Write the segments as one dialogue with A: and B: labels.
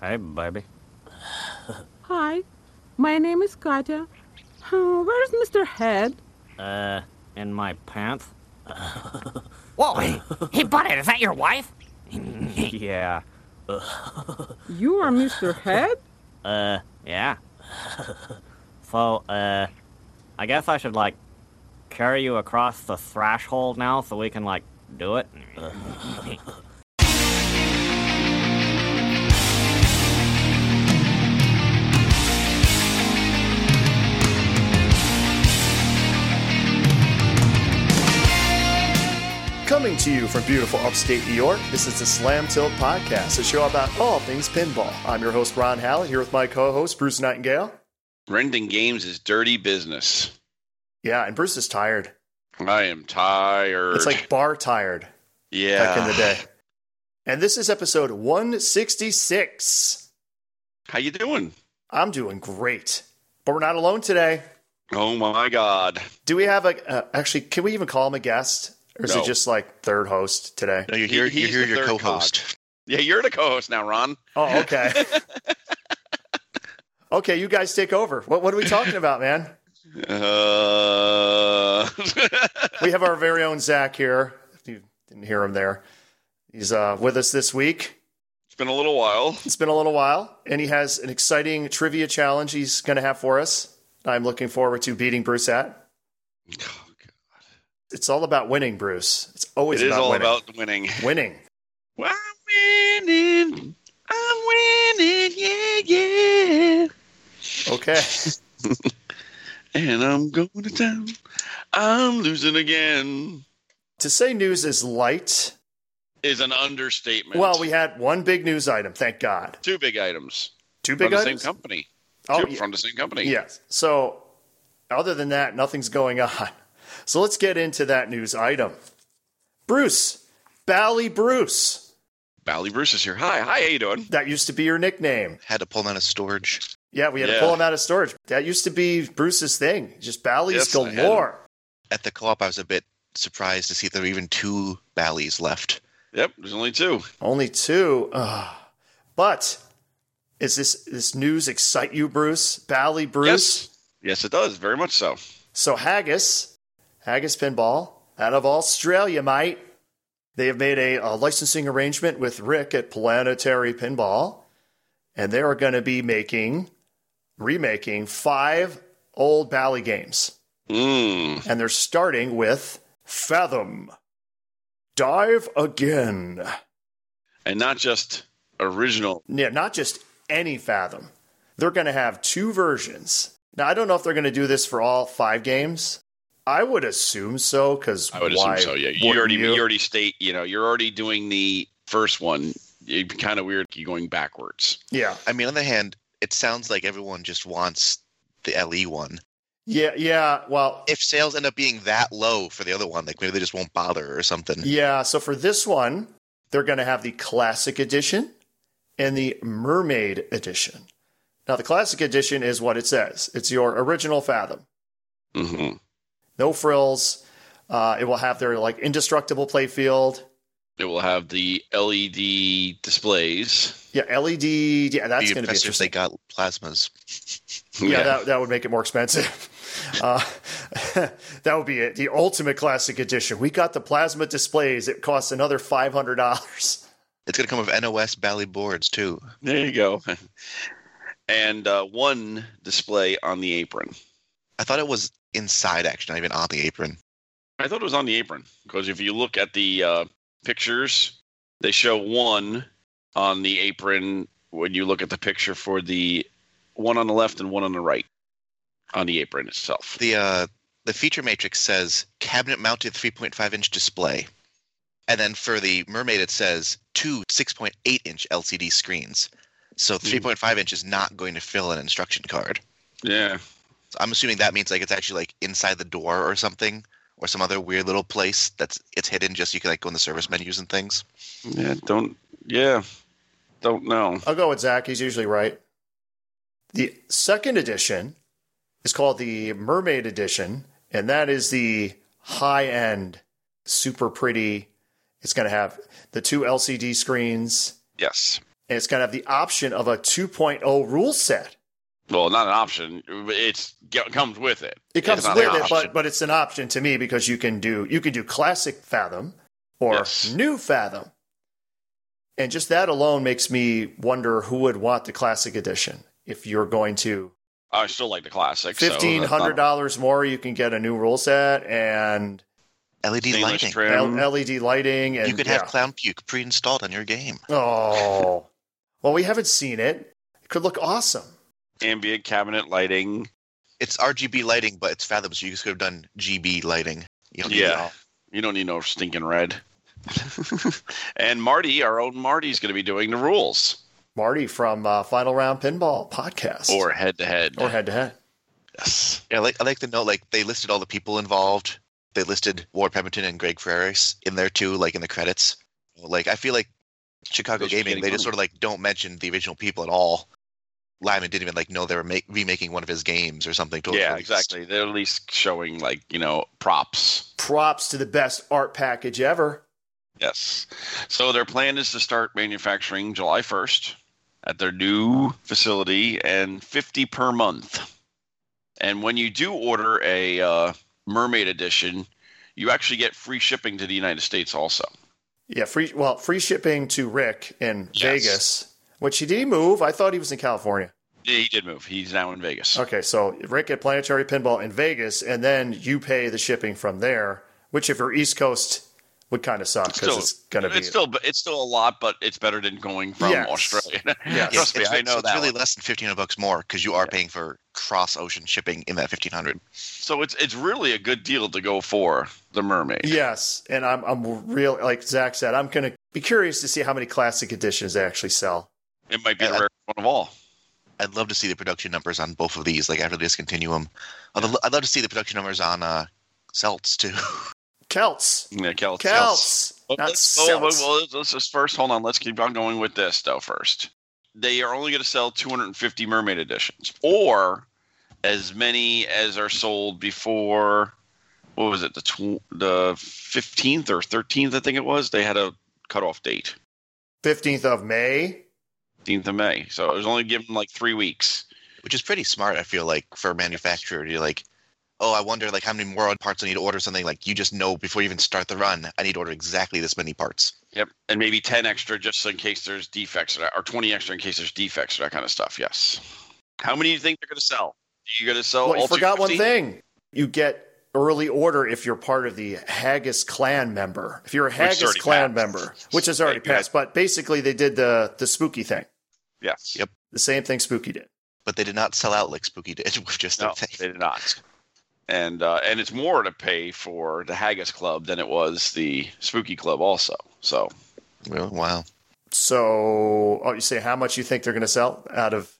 A: Hi, baby.
B: Hi, my name is Katya. Oh, where's Mr. Head?
A: Uh, in my pants?
C: Whoa, he bought it. Is that your wife?
A: yeah.
B: You are Mr. Head?
A: Uh, yeah. so, uh, I guess I should, like, carry you across the threshold now so we can, like, do it.
C: Uh-huh.
D: Coming to you from beautiful upstate New York, this is the Slam Tilt Podcast, a show about all things pinball. I'm your host, Ron Hallett, here with my co host, Bruce Nightingale.
E: Rending games is dirty business.
D: Yeah, and Bruce is tired.
E: I am tired.
D: It's like bar tired
E: yeah.
D: back in the day. And this is episode 166.
E: How you doing?
D: I'm doing great, but we're not alone today.
E: Oh my God!
D: Do we have a, uh, actually, can we even call him a guest? Or is
E: No.
D: it just like third host today?
F: No, you're
E: He-
F: here.
E: he's
F: You're here.
E: the
F: Your
E: third
F: co-host.
E: Yeah, you're the co-host now, Ron.
D: Oh, okay. okay, you guys take over. What, what are we talking about, man?
E: Uh...
D: we have our very own Zach here. If you didn't hear him there, he's uh, with us this week.
E: it's been a little while.
D: It's been a little while, and he has an exciting trivia challenge he's going to have for us. I'm looking forward to beating Bruce at. It's all about winning, Bruce. It's always
E: it is
D: about
E: all
D: winning.
E: about winning.
D: winning.
E: Well, I'm winning. I'm winning. Yeah, yeah.
D: Okay,
E: And I'm going to town. I'm losing again.
D: to say news is light.
E: Is an understatement.
D: Well, we had one big news item. Thank God.
E: two big items
D: Two big
E: from the
D: items.
E: same company.
D: Oh,
E: Two
D: yeah.
E: from the same company.
D: Yes. So, other than that, nothing's going on. So, let's get into that news item. Bruce, Bally Bruce.
E: Bally Bruce is here. Hi, hi. How you doing?
D: That used to be your nickname.
F: Had to pull him out of storage.
D: Yeah, we had to
E: Yeah.
D: pull him out of storage. That used to be Bruce's thing. Just Bally's
E: Yes, I had
D: galore.
F: At the co-op, I was a bit surprised to see there were even two Bally's left.
E: Yep, there's only two.
D: Only two. Ugh. But is this this news excite you, Bruce? Bally Bruce.
E: Yes, yes, it does very much so.
D: So Haggis, Haggis Pinball, out of Australia, mate. They have made a, a licensing arrangement with Rick at Planetary Pinball, and they are going to be making, remaking five old Bally games.
E: Mm.
D: And they're starting with Fathom, Dive Again.
E: And not just original.
D: Yeah, not just any Fathom. They're going to have two versions. Now, I don't know if they're going to do this for all five games. I would assume so because
E: I would assume so. Yeah, you already you? already state you know you're already doing the first one. It'd be kind of weird you going backwards.
D: yeah,
F: I mean, on the hand, it sounds like everyone just wants the LE one.
D: yeah, yeah. Well,
F: If sales end up being that low for the other one, like maybe they just won't bother or something.
D: yeah. So for this one, they're going to have the classic edition and the mermaid edition. Now, the classic edition is what it says. It's your original Fathom.
E: Mm-hmm.
D: no frills. Uh, it will have their like indestructible playfield.
E: It will have the LED displays.
D: Yeah, LED. Yeah, that's
F: It'd
D: going to be
F: best if they
D: interesting.
F: got plasmas.
D: Yeah, That, that would make it more expensive. Uh, that would be it. The ultimate classic edition. We got the plasma displays. It costs another five hundred dollars.
F: It's going to come with NOS Bally boards too.
E: there you go. and uh, one display on the apron.
F: I thought it was inside action, not even on the apron.
E: I thought it was on the apron because if you look at the uh, pictures, they show one on the apron when you look at the picture for the one on the left and one on the right on the apron itself.
F: the uh, the feature matrix says cabinet mounted 3.5 inch display and then for the mermaid it says two 6.8 inch lcd screens so 3.5 inch is not going to fill an instruction card
E: Yeah,
F: so i'm assuming that means like it's actually like inside the door or something or some other weird little place that's it's hidden just so you can like go in the service menus and things
E: yeah, don't, yeah, don't know.
D: I'll go with Zach. He's usually right. The second edition is called the Mermaid Edition, and that is the high end, super pretty. It's going to have the two LCD screens.
E: Yes,
D: and it's going to have the option of a 2.0 rule set.
E: Well, not an option. It's it comes with it.
D: It comes
E: It's not
D: with
E: an
D: it,
E: option.
D: but but it's an option to me because you can do you can do classic Fathom or
E: Yes.
D: new Fathom, and just that alone makes me wonder who would want the classic edition. If you're going to
E: I still like the classic. so that's not-
D: fifteen hundred dollars more, you can get a new rule set and
F: LED
E: Stainless
F: E lighting.
E: trim.
D: L- LED lighting, and
F: you could
D: yeah.
F: have clown puke pre-installed on your game.
D: oh, well, we haven't seen it. It could look awesome.
E: ambient cabinet lighting.
F: It's RGB lighting, but it's Fathom, so you could have done GB lighting. You don't need it
E: Yeah.
F: all.
E: You don't need no stinking red. and Marty, our own Marty's going to be doing the rules
D: Marty from uh, Final Round Pinball Podcast
E: or head to head.
D: or head to head.
E: Yes.
F: Yeah, I like I like the note. Like they listed all the people involved. They listed Ward Pemberton and Greg Ferris in there too, like in the credits. Like I feel like Chicago
E: Those are
F: Gaming,
E: getting
F: they just
E: money.
F: sort of like don't mention the original people at all. Lyman didn't even like know they were make, remaking one of his games or something. till it was
E: Yeah,
F: released.
E: exactly. They're at least showing like you know props.
D: Props to the best art package ever.
E: Yes. So their plan is to start manufacturing July first at their new facility and fifty per month. And when you do order a uh, Mermaid Edition, you actually get free shipping to the United States also.
D: Yeah, free well, free shipping to Rick in
E: Yes.
D: Vegas. Which he did he move? I thought he was in California.
E: Yeah, he did move. He's now in Vegas.
D: Okay, so Rick at Planetary Pinball in Vegas, and then you pay the shipping from there. Which, if you're East Coast, would kind of suck because it's going to be
E: it's still it's still a lot, but it's better than going from
D: Yes.
E: Australia.
D: Yes.
E: Trust me,
F: it's,
E: I
F: it's-
E: know
F: it's
E: that.
F: really
E: one.
F: less than fifteen hundred bucks more because you are paying for cross ocean shipping in that fifteen hundred.
E: So it's it's really a good deal to go for the mermaid.
D: yes. And I'm I'm real like Zach said, I'm going to be curious to see how many classic editions they actually sell.
E: It might be the
F: Yeah.
E: rarest one of all.
F: I'd love to see the production numbers on both of these. Like after they discontinue them, I'd, lo- I'd love to see the production numbers on uh, Celts too.
D: Celts,
E: Yeah, Celts.
D: Celts,
E: But
D: not
E: let's, well, well,
D: Celts.
E: well, let's- let's just first hold on. Let's keep on going with this though. First, they are only going to sell 250 mermaid editions, or as many as are sold before. What was it? The tw- the 15th or 13th? I think it was. They had a cutoff date.
D: 15th of May.
E: 15th of May. So it was only given like three weeks.
F: which is pretty smart. I feel like for a manufacturer, you're like, oh, I wonder like how many more parts I need to order. Something like you just know before you even start the run, I need to order exactly this many parts.
E: Yep. And maybe 10 extra just in case there's defects or, that, or 20 extra in case there's defects or that kind of stuff. Yes. How many do you think they're going to sell? you going to sell
D: well, you
E: all
D: forgot one
E: 250?
D: thing. You get early order if you're part of the Haggis clan member. If you're a Haggis
E: already
D: clan
E: passed.
D: member, which has already
E: Right, you had-
D: passed, but basically they did the the spooky thing,
E: Yes.
F: Yep.
D: the same thing Spooky did.
F: But they did not sell out like Spooky did with just
E: No,
F: their
E: they
F: thing.
E: did not. And uh, and it's more to pay for the Haggis Club than it was the Spooky Club also. So
F: Really? Wow.
D: So, oh, you say how much you think they're going to sell out of?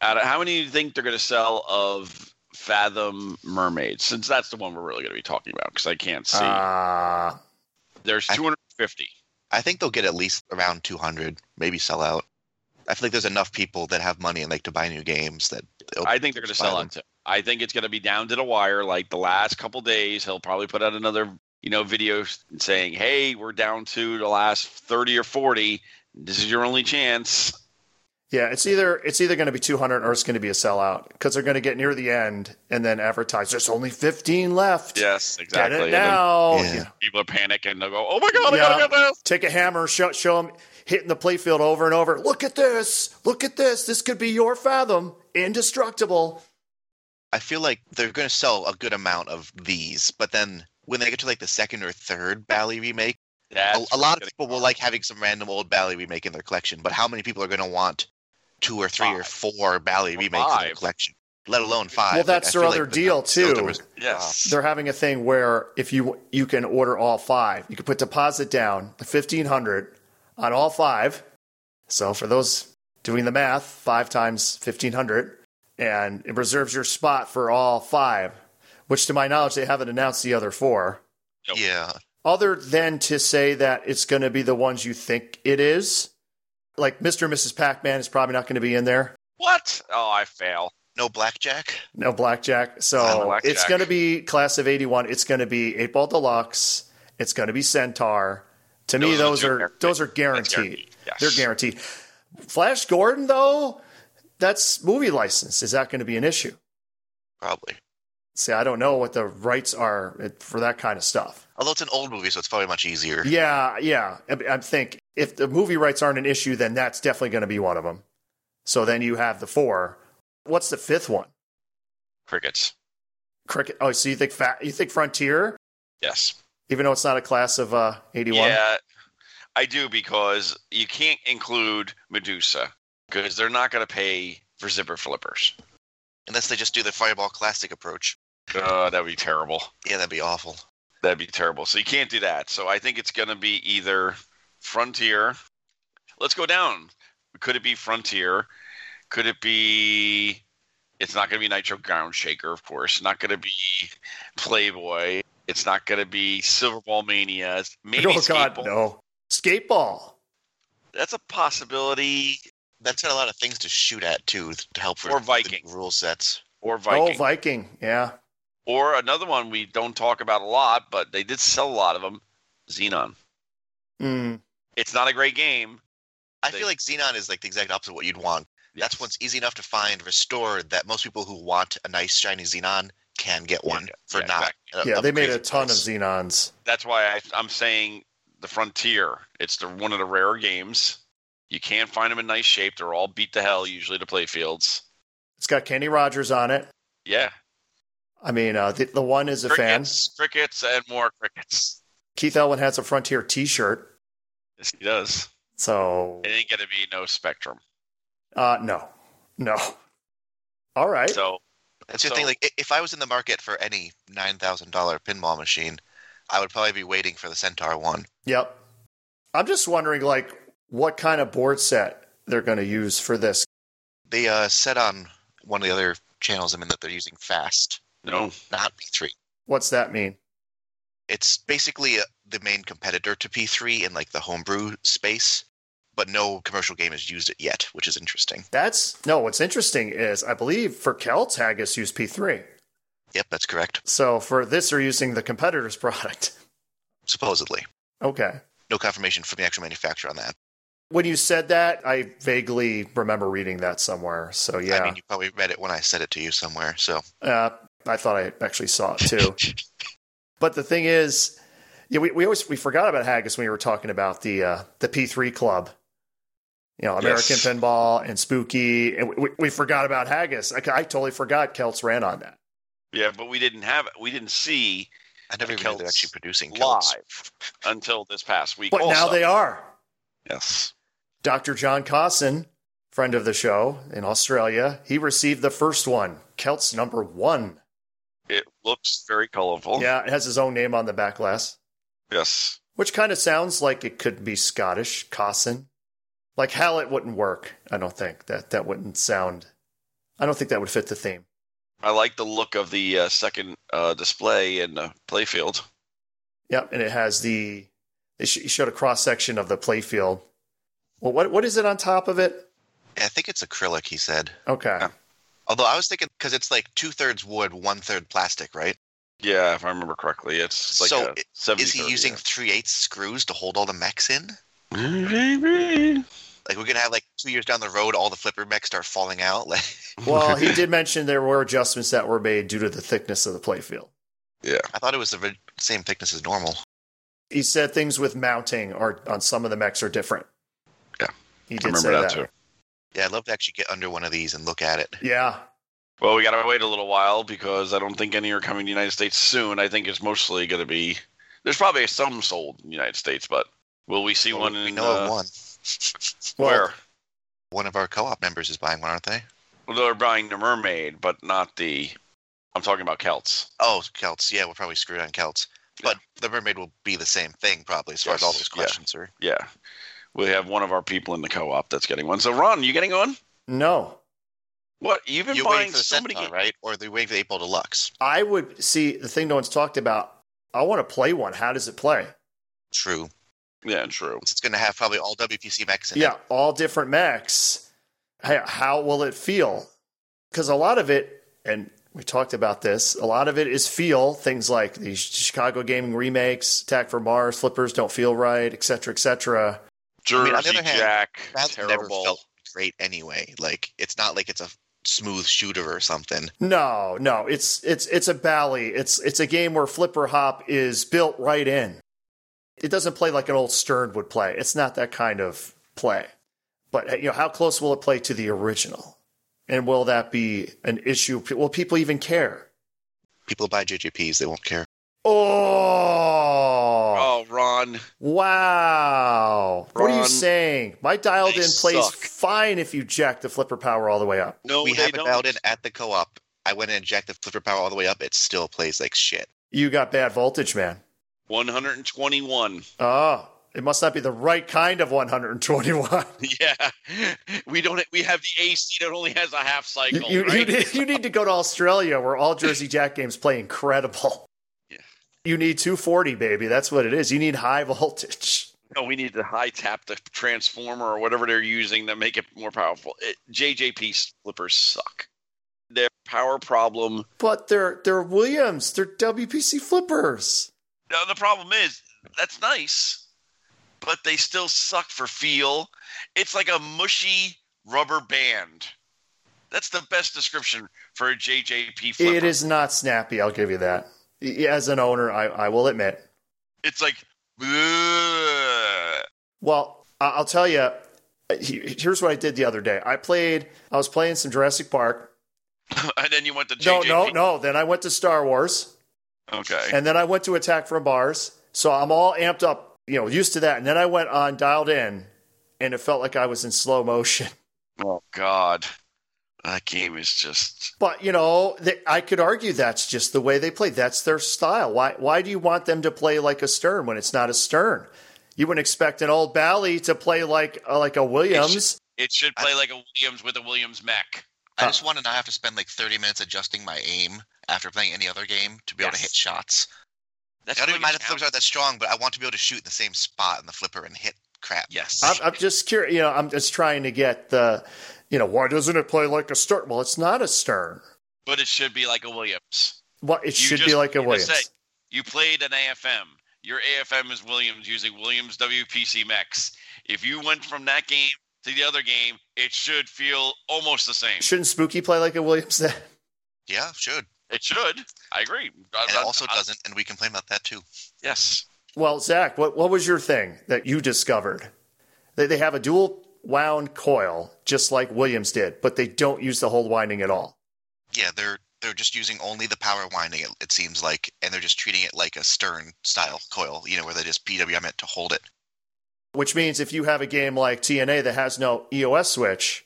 E: out of how many do you think they're going to sell of Fathom Mermaids? Since that's the one we're really going to be talking about because I can't see.
D: Uh,
E: there's
F: I-
E: 250.
F: I think they'll get at least around 200, maybe sell out. I feel like there's enough people that have money and like to buy new games that they'll-
E: I think they're going to
F: buy
E: sell
F: them.
E: it too. I think it's going to be down to the wire. Like the last couple days, he'll probably put out another, you know, video s- saying, "Hey, we're down to the last thirty or forty. This is your only chance."
D: yeah, it's either it's either going to be 200 or it's going to be a sellout because they're going to get near the end and then advertise. There's only 15 left.
E: Yes,
D: Get
E: exactly.
D: it
E: And then
D: now.
F: Yeah.
D: Yeah.
E: people are panicking. they'll go, "Oh my god, I
D: Yeah.
E: gotta get this!"
D: take a hammer, show, show them hitting the playfield over and over. Look at this. Look at this. This could be your fathom. Indestructible.
F: I feel like they're going to sell a good amount of these, but then when they get to like the second or third Bally remake, a,
E: That's
F: a lot of
E: gonna-
F: people will like having some random old Bally remake in their collection. But how many people are going to want two or three or
E: Five.
F: four Bally remakes in their
E: Five.
F: collection? Let alone five.
D: well,
F: Like,
D: that's
F: I
D: their
F: feel
D: other
F: like the
D: deal
F: sales
D: too.
F: numbers- Uh,
E: Yes.
D: They're having a thing where if you you can order all five, you can put deposit down the fifteen hundred on all five. So for those doing the math, five times fifteen hundred, and it reserves your spot for all five. Which, to my knowledge, they haven't announced the other four.
E: Yep.
F: Yeah,
D: other than to say that it's going to be the ones you think it is. Like Mr. and Mrs. Pac Man is probably not going to be in there.
E: What? Oh, I fail.
F: no blackjack.
D: No Blackjack. So
F: Silent
E: Blackjack.
D: it's going to be Class of 81. It's going to be 8 Ball Deluxe. It's going to be Centaur. To me,
E: Those are the
D: those
E: two
D: are
E: guaranteed.
D: those are
E: That's
D: guaranteed.
E: Yes.
D: They're guaranteed. Flash Gordon, though, that's movie license. Is that going to be an issue?
F: probably.
D: See, I don't know what the rights are for that kind of stuff.
F: Although it's an old movie, so it's probably much easier.
D: Yeah, yeah. I- I think if the movie rights aren't an issue, then that's definitely going to be one of them. So then you have the four. What's the fifth one?
E: Crickets.
D: Cricket. Oh, so you think fa- you think Frontier,
E: Yes.
D: even though it's not a class of uh, eighty one.
E: Yeah, I do because you can't include Medusa because they're not going to pay for zipper flippers.
F: Unless they just do the Fireball Classic approach.
E: Uh, that'd be terrible.
F: Yeah, that'd be awful.
E: That'd be terrible. So you can't do that. So I think it's going to be either Frontier. Let's go down. Could it be Frontier? Could it be? It's not going to be Nitro Ground Shaker, of course. Not going to be Playboy. It's not going to be Silverball Mania. It's Maybe
D: oh God,
E: Skateball.
D: no. Skateball.
E: That's a possibility.
F: That's got a lot of things to shoot at too to help for
E: Or
F: the
E: Viking.
F: rule sets.
E: Or
D: Oh,
E: Viking.
D: Viking. Yeah.
E: or another one we don't talk about a lot, but they did sell a lot of them. Xenon.
D: Mm.
E: It's not a great game.
F: I
E: They-
F: feel like Xenon is like the exact opposite of what you'd want. That's
E: what's.
F: one's easy enough to find, restored. That most people who want a nice shiny Xenon can get one
E: yeah,
F: for
E: yeah,
F: not.
E: exactly.
F: a-
D: Yeah, they made
F: crazy
D: a ton
F: price.
D: of Xenons.
E: that's why I, I'm saying the Frontier. It's the one of the rarer games. You can't find them in nice shape. They're all beat to hell usually to play fields.
D: It's got Kenny Rogers on it.
E: Yeah,
D: I mean, uh, the, the one is a fan.
E: crickets, crickets, and more crickets.
D: Keith Elwin has a Frontier T-shirt.
E: Yes, he does.
D: So
E: It ain't gonna be no Spectrum.
D: uh, no, no. All right.
E: So
F: That's the
E: So-
F: thing. Like, i- if I was in the market for any nine thousand dollar pinball machine, I would probably be waiting for the Centaur one.
D: Yep. I'm just wondering, like, what kind of board set they're going to use for this.
F: They uh, said on one of the other channels, I mean, that they're using Fast,
E: no,
F: not P3.
D: What's that mean?
F: It's basically uh, the main competitor to P3 in like the homebrew space, but no commercial game has used it yet, which is interesting.
D: That's no. What's interesting is I believe for Kelt Haggis used P3.
F: Yep, that's correct.
D: So for this, they're using the competitor's product.
F: Supposedly,
D: okay.
F: no confirmation from the actual manufacturer on that.
D: When you said that, I vaguely remember reading that somewhere. So yeah,
F: I mean, you probably read it when I said it to you somewhere. So
D: Uh, I thought I actually saw it too. but the thing is, yeah, we, we always we forgot about Haggis when we were talking about the uh, the P three club. You know, American
E: Yes.
D: Pinball and Spooky, and we- we, we forgot about Haggis. I, I totally forgot Kelts ran on that.
E: yeah, but we didn't have we didn't see
F: I never
E: And
F: even knew they're
E: Celts
F: actually producing
E: live
F: Celts.
E: until this past week.
D: But now
E: also.
D: they are.
E: yes,
D: Dr. John Cosson, friend of the show in Australia, he received the first one, Kelts number one.
E: it looks very colorful.
D: Yeah, it has his own name on the back glass.
E: Yes.
D: Which kind of sounds like it could be Scottish, Cossin. Like Hallett wouldn't work, I don't think. That that wouldn't sound I don't think that would fit the theme.
E: I like the look of the uh, second uh, display in the playfield.
D: Yep, and it has the it sh- it showed a cross section of the playfield. Well, what what is it on top of it?
F: I think it's acrylic, he said.
D: Okay.
E: Yeah.
F: Although I was thinking, because it's like two thirds wood, one third plastic, right?
E: Yeah, if I remember correctly, it's like
F: So,
E: a
F: i-
E: 70,
F: Is he
E: 30,
F: using
E: yeah.
F: three eighths screws to hold all the mechs in?
E: Maybe.
F: Like we're gonna have like two years down the road, all the flipper mechs start falling out. Like
D: Well, he did mention there were adjustments that were made due to the thickness of the playfield.
F: I thought it was the ri- same thickness as normal.
D: He said things with mounting or on some of the mechs are different.
E: Yeah.
D: He
E: I
D: did say
E: remember
D: that.
E: that too.
F: Yeah, I'd love to actually get under one of these and look at it.
D: Yeah.
E: Well, we got to wait a little while because I don't think any are coming to the United States soon. I think it's mostly going to be. There's probably some sold in the United States, but will we see
F: Well,
E: one
F: we
E: in
F: know of
E: uh,
F: one.
D: Well,
E: where?
F: One of our co-op members is buying one, aren't they?
E: Well, they're buying the mermaid, but not the. I'm talking about Celts.
F: Oh, Celts. Yeah, we're probably screwed on Celts. But the mermaid will be the same thing, probably, as far as all
E: Yes,
F: those
E: yeah.
F: questions are.
E: Yeah, we have one of our people in the co-op that's getting one. So, Ron, you getting one?
D: No.
E: What you've been
F: You're
E: buying
F: waiting for the
E: so many
F: Centaur,
E: ga-
F: right? Or they're waiting for the April Deluxe.
D: I would see the thing no one's talked about. I want to play one. How does it play?
F: True.
E: Yeah, true.
F: It's going to have probably all WPC mechs in
D: yeah,
F: it.
D: all different mechs. How, how will it feel? Because a lot of it, and we talked about this, a lot of it is feel. Things like the Ch- Chicago gaming remakes, Attack for Mars, Flippers don't feel right, etc., etc.
E: Jersey
F: on the other hand,
E: Jack,
F: That's never
E: terrible.
F: felt great anyway. Like it's not like it's a smooth shooter or something.
D: No, no, it's it's it's a bally. It's it's a game where flipper hop is built right in. It doesn't play like an old Stern would play. It's not that kind of play. But you know, how close will it play to the original? And will that be an issue? Will people even care?
F: People buy JJPs, they won't care.
D: Oh,
E: oh, Ron,
D: wow! what are you
E: Ron,
D: saying? My dialed
E: they
D: in plays
E: suck.
D: fine if you jack the flipper power all the way up.
E: no,
F: we
E: they
F: have it
E: don't.
F: dialed in at the co-op. I went and jacked the flipper power all the way up. It still plays like shit.
D: You got bad voltage, man.
E: 121.
D: Oh, it must not be the right kind of 121.
E: Yeah, we don't. We have the AC that only has a half cycle.
D: You, you, you
E: right?
D: need, you need to go to Australia where all Jersey Jack games play incredible.
E: Yeah.
D: You need 240, baby. That's what it is. You need high voltage.
E: no, we need to high tap the transformer or whatever they're using to make it more powerful. It, JJP flippers suck. Their power problem.
D: But they're they're Williams. They're WPC flippers.
E: Now the problem is that's nice, but they still suck for feel. It's like a mushy rubber band. That's the best description for a JJP flipper.
D: It is not snappy. I'll give you that. Y- As an owner, I, I will admit.
E: It's like. "Ugh."
D: Well, I- I'll tell you. Here's what I did the other day. I played. I was playing some Jurassic Park.
E: and then you went to
D: No,
E: JJP.
D: no, no. Then I went to Star Wars.
E: Okay.
D: And then I went to Attack from Bars. So I'm all amped up, you know, used to that. And then I went on Dialed In, and it felt like I was in slow motion.
E: Oh God, that game is just
D: But, you know, th I could argue that's just the way they play. That's their style. Why, why do you want them to play like a Stern when it's not a Stern? You wouldn't expect an old Bally to play like uh, like a Williams.
E: it should play like a Williams with a Williams mech.
F: I just want to not have to spend like 30 minutes adjusting my aim after playing any other game to be able to
E: Yes.
F: hit shots.
E: That's
F: I don't even
E: like
F: mind
E: a
F: if the flippers
E: town-
F: aren't that strong, but I want to be able to shoot in the same spot in the flipper and hit crap.
E: Yes,
D: I'm, I'm just curious. You know, I'm just trying to get the, you know, why doesn't it play like a Stern? Well, it's not a Stern.
E: but it should be like a Williams.
D: Well, it should be
E: just
D: like a
E: need to
D: Williams.
E: say, You played an AFM. Your AFM is Williams using Williams WPC mechs. If you went from that game to the other game, it should feel almost the same.
D: Shouldn't Spooky play like a Williams then?
F: Yeah, should.
E: It should. I agree. I-
F: And it
E: I-
F: also
E: I-
F: doesn't, and we complain about that too.
E: Yes.
D: Well, Zach, what, what was your thing that you discovered? They, they have a dual wound coil, just like Williams did, but they don't use the hold winding at all.
F: Yeah, they're they're just using only the power winding. It, it seems like, and they're just treating it like a stern style coil. You know, where they just PWM it to hold it.
D: Which means if you have a game like TNA that has no EOS switch,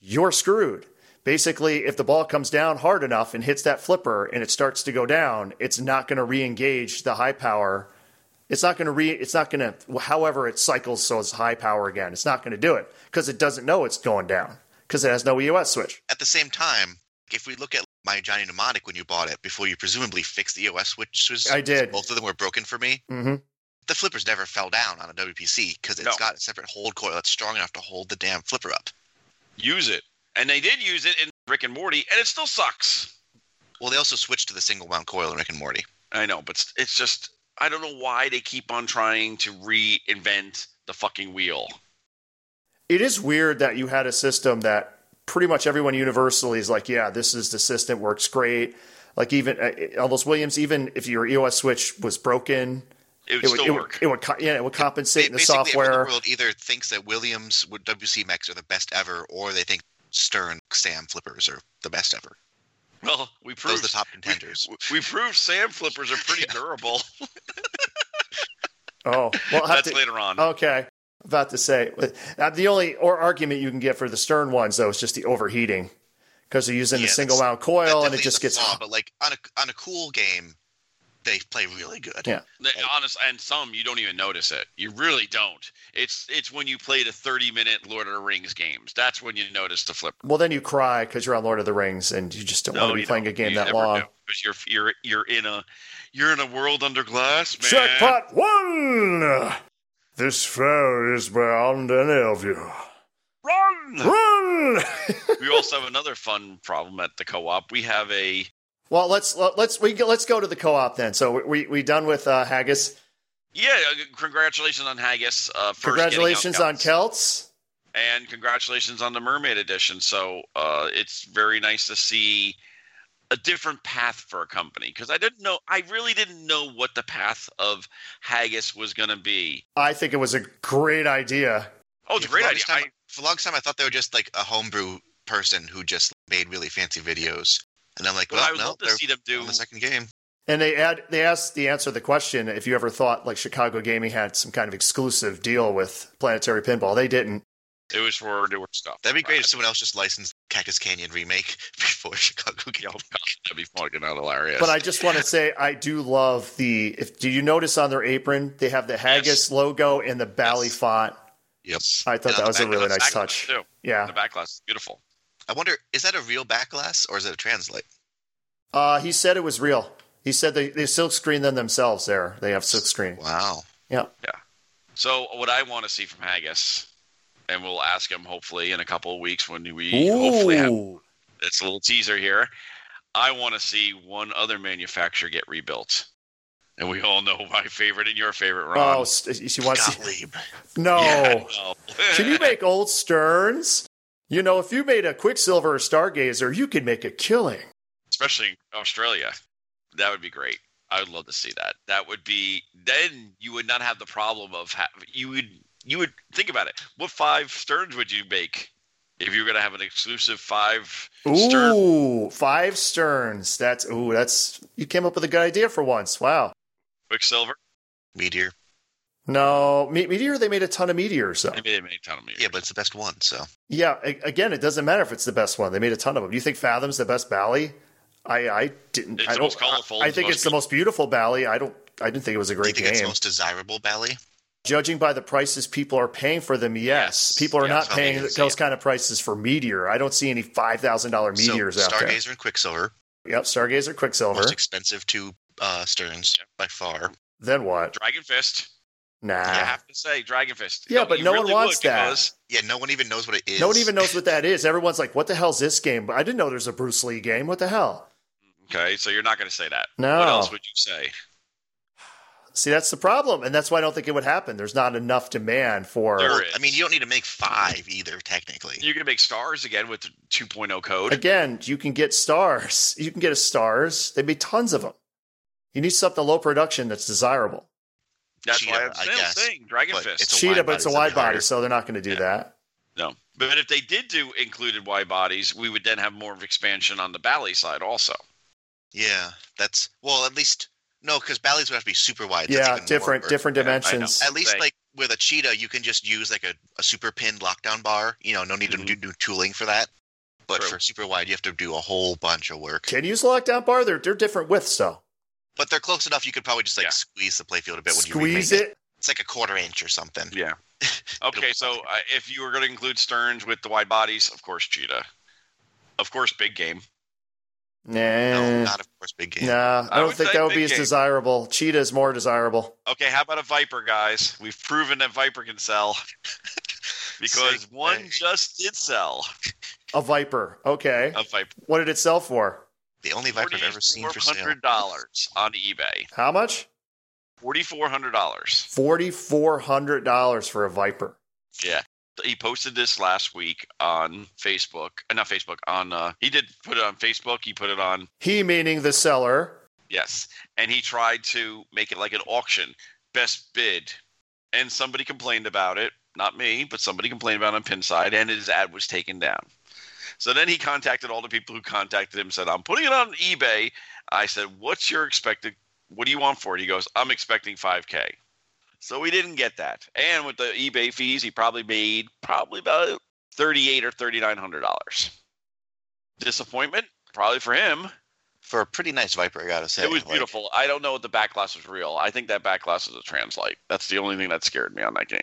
D: you're screwed. Basically, if the ball comes down hard enough and hits that flipper and it starts to go down, it's not going to re-engage the high power. It's not going to re. It's not going to. However, it cycles so it's high power again. It's not going to do it because it doesn't know it's going down because it has no EOS switch.
F: At the same time, if we look at my Johnny mnemonic when you bought it before you presumably fixed the E EOS switch, was
D: I did.
F: Both of them were broken for me.
D: hmm
F: The flippers never fell down on a WPC because it's
E: No.
F: got a separate hold coil that's strong enough to hold the damn flipper up.
E: Use it. And they did use it in Rick and Morty, and it still sucks.
F: Well, they also switched to the single wound coil in Rick and Morty.
E: I know, but it's- it's just I don't know why they keep on trying to reinvent the fucking wheel.
D: It is weird that you had a system that pretty much everyone universally is like, yeah, this is the system, works great. Like even uh, almost Williams, even if your EOS switch was broken,
E: It would
D: it would,
E: still
D: it would,
E: work.
D: it would co- yeah, it would compensate in the
F: Basically, everyone in
D: software.
F: the world either thinks that Williams with WC Max are the best ever, or they think Stern Sam flippers are the best ever.
E: well, we
F: Those
E: proved
F: are the top contenders.
E: we, we proved Sam flippers are pretty durable.
D: Oh, well, I have
E: That's
D: to,
E: later on.
D: okay. About to say uh, the only or argument you can get for the Stern ones though is just the overheating because they're using
F: Yeah,
D: the single
F: that's-
D: wound coil
F: That
D: and it
F: definitely
D: just
F: is
D: gets
F: a flaw, but like on a on a cool game, they play really good.
D: Yeah.
E: The- Honest, and some you don't even notice it. You really don't. It's it's when you play the thirty minute Lord of the Rings games. That's when you notice the flipper.
D: well. Then you cry because you're on Lord of the Rings and you just don't want to be playing a game that long.
E: because you're you're you're in a you're in a world under glass, man.
D: Jackpot one! This foe is bound and of you.
E: Run!
D: Run!
E: we also have another fun problem at the co-op. We have a
D: well, let's let's we let's go to the co-op then. So we we done with uh, haggis.
E: Yeah, uh, congratulations on Haggis. Uh, first getting out
D: Congratulations on
E: counts.
D: Celts.
E: and congratulations on the mermaid edition so uh, it's very nice to see a different path for a company because i didn't know i really didn't know what the path of haggis was going to be
D: I think it was a great idea.
E: oh it's a
F: Yeah,
E: great
F: for
E: idea
F: the longest
E: I,
F: time- for the longest time, I thought they were just like a homebrew person who just made really fancy videos. And I'm like,
E: but
F: well,
E: I would
F: no,
E: love to
F: they're
E: see them do
F: on the second game.
D: And they add they asked the answer to the question if you ever thought like Chicago Gaming had some kind of exclusive deal with Planetary Pinball. They didn't.
E: it was for newer stuff
F: That'd be great if
E: Right.
F: someone else just licensed Cactus Canyon remake before Chicago
E: Yeah,
F: Game.
E: oh God, that'd be fucking hilarious
D: But I just want to say I do love the if do you notice on their apron they have the haggis logo in the bally
F: Yes.
D: font.
F: Yep.
D: I thought
F: And on
D: that
F: the
D: was a
F: back-
D: really
F: on the
D: nice
E: Backlash,
D: touch.
E: too.
D: Yeah.
E: the backlash is beautiful
F: I wonder, is that a real backlash or is it a translate?
D: Uh, he said it was real. He said they, they silk screen them themselves there. They have silk screen.
F: Wow.
D: Yeah.
E: so what i want to see from haggis and we'll ask him hopefully in a couple of weeks when we hopefully have it's a little teaser here. I want to see one other manufacturer get rebuilt, and we all know my favorite and your favorite, Ron.
D: Oh, st- she wants to-
F: Gottlieb.
D: No.
E: Yeah, no.
D: Can you make old Sterns? You know, if you made a Quicksilver or Stargazer, you could make a killing.
E: especially in Australia? That would be great. I would love to see that. That would be then you would not have the problem of ha- you would you would think about it. What five sterns would you make if you were going to have an exclusive five stern?
D: Ooh, five Sterns. That's ooh, that's you came up with a good idea for once. Wow.
E: Quicksilver?
F: Meteor.
D: No, Me- Meteor. They made a ton of meteors though.
E: I mean, they made a ton of me.
F: Yeah, but it's the best one, so.
D: Yeah. a- again, it doesn't matter if it's the best one. They made a ton of them. Do you think Fathom's the best Bally? I I didn't.
E: It's
D: I
E: the
D: don't-
E: most colorful,
D: I, I
E: it's
D: think
E: most
D: it's the most beautiful Bally. I don't. I didn't think it was a
F: Do you
D: great
F: think it's
D: game.
F: the most desirable Bally?
D: Judging by the prices people are paying for them, yes,
E: Yes.
D: people are
E: Yeah,
D: not
F: that's what
D: paying
F: I mean,
D: those
F: yeah.
D: kind of prices for Meteor. I don't see any five thousand dollar meteors
F: so,
D: out there.
F: Stargazer and Quicksilver,
D: Yep, Stargazer, Quicksilver.
F: most expensive two uh, Sterns by far.
D: Then what?
E: Dragon Fist.
D: Nah.
E: I have to say, Dragon Fist.
D: Yeah, but
E: you
D: no one
E: really
D: wants
E: would
D: that.
E: because-
F: Yeah, no one even knows what it is.
D: No one even knows what that is. Everyone's like, "What the hell's this game?" But I didn't know there's a Bruce Lee game. What the hell?
E: Okay, so you're not going to say that.
D: No.
E: What else would you say?
D: See, that's the problem, and that's why I don't think it would happen. There's not enough demand for.
E: There
F: I mean, you don't need to make five either, technically.
E: You're going to make stars again with the 2.0 code.
D: Again, you can get stars. You can get a stars. They made tons of them. You need something low production that's desirable.
E: That's why
F: Cheetah,
E: I'm
F: I
E: still
F: guess,
E: saying Dragon
F: but
E: Fist.
F: it's a
D: Cheetah,
F: wide
D: but it's a
F: body's
D: wide
F: gonna be
D: body,
F: harder.
D: so they're not going to do
E: Yeah.
D: that.
E: No, but if they did do included wide bodies, we would then have more of expansion on the Bally side also.
F: Yeah, that's well, at least no, because Bally's would have to be super wide. That's
D: yeah,
F: even more
D: different
F: work.
D: different
E: Yeah, I know.
D: dimensions.
F: At least
E: Right.
F: like with a cheetah, you can just use like a, a super pinned lockdown bar. You know, no need
E: Mhm.
F: to do, do tooling for that. But
E: True.
F: for super wide, you have to do a whole bunch of work.
D: Can you use lockdown bar? They're they're different widths though.
F: But they're close enough. You could probably just like
E: Yeah.
F: squeeze the playfield a bit when you
D: Squeeze
F: remake
D: it.
F: It's like a quarter inch or something.
E: Yeah. Okay, so uh, if you were going to include Sterns with the wide bodies, of course Cheetah. Of course, big game.
F: No,
D: Nah,
F: not of course big game.
D: nah. I
E: I
D: don't
E: would
D: think
E: say
D: that would
E: big
D: be as
E: game.
D: desirable. Cheetah is more desirable.
E: Okay, how about a Viper, guys? We've proven that Viper can sell because
F: Sick
E: one
F: bag.
E: just did sell
D: A viper. Okay.
E: a Viper.
D: What did it sell for?
F: The only viper I've ever seen for sale.
E: dollars on eBay.
D: How much?
E: Forty-four hundred dollars.
D: Forty four hundred dollars for a viper.
E: Yeah. He posted this last week on Facebook. Uh, not Facebook. On uh, he did put it on Facebook. He put it on
D: He meaning the seller.
E: yes, and he tried to make it like an auction, best bid, and somebody complained about it. Not me, but somebody complained about it on Pinside, and his ad was taken down. So then he contacted all the people who contacted him. Said, "I'm putting it on eBay." I said, "What's your expected? What do you want for it?" He goes, "I'm expecting 5K." So we didn't get that. And with the eBay fees, he probably made probably about 38 or 3900 dollars. Disappointment, probably for him.
F: For a pretty nice viper, I gotta say.
E: It was
F: Like,
E: beautiful. I don't know if the backlash was real. I think that backlash is a translate. That's the only thing that scared me on that game.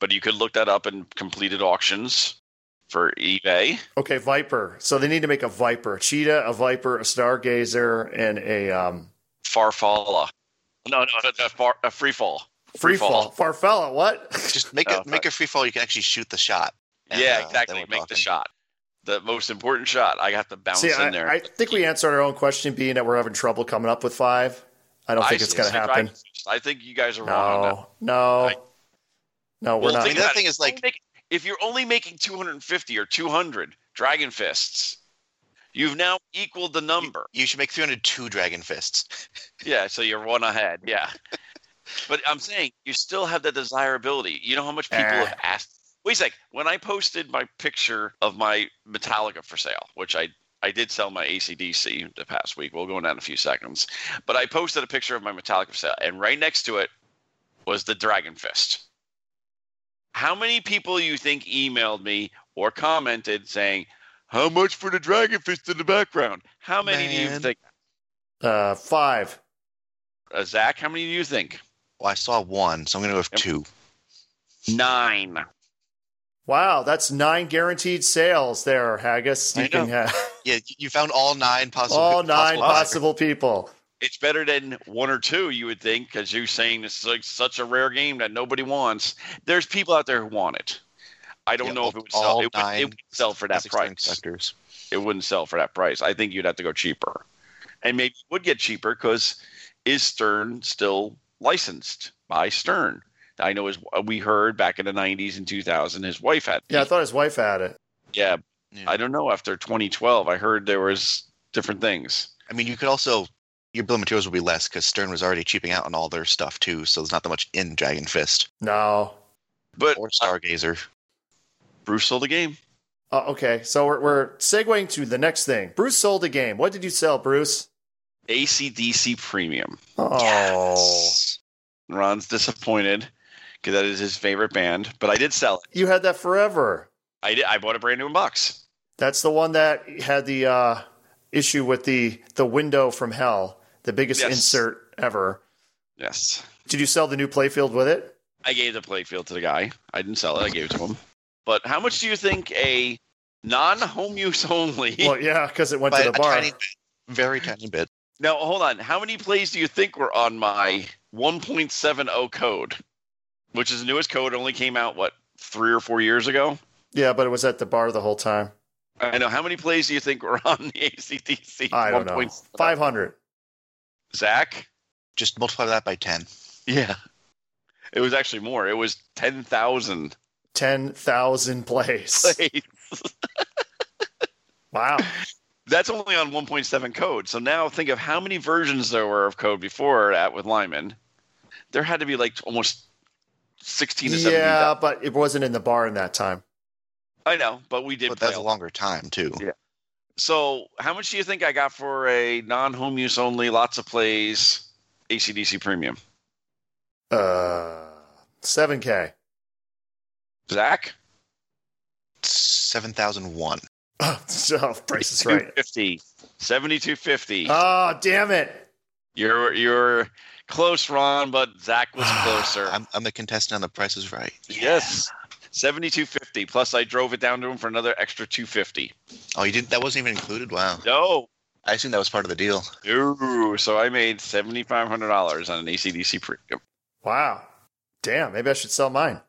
E: But you could look that up in completed auctions for eBay.
D: Okay, viper. So they need to make a viper, a cheetah, a viper, a stargazer, and a um,
E: Farfalla. No, no, a, far, uh, a free fall.
D: free
E: Free
D: fall.
E: fall.
D: Farfalla. What?
F: Just make
E: Oh,
F: a make a free fall. You can actually shoot the shot. And, uh,
E: yeah,
F: then
E: exactly.
F: we're
E: Make the
F: talking.
E: shot. The most important shot. I got to bounce
D: See,
E: in
D: I,
E: there.
D: I think we answered our own question, being that we're having trouble coming up with five. I don't think it's
E: see-
D: going to
E: see,
D: happen.
E: Dragon- I think you guys are wrong on that.
D: No, no,
E: I-
D: no. We're
E: Well,
D: not.
E: think
F: The other
E: about it.
F: thing is, like-
E: Only make- if you're only making 250 or 200 dragon fists, you've now equaled the number.
F: You should make 302 dragon fists.
E: Yeah, so you're one ahead. Yeah, but I'm saying you still have that desirability. You know how much people
D: Eh.
E: have asked. Wait a sec. When I posted my picture of my Metallica for sale, which I I did sell my ACDC the past week. We'll go into that in a few seconds. But I posted a picture of my Metallica for sale, and right next to it was the Dragon Fist. How many people you think emailed me or commented saying, "How much for the Dragon Fist in the background?" How many do you
F: Man.
E: think?
D: Uh, five.
E: Uh, Zach, how many do you think?
F: Well, I saw one, so I'm going to go with
E: Yep.
F: two.
E: Nine.
D: Wow, that's nine guaranteed sales there, Haggis. You
F: I
D: can have
F: Yeah, you- you found all nine possible.
D: all nine
F: possible-
D: possible people.
E: It's better than one or two, you would think, because you're saying this is like such a rare game that nobody wants. There's people out there who want it. I don't
F: Yeah,
E: know if it would
F: all-
E: sell. It,
F: all
E: would, it
F: nine
E: would sell for that
F: six string
E: price.
F: collectors.
E: It wouldn't sell for that price. I think you'd have to go cheaper, and maybe it would get cheaper because is Stern still licensed by Stern? I know his. We heard back in the '90s and 2000, his wife had.
D: Yeah, I thought his wife had it.
E: yeah.
F: Yeah.
E: I don't know. After 2012, I heard there was different things.
F: I mean, you could also your bill of materials will be less because Stern was already cheaping out on all their stuff too, so there's not that much in Dragon Fist
D: No.
E: But
F: or Stargazer.
E: Bruce sold the game.
D: Oh, okay, so we're, we're segueing to the next thing. Bruce sold a game. What did you sell, Bruce?
E: ACDC Premium.
D: Oh,
E: Ron's disappointed because that is his favorite band, but I did sell it.
D: you had that forever.
E: I, did, I bought a brand new box.
D: That's the one that had the uh, issue with the the window from hell, the biggest
E: Yes.
D: insert ever.
E: Yes.
D: Did you sell the new playfield with it?
E: I gave the playfield to the guy. I didn't sell it, I gave it to him. But how much do you think a non home use only?
D: Well, yeah, because it went
F: By
D: to
F: a
D: the bar.
F: tiny bit, very tiny bit.
E: now, hold on. How many plays do you think were on my 1.70 code, which is the newest code? Only came out, what, three or four years ago?
D: Yeah, but it was at the bar the whole time.
E: I know. How many plays do you think were on the ACDC?
D: I don't know.
E: 1.70?
D: Five hundred.
E: Zach?
F: Just multiply that by ten.
E: Yeah. It was actually more. It was 10,000
D: Ten thousand plays.
E: plays.
D: Wow.
E: That's only on 1.7 code. So now think of how many versions there were of code before that with Lyman. There had to be like almost 16 to 17.
D: yeah, but it wasn't in the bar in that time.
E: I know, but we did
F: But
E: play.
F: that's a
E: a lot.
F: longer time too.
E: Yeah. So how much do you think I got for a non home use only, lots of plays ACDC premium?
D: Uh, seven k.
E: Zach?
F: Seven thousand one.
D: so Bryce is right.
E: 250. 7250.
F: Uh,
D: Oh, damn it!
E: you're, you're close, Ron, but Zach was closer.
F: I'm, I'm the contestant on The Price is Right.
E: Yes. 7250 plus I drove it down to him for another extra 250.
F: Oh, you didn't. That wasn't even included. Wow.
E: No.
F: I assume that was part of the deal.
E: Ooh, so I made $7500 on an ACDC premium.
D: Wow. Damn. Maybe I should sell mine.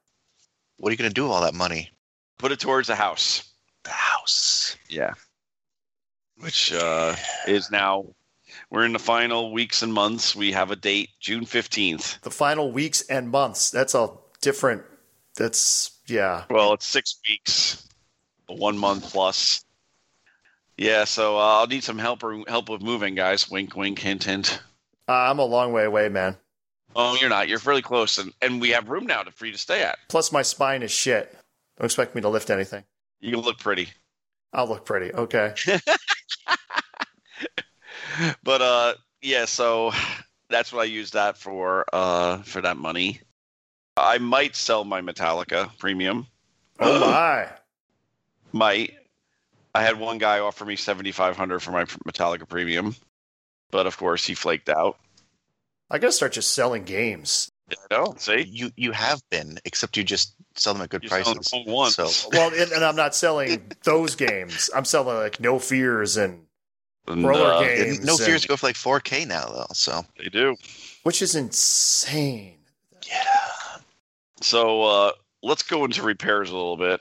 F: What are you going to do with all that money?
E: Put it towards a house.
F: The house.
E: Yeah. Which uh, is now we're in the final weeks and months. We have a date June 15th.
D: The final weeks and months. That's a different. That's yeah.
E: Well, it's 6 weeks. 1 month plus. Yeah, so uh, I'll need some help or help with moving, guys. Wink wink hint hint.
D: Uh, I'm a long way away, man.
E: Oh, you're not. You're fairly close and and we have room now to free to stay at.
D: Plus, my spine is shit. Don't expect me to lift anything.
E: You can look pretty.
D: I'll look pretty. Okay.
E: But uh yeah, so that's what I use that for uh for that money. I might sell my Metallica premium.
D: Oh my.
E: Might. I had one guy offer me 7500 for my Metallica premium. But of course, he flaked out.
D: I gotta start just selling games.
E: No, see?
F: You you have been, except you just sell them at good
E: You sell
F: prices.
E: them once.
F: So
D: Well, and, and I'm not selling those games. I'm selling like No Fears and
E: And,
D: Roller
E: uh,
D: game.
F: no
D: Games
F: fears
D: and-
F: go for like 4K now though. So
E: They do.
D: which is insane.
E: So uh let's go into repairs a little bit.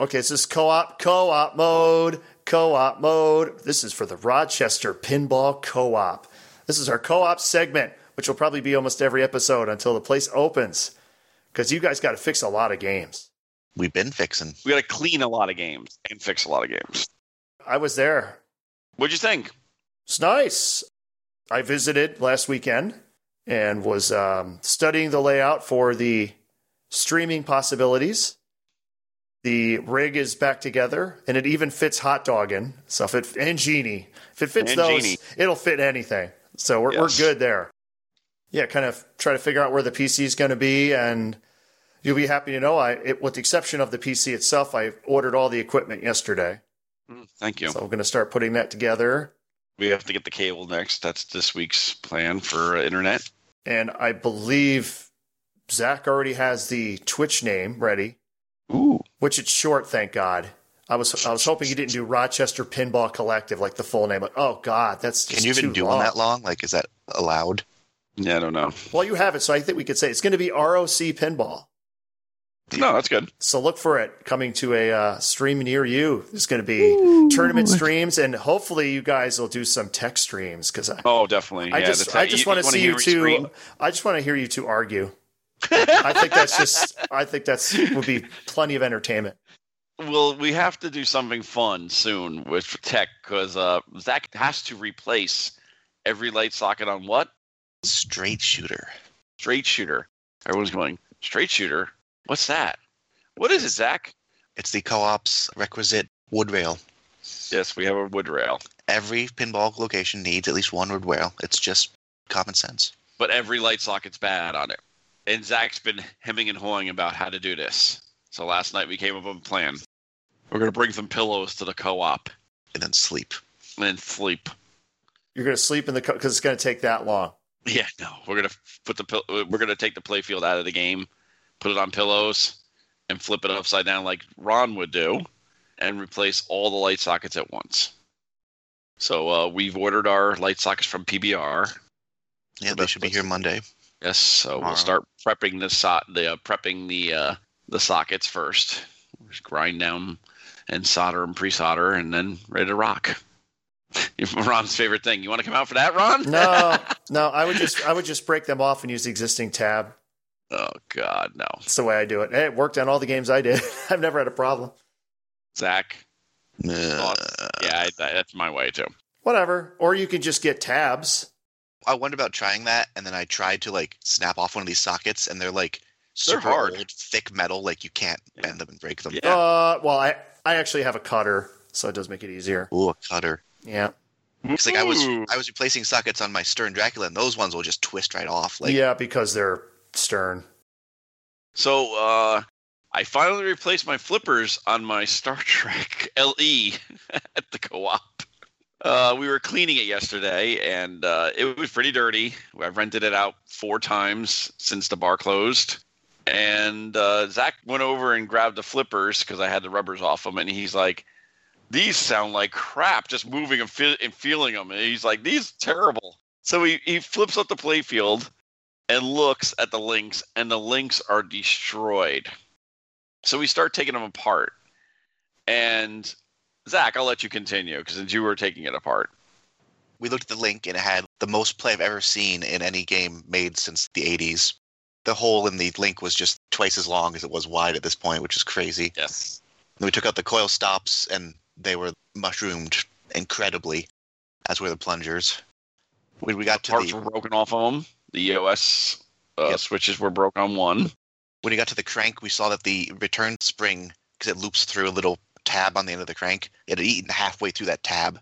D: Okay, so this is co-op, co-op mode, co-op mode. This is for the Rochester Pinball Co-op. This is our co-op segment which will probably be almost every episode until the place opens. Because you guys got to fix a lot of games.
F: We've been fixing.
E: We got to clean a lot of games and fix a lot of games.
D: I was there.
E: What'd you think?
D: It's nice. I visited last weekend and was um, studying the layout for the streaming possibilities. The rig is back together, and it even fits hot dog in So if it and genie, if it fits
E: And
D: those,
E: Genie.
D: it'll fit anything. So we're
E: Yes.
D: we're good there. Yeah, kind of try to figure out where the PC is going to be, and you'll be happy to know I, it, with the exception of the PC itself, I ordered all the equipment yesterday.
E: Mm, Thank you.
D: So I'm going to start putting that together.
E: We have to get the cable next. That's this week's plan for uh, internet.
D: And I believe Zach already has the Twitch name ready.
E: Ooh.
D: which it's short, thank God. I was I was hoping you didn't do Rochester Pinball Collective like the full name. Like, oh God, that's just
F: Can you even
D: too
F: do
D: long.
F: one that long? Like, is that allowed?
E: Yeah, I don't know.
D: Well, you have it, so I think we could say it's going to be ROC Pinball.
E: No, that's good.
D: So look for it coming to a uh, stream near you. There's going to be tournament streams, and hopefully you guys will do some tech streams because I,
E: Oh, definitely.
D: I
E: yeah,
D: just
E: that's-
D: I just want to
E: wanna
D: see
E: hear
D: you
E: me
D: two.
E: scream?
D: I just want to hear you two argue. I think that's just I think that's would be plenty of entertainment.
E: Well, we have to do something fun soon with tech because uh, Zach has to replace every light socket on what
F: Straight shooter.
E: straight shooter. Everyone's going straight shooter. What's that? What is it, Zach?
F: It's the co-op's requisite wood rail.
E: Yes, we have a wood rail,
F: Every pinball location needs at least one wood rail. It's just common sense.
E: but every light socket's bad on it. And Zach's been hemming and hawing about how to do this. So last night we came up with a plan. We're gonna bring some pillows to the co-op
F: And then sleep.
E: and sleep.
D: You're going to sleep in the because it's going to take that long.
E: Yeah, no, we're gonna put the pill- we're gonna take the playfield out of the game, put it on pillows, and flip it upside down like Ron would do, and replace all the light sockets at once. So uh, we've ordered our light sockets from PBR.
F: Yeah,
E: So
F: they
E: that's-
F: should be here Monday.
E: Yes, so
F: Tomorrow.
E: we'll start prepping the so- the uh, prepping the uh, the sockets first. Just grind down and solder and pre-solder, and then ready to rock. Ron's favorite thing. You want to come out for that, Ron?
D: No, no, I would just I would just break them off and use the existing tab.
E: Oh God, no,
D: That's the way I do it. Hey, it worked on all the games I did. I've never had a problem.
E: Zach.
F: Uh,
E: yeah, I, that- that's my way too.
D: Whatever. Or you can just get tabs.
F: I wondered about trying that, and then I tried to like snap off one of these sockets, and they're like
E: They're
F: super
E: hard.
F: old, thick metal. Like you can't
E: Yeah.
F: bend them and break them.
E: Yeah.
D: Uh, well, I I actually have a cutter, so it does make it easier.
F: Ooh, a cutter.
D: Yeah.
F: It's like I was
E: Ooh.
F: I was replacing sockets on my Stern Dracula, and those ones will just twist right off. Like
D: yeah, because they're stern.
E: So uh, I finally replaced my flippers on my Star Trek LE at the co-op. Uh, we were cleaning it yesterday, and uh, it was pretty dirty. I've rented it out four times since the bar closed. And uh, Zach went over and grabbed the flippers because I had the rubbers off them, and he's like, "These sound like crap." Just moving and, fe- and feeling them, and he's like, "These are terrible." So he, he flips up the playfield, and looks at the links, and the links are destroyed. So we start taking them apart. And Zach, I'll let you continue because since you were taking it apart.
F: we looked at the link, and it had the most play I've ever seen in any game made since the '80s. The hole in the link was just twice as long as it was wide at this point, which is crazy.
E: Yes.
F: Then we took out the coil stops, and they were mushroomed incredibly, as were the plungers. When we got to
E: Parts
F: the
E: were broken off of them. The EOS uh,
F: Yep.
E: switches were broke on one.
F: when he got to the crank, we saw that the return spring, because it loops through a little tab on the end of the crank, it had eaten halfway through that tab,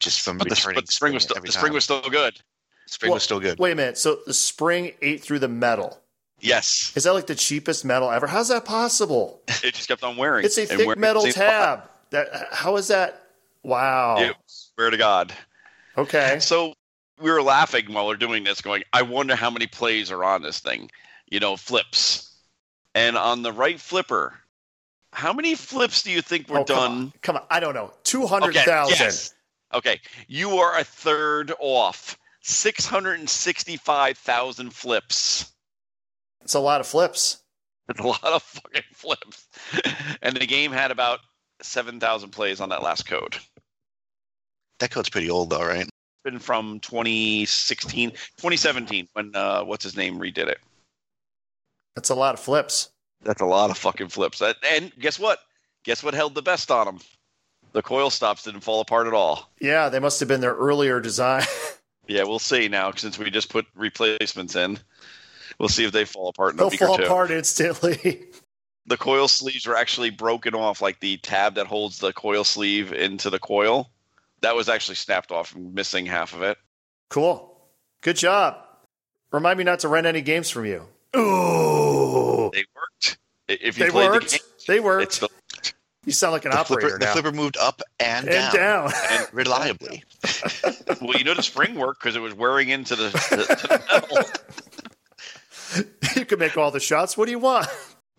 F: just from
E: But the,
F: returning.
E: but the spring was still,
F: every
E: the spring
F: time.
E: was still good.
F: spring
D: Well,
F: was still good.
D: Wait a minute. So the spring ate through the metal.
E: Yes,
D: Is that like the cheapest metal ever? How's that possible?
E: it just kept on wearing.
D: It's a
E: and
D: thick
E: wearing
D: metal
E: the same spot.
D: tab. That how is that? Wow.
E: Dude, Swear to God.
D: Okay.
E: So we were laughing while we're doing this, going, I wonder how many plays are on this thing. You know, flips. And on the right flipper, how many flips do you think were
D: Oh, come
E: done?
D: on. Come on. I don't know. Two
E: Okay,
D: hundred thousand.
E: yes. Okay. You are a third off. 665,000 flips.
D: It's a lot of flips.
E: That's a lot of fucking flips. And the game had about 7,000 plays on that last code.
F: That code's pretty old, though, right?
E: been from 2016, 2017 when uh, what's his name redid it.
D: That's a lot of flips.
E: That's a lot of fucking flips. That, and guess what? Guess what held the best on them? The coil stops didn't fall apart at all.
D: Yeah, they must have been their earlier design.
E: Yeah, we'll see now since we just put replacements in. We'll see if they fall apart in a
D: They'll
E: week
D: fall
E: or two.
D: apart instantly.
E: The coil sleeves were actually broken off, like the tab that holds the coil sleeve into the coil. That was actually snapped off and missing half of it.
D: cool. Good job. Remind me not to rent any games from you. Ooh.
E: They worked. I- If you
D: They
E: played
D: worked.
E: the game,
D: they
E: it's
D: worked.
E: still
D: You sound like an
F: The
D: operator
F: flipper, the
D: now.
F: flipper moved up and,
D: and down.
F: reliably.
E: well, you know the spring worked because it was wearing into the, the, to the metal.
D: you can make all the shots. What do you want?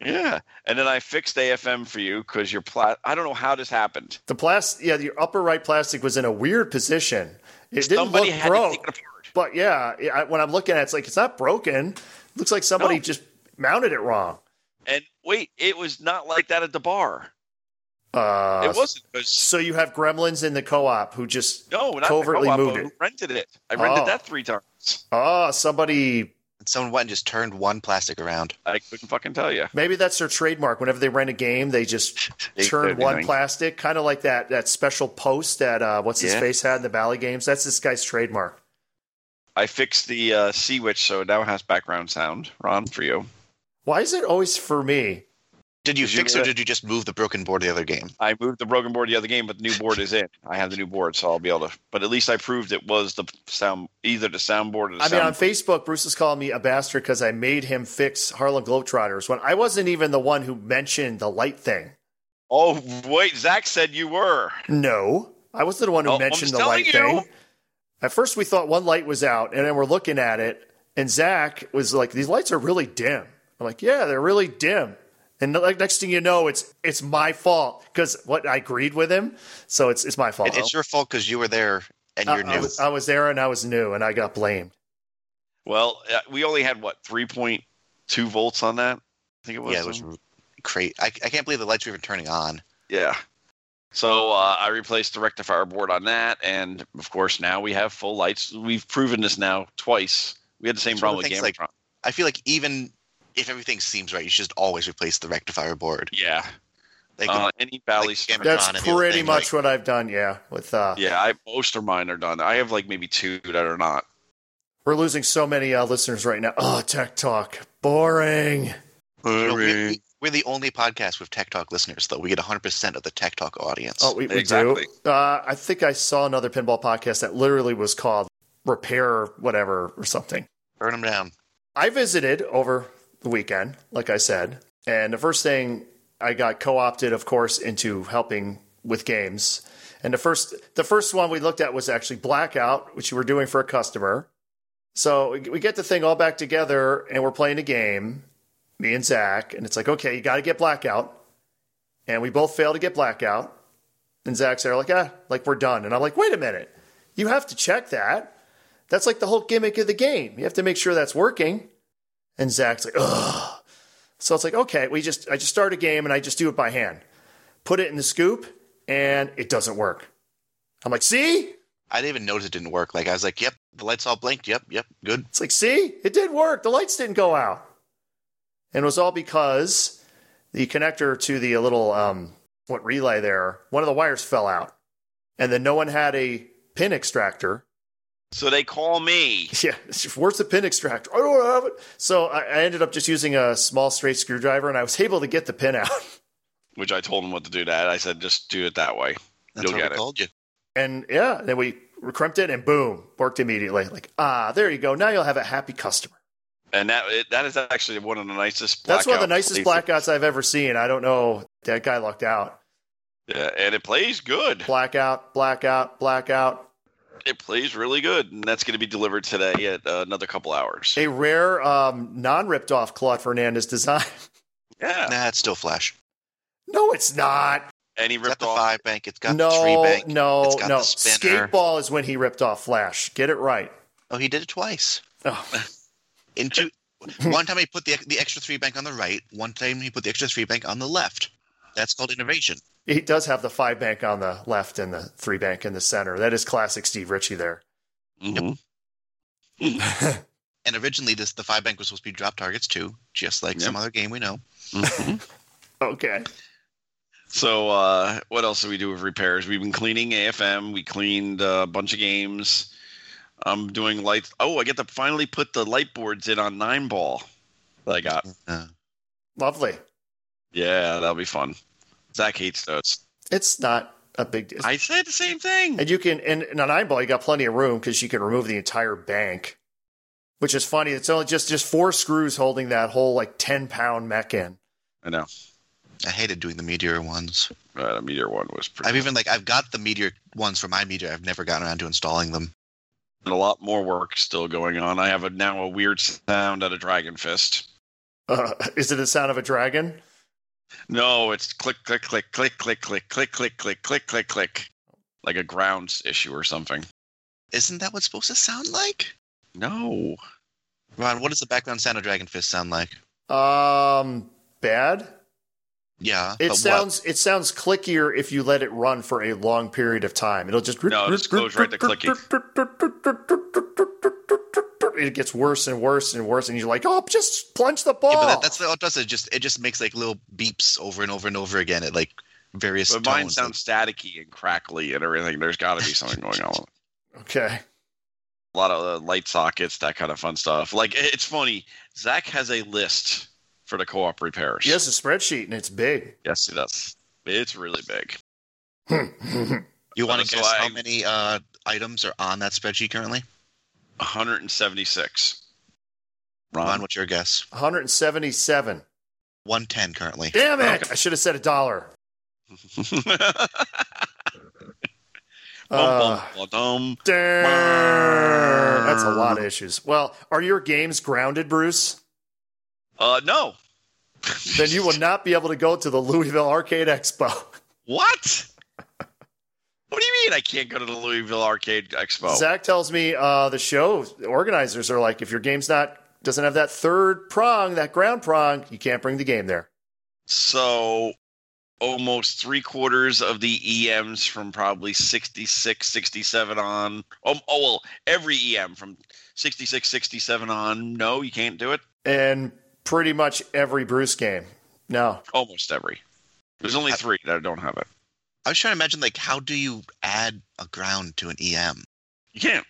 E: Yeah, and then I fixed AFM for you because your plat. I don't know how this happened.
D: The plastic, yeah, your upper right plastic was in a weird position. It didn't
E: Somebody
D: look
E: had to
D: broke.
E: take it apart.
D: But yeah, I, when I'm looking at it, it's like it's not broken. looks like somebody
E: No.
D: just mounted it wrong.
E: And wait, it was not like that at the bar.
D: Uh,
E: it wasn't because
D: So you have gremlins in the co-op who just
E: no, not
D: covertly
E: the co-op,
D: moved
E: but
D: it.
E: who rented it. I rented
D: Oh.
E: that three times.
D: oh somebody.
F: And someone went and just turned one plastic around.
E: I couldn't fucking tell you.
D: Maybe that's their trademark. Whenever they rent a game, they just
E: They
D: turn
E: could,
D: one
E: I mean.
D: plastic, kind of like that that special post that uh, what's his
E: Yeah.
D: face had in the Bally games. That's this guy's trademark.
E: I fixed the uh, Sea Witch, so it now has background sound. Ron, for you,
D: Why is it always for me?
F: Did you
E: Did you
F: fix
E: get
F: or
E: it?
F: did you just move the broken board to the other game?
E: I moved the broken board the other game, but the new board is in. I have the new board, so I'll be able to. But at least I proved it was the sound, either the soundboard or the
D: I mean, on
E: sound.
D: Facebook, Bruce is calling me a bastard because I made him fix Harlem Globetrotters when I wasn't even the one who mentioned the light thing.
E: oh wait, Zach said you were.
D: No, I wasn't the one who
E: Oh, I'm
D: mentioned the light
E: telling you.
D: thing. At first, we thought one light was out, and then we're looking at it, and Zach was like, "These lights are really dim." I'm like, "Yeah, they're really dim." And the- like next thing you know, it's it's my fault because what I agreed with him, so it's it's my fault.
F: It, it's your fault because you were there and
D: I-
F: you're
D: I,
F: new.
D: was, I was there and I was new, and I got blamed.
E: Well, uh, we only had what three point two volts on that. I think it was.
F: yeah, it was great. I, I can't believe the lights were even turning on.
E: Yeah. So uh, I replaced the rectifier board on that, and of course now we have full lights. We've proven this now twice. We had the same
F: It's one
E: problem
F: of
E: with
F: the
E: Gamertron.
F: things, I feel like even if everything seems right, you should just always replace the rectifier board.
E: yeah.
F: Like
E: uh, any Valley
F: like
E: Stream-
F: Gamertron.
D: That's
F: and the other
D: pretty
F: thing,
D: much what I've done. Yeah, with uh,
E: Yeah, I most of mine are done. I have like maybe two that are not.
D: we're losing so many uh, listeners right now. Oh, tech talk, boring.
F: you know, we- we, we're the only podcast with Tech Talk listeners, though. We get 100% of the Tech Talk audience.
D: Oh, we, we
E: Exactly.
D: do. Uh, I think I saw another pinball podcast that literally was called Repair Whatever or something.
F: Burn them down.
D: I visited over the weekend, like I said, and the first thing I got co-opted, of course, into helping with games. And the first, the first one we looked at was actually Blackout, which we were doing for a customer. So we- we get the thing all back together, and we're playing a game, me and Zach, and it's like, okay, you got to get Blackout, and we both fail to get Blackout. And Zach's there, like, ah, like we're done. And I'm like, wait a minute, you have to check that. That's like the whole gimmick of the game. You have to make sure that's working. And Zach's like, ugh. So it's like, okay, we just I just start a game and I just do it by hand. Put it in the scoop and it doesn't work. I'm like, see?
F: I didn't even notice it didn't work. Like, I was like, yep, the lights all blinked. Yep, yep, good.
D: It's like, see, it did work. The lights didn't go out. And it was all because the connector to the little um what relay there, one of the wires fell out. And then no one had a pin extractor.
E: So they call me.
D: Yeah, it's just, where's the pin extractor? I don't have it. So I, I ended up just using a small straight screwdriver and I was able to get the pin out.
E: which I told him what to do that. I said, just do it that way.
F: That's
E: You'll
F: what
E: get
F: we
E: it.
F: told you.
D: And yeah, then we crimped it and boom, worked immediately. Like, ah, there you go. Now you'll have a happy customer.
E: And that it, that is actually one of the nicest.
D: That's one of the
E: blackout
D: nicest
E: places.
D: blackouts I've ever seen. I don't know. That guy lucked out.
E: Yeah, and it plays good.
D: Blackout, blackout, blackout.
E: It plays really good, and that's going to be delivered today at uh, another couple hours.
D: A rare um, non ripped off Claude Fernandez design.
E: Yeah,
F: Nah, it's still Flash.
D: no, it's not.
E: and he
F: It's got
E: ripped
F: the
E: off.
F: five bank. It's got
D: no,
F: the three bank.
D: no,
F: it's got
D: no.
F: the spinner.
D: Skateball is when he ripped off Flash. Get it right.
F: Oh, he did it twice.
D: Oh,
F: In two, one time he put the, the extra three bank on the right. One time he put the extra three bank on the left. That's called innovation.
D: he does have the five bank on the left and the three bank in the center. That is classic Steve Ritchie there.
E: Mhm.
F: And originally, this the five bank was supposed to be drop targets too, just like some other game we know.
E: Mhm.
D: Okay.
E: so, uh, what else do we do with repairs? We've been cleaning AFM. We cleaned uh, a bunch of games. I'm doing lights. Oh, I get to finally put the light boards in on nine ball that I got.
F: Uh,
D: Lovely.
E: Yeah, that'll be fun. Zach hates those.
D: It's not a big deal.
E: I said the same thing.
D: And you can, and, and on Eyeball, you got plenty of room because you can remove the entire bank, which is funny. It's only just, just four screws holding that whole like 10 pound mech in.
E: I know.
F: I hated doing the meteor ones.
E: Uh, the meteor one was pretty.
F: I've even like I've got the meteor ones for my meteor. I've never gotten around to installing them.
E: a lot more work still going on. I have a, now a weird sound at a dragon fist.
D: Uh, is it the sound of a dragon?
E: No, it's click, click, click, click, click, click, click, click, click, click, click, click, like a grounds issue or something.
F: Isn't that what's supposed to sound like?
E: No,
F: Ron, what does the background sound of Dragon Fist sound like?
D: Um, bad.
F: Yeah,
D: It
F: but what?
D: sounds, it sounds clickier if you let it run for a long period of time. It'll just,
E: No, it just goes right to clicking.
D: It gets worse and worse and worse, and you're like, oh, just plunge the ball.
F: Yeah, but that, that's all it does. It just it just makes like little beeps over and over and over again at like various
E: but
F: times.
E: mine sounds staticky and crackly and everything. There's got to be something going on. With it.
D: okay.
E: A lot of uh, light sockets, that kind of fun stuff. Like it- it's funny. Zach has a list for the co-op repairs.
D: Yes, a spreadsheet, and it's big.
E: yes, it does. It's really big.
F: you want to
E: so
F: guess how
E: I-
F: many uh, items are on that spreadsheet currently?
E: 176.
F: Ron,
E: Ron,
F: what's your guess?
D: 177.
F: One ten currently.
D: Damn it!
E: Okay.
D: I should have said a dollar. Uh,
E: um,
D: damn. Uh, That's a lot of issues. Well, are your games grounded, Bruce?
E: uh, no.
D: Then you will not be able to go to the Louisville Arcade Expo.
E: What? What do you mean I can't go to the Louisville Arcade Expo?
D: Zach tells me uh, the show organizers are like, if your game's not doesn't have that third prong, that ground prong, you can't bring the game there.
E: so almost three quarters of the EMs from probably 66, 67 on. Oh, oh well, every EM from 66, 67 on. No, you can't do it.
D: And pretty much every Bruce game. No.
E: Almost every. There's only three that don't have it.
F: I was trying to imagine like how do you add a ground to an E EM?
E: You can't.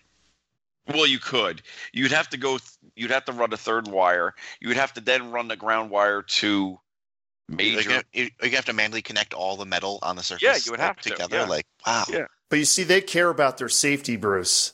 E: Well, you could. You'd have to go. Th- you'd have to run a third wire. You would have to then run the ground wire to
F: You,
E: major.
F: you, you you have to manually connect all the metal on the surface.
E: Yeah, you would
F: like,
E: have to,
F: together.
E: yeah.
F: Like wow.
E: Yeah.
D: But you see, they care about their safety, Bruce.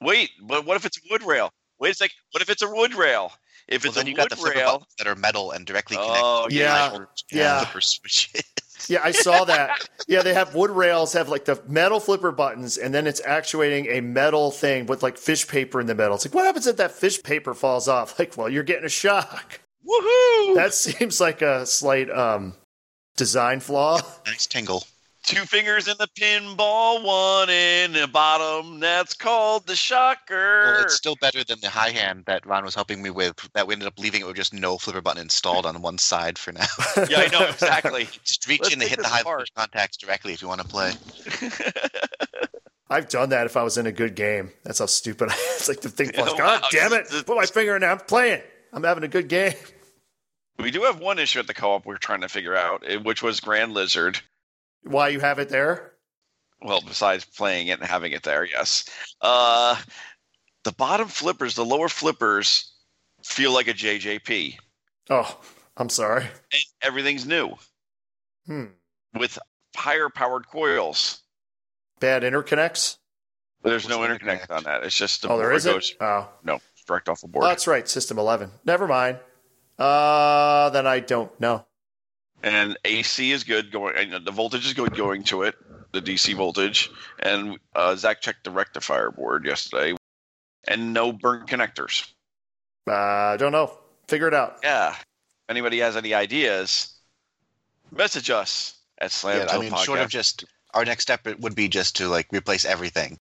E: Wait, but what if it's a wood rail? Wait a sec. What if it's a wood rail? If
F: Well,
E: it's
F: then
E: a
F: you
E: wood
F: got the flipper
E: rail,
F: buttons that are metal and directly connected.
E: oh
D: connected. Yeah. Yeah.
F: Flipper switches.
D: Yeah, I saw that. yeah, they have wood rails, have like the metal flipper buttons, and then it's actuating a metal thing with like fish paper in the middle. It's like, what happens if that fish paper falls off? Like, well, you're getting a shock.
E: woohoo!
D: That seems like a slight um, design flaw.
F: nice tingle.
E: Two fingers in the pinball, one in the bottom. That's called the shocker.
F: Well, it's still better than the high hand that Ron was helping me with. That we ended up leaving it with just no flipper button installed on one side for now.
E: yeah, I know exactly.
F: just reach
E: Let's
F: in
E: take
F: and hit the
E: this
F: high
E: apart.
F: voltage contacts directly if you want to play.
D: I've done that if I was in a good game. That's how stupid I It's like the thing falls.
E: Oh, Wow.
D: God damn it. Put my finger in it. I'm playing. I'm having a good game.
E: we do have one issue at the co-op we're trying to figure out, eh, which was Grand Lizard.
D: Why you have it there?
E: well, besides playing it and having it there, yes. Uh, the bottom flippers, the lower flippers, feel like a JJP.
D: Oh, I'm sorry.
E: And everything's new
D: Hmm.
E: with higher powered coils.
D: Bad interconnects?
E: There's no
F: What's the
E: interconnect
F: interconnect?
E: on that. It's just the
D: oh, there
E: board
D: isn't?
E: goes
D: Oh.
E: direct off the
D: Oh,
E: board.
D: that's right, System 11. Never mind. Uh, then I don't know.
E: And AC is good going. And the voltage is good going to it, the DC voltage. And uh, Zach checked the rectifier board yesterday, and no burnt connectors.
D: I uh, don't know. Figure it out.
E: yeah. If anybody has any ideas, message us at Slam
F: Yeah, I mean,
E: Podcast.
F: short of just our next step it would be just to like replace everything,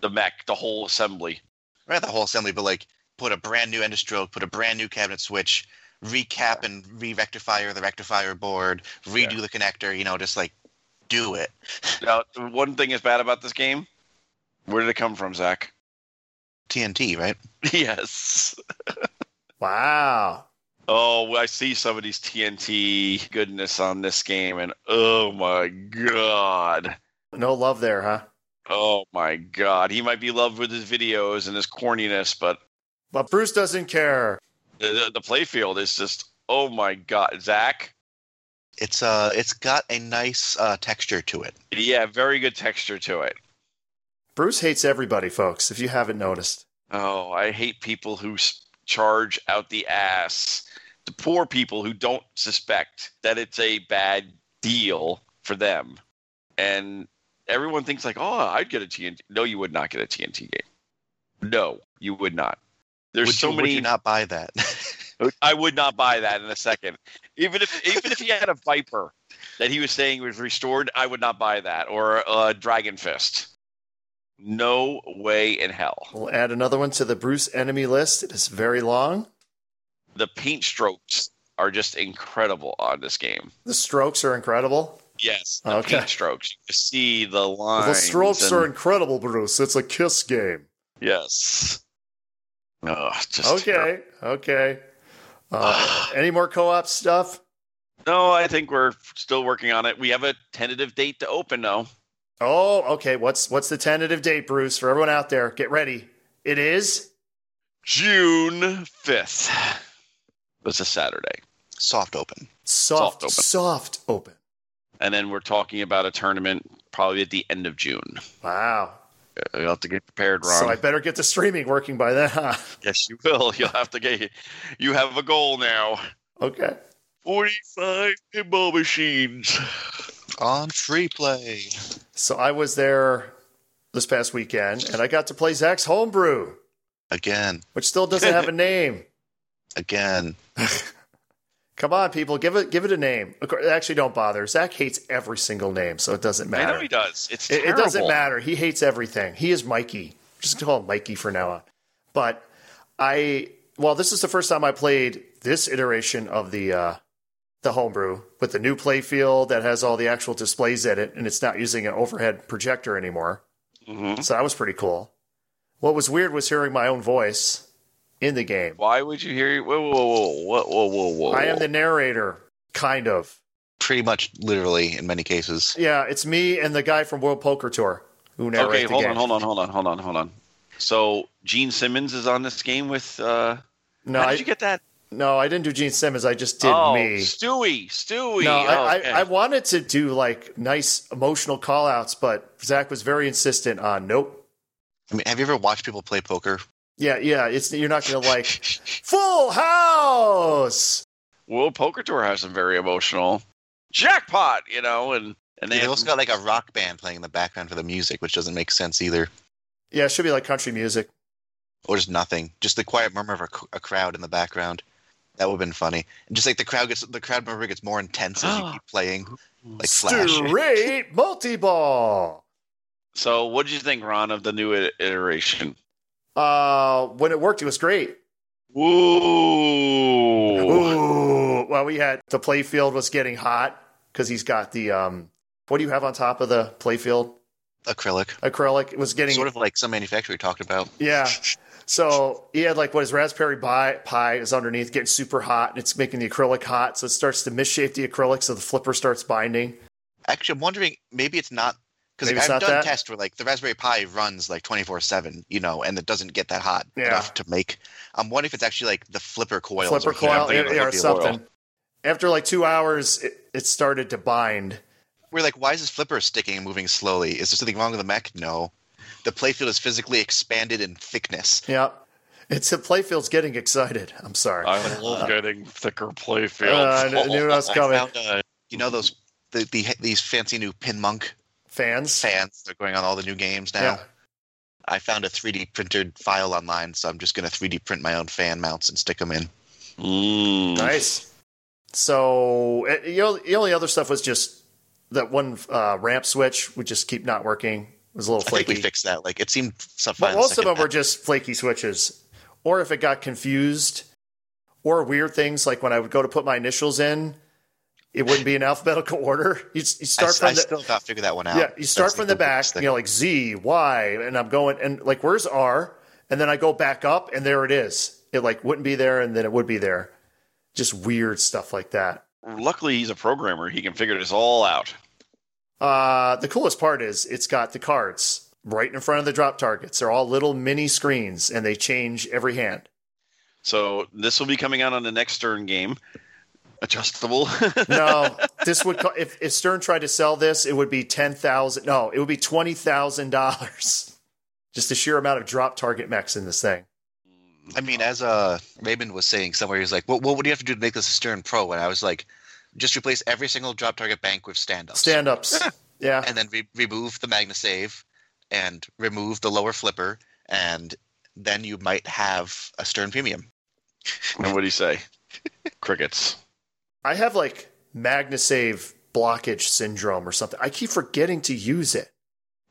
E: the mech, the whole assembly.
F: not the whole assembly, but like put a brand new endostroke, put a brand new cabinet switch, recap and re-rectifier the rectifier board, redo the connector. You know, just like do it.
E: Now, the one thing is bad about this game. Where did it come from, Zach?
F: TNT, right?
E: yes.
D: Wow.
E: Oh, I see some of these TNT goodness on this game, and oh my god.
D: No love there, huh?
E: Oh my god. He might be loved with his videos and his corniness, but
D: But Bruce doesn't care.
E: the, the playfield is just, oh my god. Zach?
F: It's uh, it's got a nice uh, texture to it.
E: Yeah, very good texture to it.
D: Bruce hates everybody, folks, if you haven't noticed.
E: Oh, I hate people who s- charge out the ass. The poor people who don't suspect that it's a bad deal for them. And everyone thinks like, "Oh, I'd get a TNT." No, you would not get a TNT game. No, you would not. There's
F: would
E: so
F: you, would
E: many Oh.
F: you not buy that?
E: I would not buy that in a second. Even if even if he had a viper that he was saying was restored, I would not buy that or a dragon fist. No way in hell.
D: We'll add another one to the Bruce enemy list. It is very long.
E: The paint strokes are just incredible on this game.
D: The strokes are incredible.
E: Yes, the
D: Okay.
E: paint strokes. You can see Oh, the lines.
D: The strokes
E: and-
D: are incredible, Bruce. It's a kiss game.
E: yes. Oh, just terrible.
D: Okay, okay. Uh, any more co op stuff?
E: No, I think we're still working on it. We have a tentative date to open though.
D: Oh, okay. What's what's the tentative date, Bruce? For everyone out there, get ready. It is
E: June fifth. It's a Saturday.
F: Soft open.
D: soft,
E: Soft open.
D: soft open.
E: and then we're talking about a tournament probably at the end of June.
D: Wow.
E: You'll have to get prepared, Ron.
D: So I better get the streaming working by then, huh?
E: yes, you will. You'll have to get. You have a goal now.
D: Okay.
E: Forty-five pinball machines.
F: On free play.
D: So I was there this past weekend, and I got to play Zach's homebrew,
F: Again,
D: which still doesn't have a name.
F: again.
D: Come on, people, give it give it a name. Of course, actually, don't bother. Zach hates every single name, so it doesn't
E: I
D: matter.
E: know he does. It's
D: It, it
E: terrible.
D: doesn't matter. He hates everything. He is Mikey. Just call him Mikey for now on. But I, well, this is the first time I played this iteration of the uh, the homebrew with the new play field that has all the actual displays in it, and it's not using an overhead projector anymore.
E: Mhm.
D: So that was pretty cool. What was weird was hearing my own voice in the game.
E: Why would you hear? Whoa, whoa, whoa, whoa, whoa, whoa, whoa!
D: I am the narrator, kind of.
F: Pretty much literally in many cases.
D: Yeah, it's me and the guy from World Poker Tour who narrate
E: Okay,
D: the
E: hold
D: game.
E: on, hold on, hold on, hold on, hold on. So Gene Simmons is on this game with. Uh,
D: No,
E: how
D: I,
E: did you get that?
D: no, I didn't do Gene Simmons. I just did
E: oh,
D: me.
E: Stewie, Stewie.
D: No, I,
E: Okay.
D: I, I wanted to do like nice emotional call outs, but Zach was very insistent on nope.
F: I mean, have you ever watched people play poker?
D: Yeah, yeah, it's you're not gonna like full house.
E: World Poker Tour has some very emotional jackpot, you know, and and they
F: They've
E: have
F: also got like a rock band playing in the background for the music, which doesn't make sense either.
D: Yeah, it should be like country music.
F: Or just nothing. Just the quiet murmur of a, c- a crowd in the background. That would have been funny. And just like the crowd gets the crowd murmur gets more intense as you keep playing. Like Flash.
D: Straight multi ball.
E: so. What did you think, Ron, of the new i- iteration?
D: Uh when it worked it was great.
E: Woo!
D: Ooh. Well we had the play field was getting hot because he's got the um what do you have on top of the play field?
F: Acrylic.
D: Acrylic. It was getting
F: Sort of like some manufacturer talked about.
D: Yeah. So he had like what his raspberry Pi, Pi is underneath getting super hot and it's making the acrylic hot. So it starts to misshape the acrylic. So the flipper starts binding.
F: Actually, I'm wondering maybe it's not because
D: Maybe
F: like,
D: it's
F: I've
D: not
F: done
D: that?
F: tests where like the Raspberry Pi runs like 24 seven, you know, and it doesn't get that hot
D: Yeah.
F: enough to make. I'm wondering if it's actually like the flipper coil,
D: flipper coil yeah, or something. After like two hours, it, it started to bind.
F: We're like, why is this flipper sticking and moving slowly? Is there something wrong with the mech? No, the playfield is physically expanded in thickness.
D: Yeah. It's the playfield's getting excited. I'm sorry.
E: I love getting thicker playfields.
D: Uh, I knew what I was coming.
F: Found, uh, you know those the, the these fancy new Pin Monk
D: Fans.
F: fans that are going on all the new games now.
D: Yeah.
F: I found a 3D printed file online, so I'm just going to 3D print my own fan mounts and stick them in.
E: Mm.
D: Nice. So eh, you know, the only other stuff was just that one uh, ramp switch would just keep not working. It was a little
F: I think
D: flaky.
F: we fixed that. Like it seemed
D: But
F: suffice.
D: most of them were just flaky switches. Or if it got confused, or weird things like when I would go to put my initials in, it wouldn't be in alphabetical order. You, you
F: I,
D: start
F: s-
D: from
F: I
D: the
F: still got to figure that one out.
D: yeah, you start
F: That's
D: from
F: like
D: the back,
F: biggest thing.
D: you know, like Z, Y, and I'm going and like where's R? and then I go back up, and there it is. It like wouldn't be there, and then it would be there. Just weird stuff like that.
E: Luckily, he's a programmer. He can figure this all out.
D: Uh, the coolest part is it's got the cards right in front of the drop targets. They're all little mini screens, and they change every hand.
E: So this will be coming out on the next Stern game. Adjustable.
D: No, this would co- if if Stern tried to sell this, it would be ten thousand. No, it would be twenty thousand dollars. Just the sheer amount of drop target mechs in this thing.
F: I mean, as uh, Raymond was saying somewhere, he was like, "What what would you have to do to make this a Stern Pro?" And I was like, "Just replace every single drop target bank with stand ups,
D: Stand ups. Yeah.
F: and then re- remove the Magna Save, and remove the lower flipper, and then you might have a Stern Premium."
E: and what do you say? Crickets.
D: I have like MagnaSave blockage syndrome or something. I keep forgetting to use it.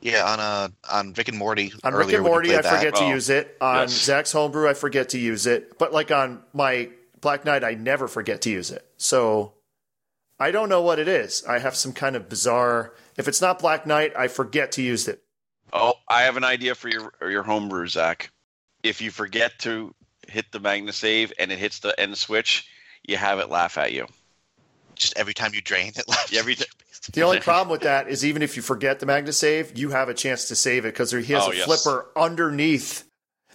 F: Yeah, on uh, on Rick and Morty.
D: On
F: earlier
D: Rick and
F: when you
D: Morty,
F: played
D: I
F: that.
D: forget to
E: Oh,
D: use it. On
E: yes.
D: Zach's Homebrew, I forget to use it. But like on my Black Knight, I never forget to use it. So I don't know what it is. I have some kind of bizarre. If it's not Black Knight, I forget to use it.
E: Oh, I have an idea for your your homebrew, Zach. If you forget to hit the Magna save and it hits the end switch, you have it laugh at you.
F: Just every time you drain it. Laughs.
E: Every t-
D: The only problem with that is even if you forget the Magna Save, you have a chance to save it because he has
E: Oh,
D: a
E: yes.
D: flipper underneath,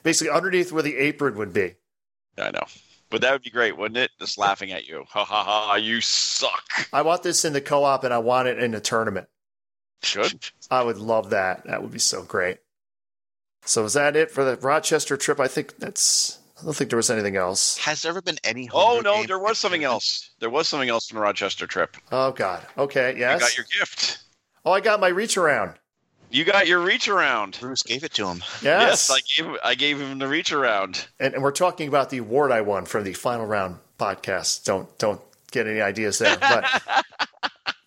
D: basically underneath where the apron would be.
E: I know, but that would be great, wouldn't it? Just laughing at you. Ha ha ha! You suck.
D: I want this in the co op and I want it in a tournament.
E: Good.
D: I would love that. That would be so great. So is that it for the Rochester trip? I think that's. I don't think there was anything else.
F: Has there ever been any?
E: Oh
F: homebrew
E: no,
F: game-
E: there was something else. There was something else from the Rochester trip.
D: Oh God. Okay.
E: You
D: Yes.
E: got your gift.
D: oh, I got my reach around.
E: You got your reach around.
F: Bruce gave it to him.
D: Yes.
E: I gave I gave him the reach around.
D: and, and we're talking about the award I won from the final round podcast. Don't don't get any ideas there. But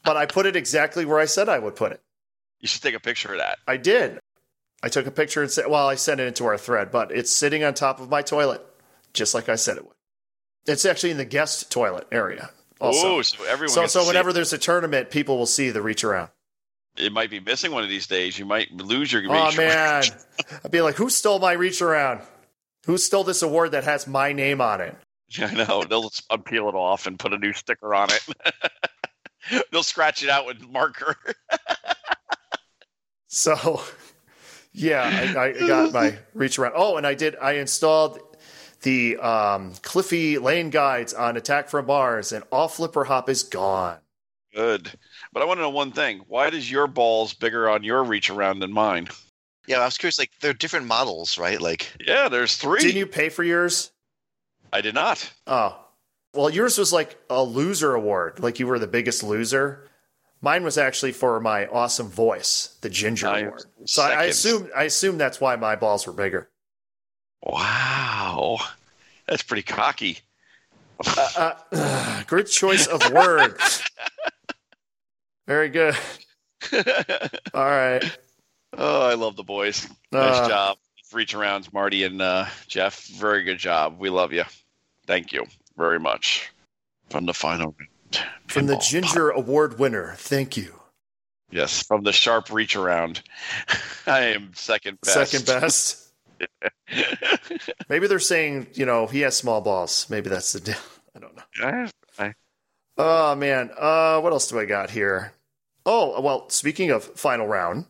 D: but I put it exactly where I said I would put it.
E: You should take a picture of that.
D: I did. I took a picture and said, well, I sent it into our thread, but it's sitting on top of my toilet, just like I said it would. It's actually in the guest toilet area. Also.
E: oh, so everyone.
D: so,
E: gets
D: so
E: to see
D: whenever there's a tournament, people will see the reach around.
E: it. it might be missing one of these days, you might lose your reach.
D: oh
E: around.
D: man, I'd be like, who stole my reach around? Who stole this award that has my name on it?
E: I know. They'll just unpeel it off and put a new sticker on it. They'll scratch it out with marker.
D: So, yeah, I, I got my reach around. Oh, and I did. I installed the um, Cliffy lane guides on Attack from Mars, and all flipper hop is gone.
E: Good. But I want to know one thing. Why is your balls bigger on your reach around than mine?
F: Yeah, I was curious. Like, there are different models, right? Like,
E: Yeah, there's 3
D: Didn't you pay for yours?
E: I did not.
D: Oh, well, yours was like a loser award, like you were the biggest loser. Mine was actually for my awesome voice, the Ginger
E: Nice.
D: Award. So I, I
E: Second.
D: assume I assume that's why my balls were bigger.
E: Wow. That's pretty cocky.
D: Uh, uh, good choice of words. Very good.
E: oh,
D: All right.
E: I love the boys. Nice
D: Uh,
E: job. Reach arounds, Marty and uh, Jeff. Very good job. We love you. Thank you very much. From the final round.
D: From the
E: Pinball
D: Ginger Award winner. Thank you.
E: Yes, from the sharp reach around. I am second best.
D: Second best. Maybe they're saying, you know, he has small balls. Maybe that's the deal. I don't know.
E: best.
D: Oh man. Uh what else do I got here? Oh, well, speaking of final round,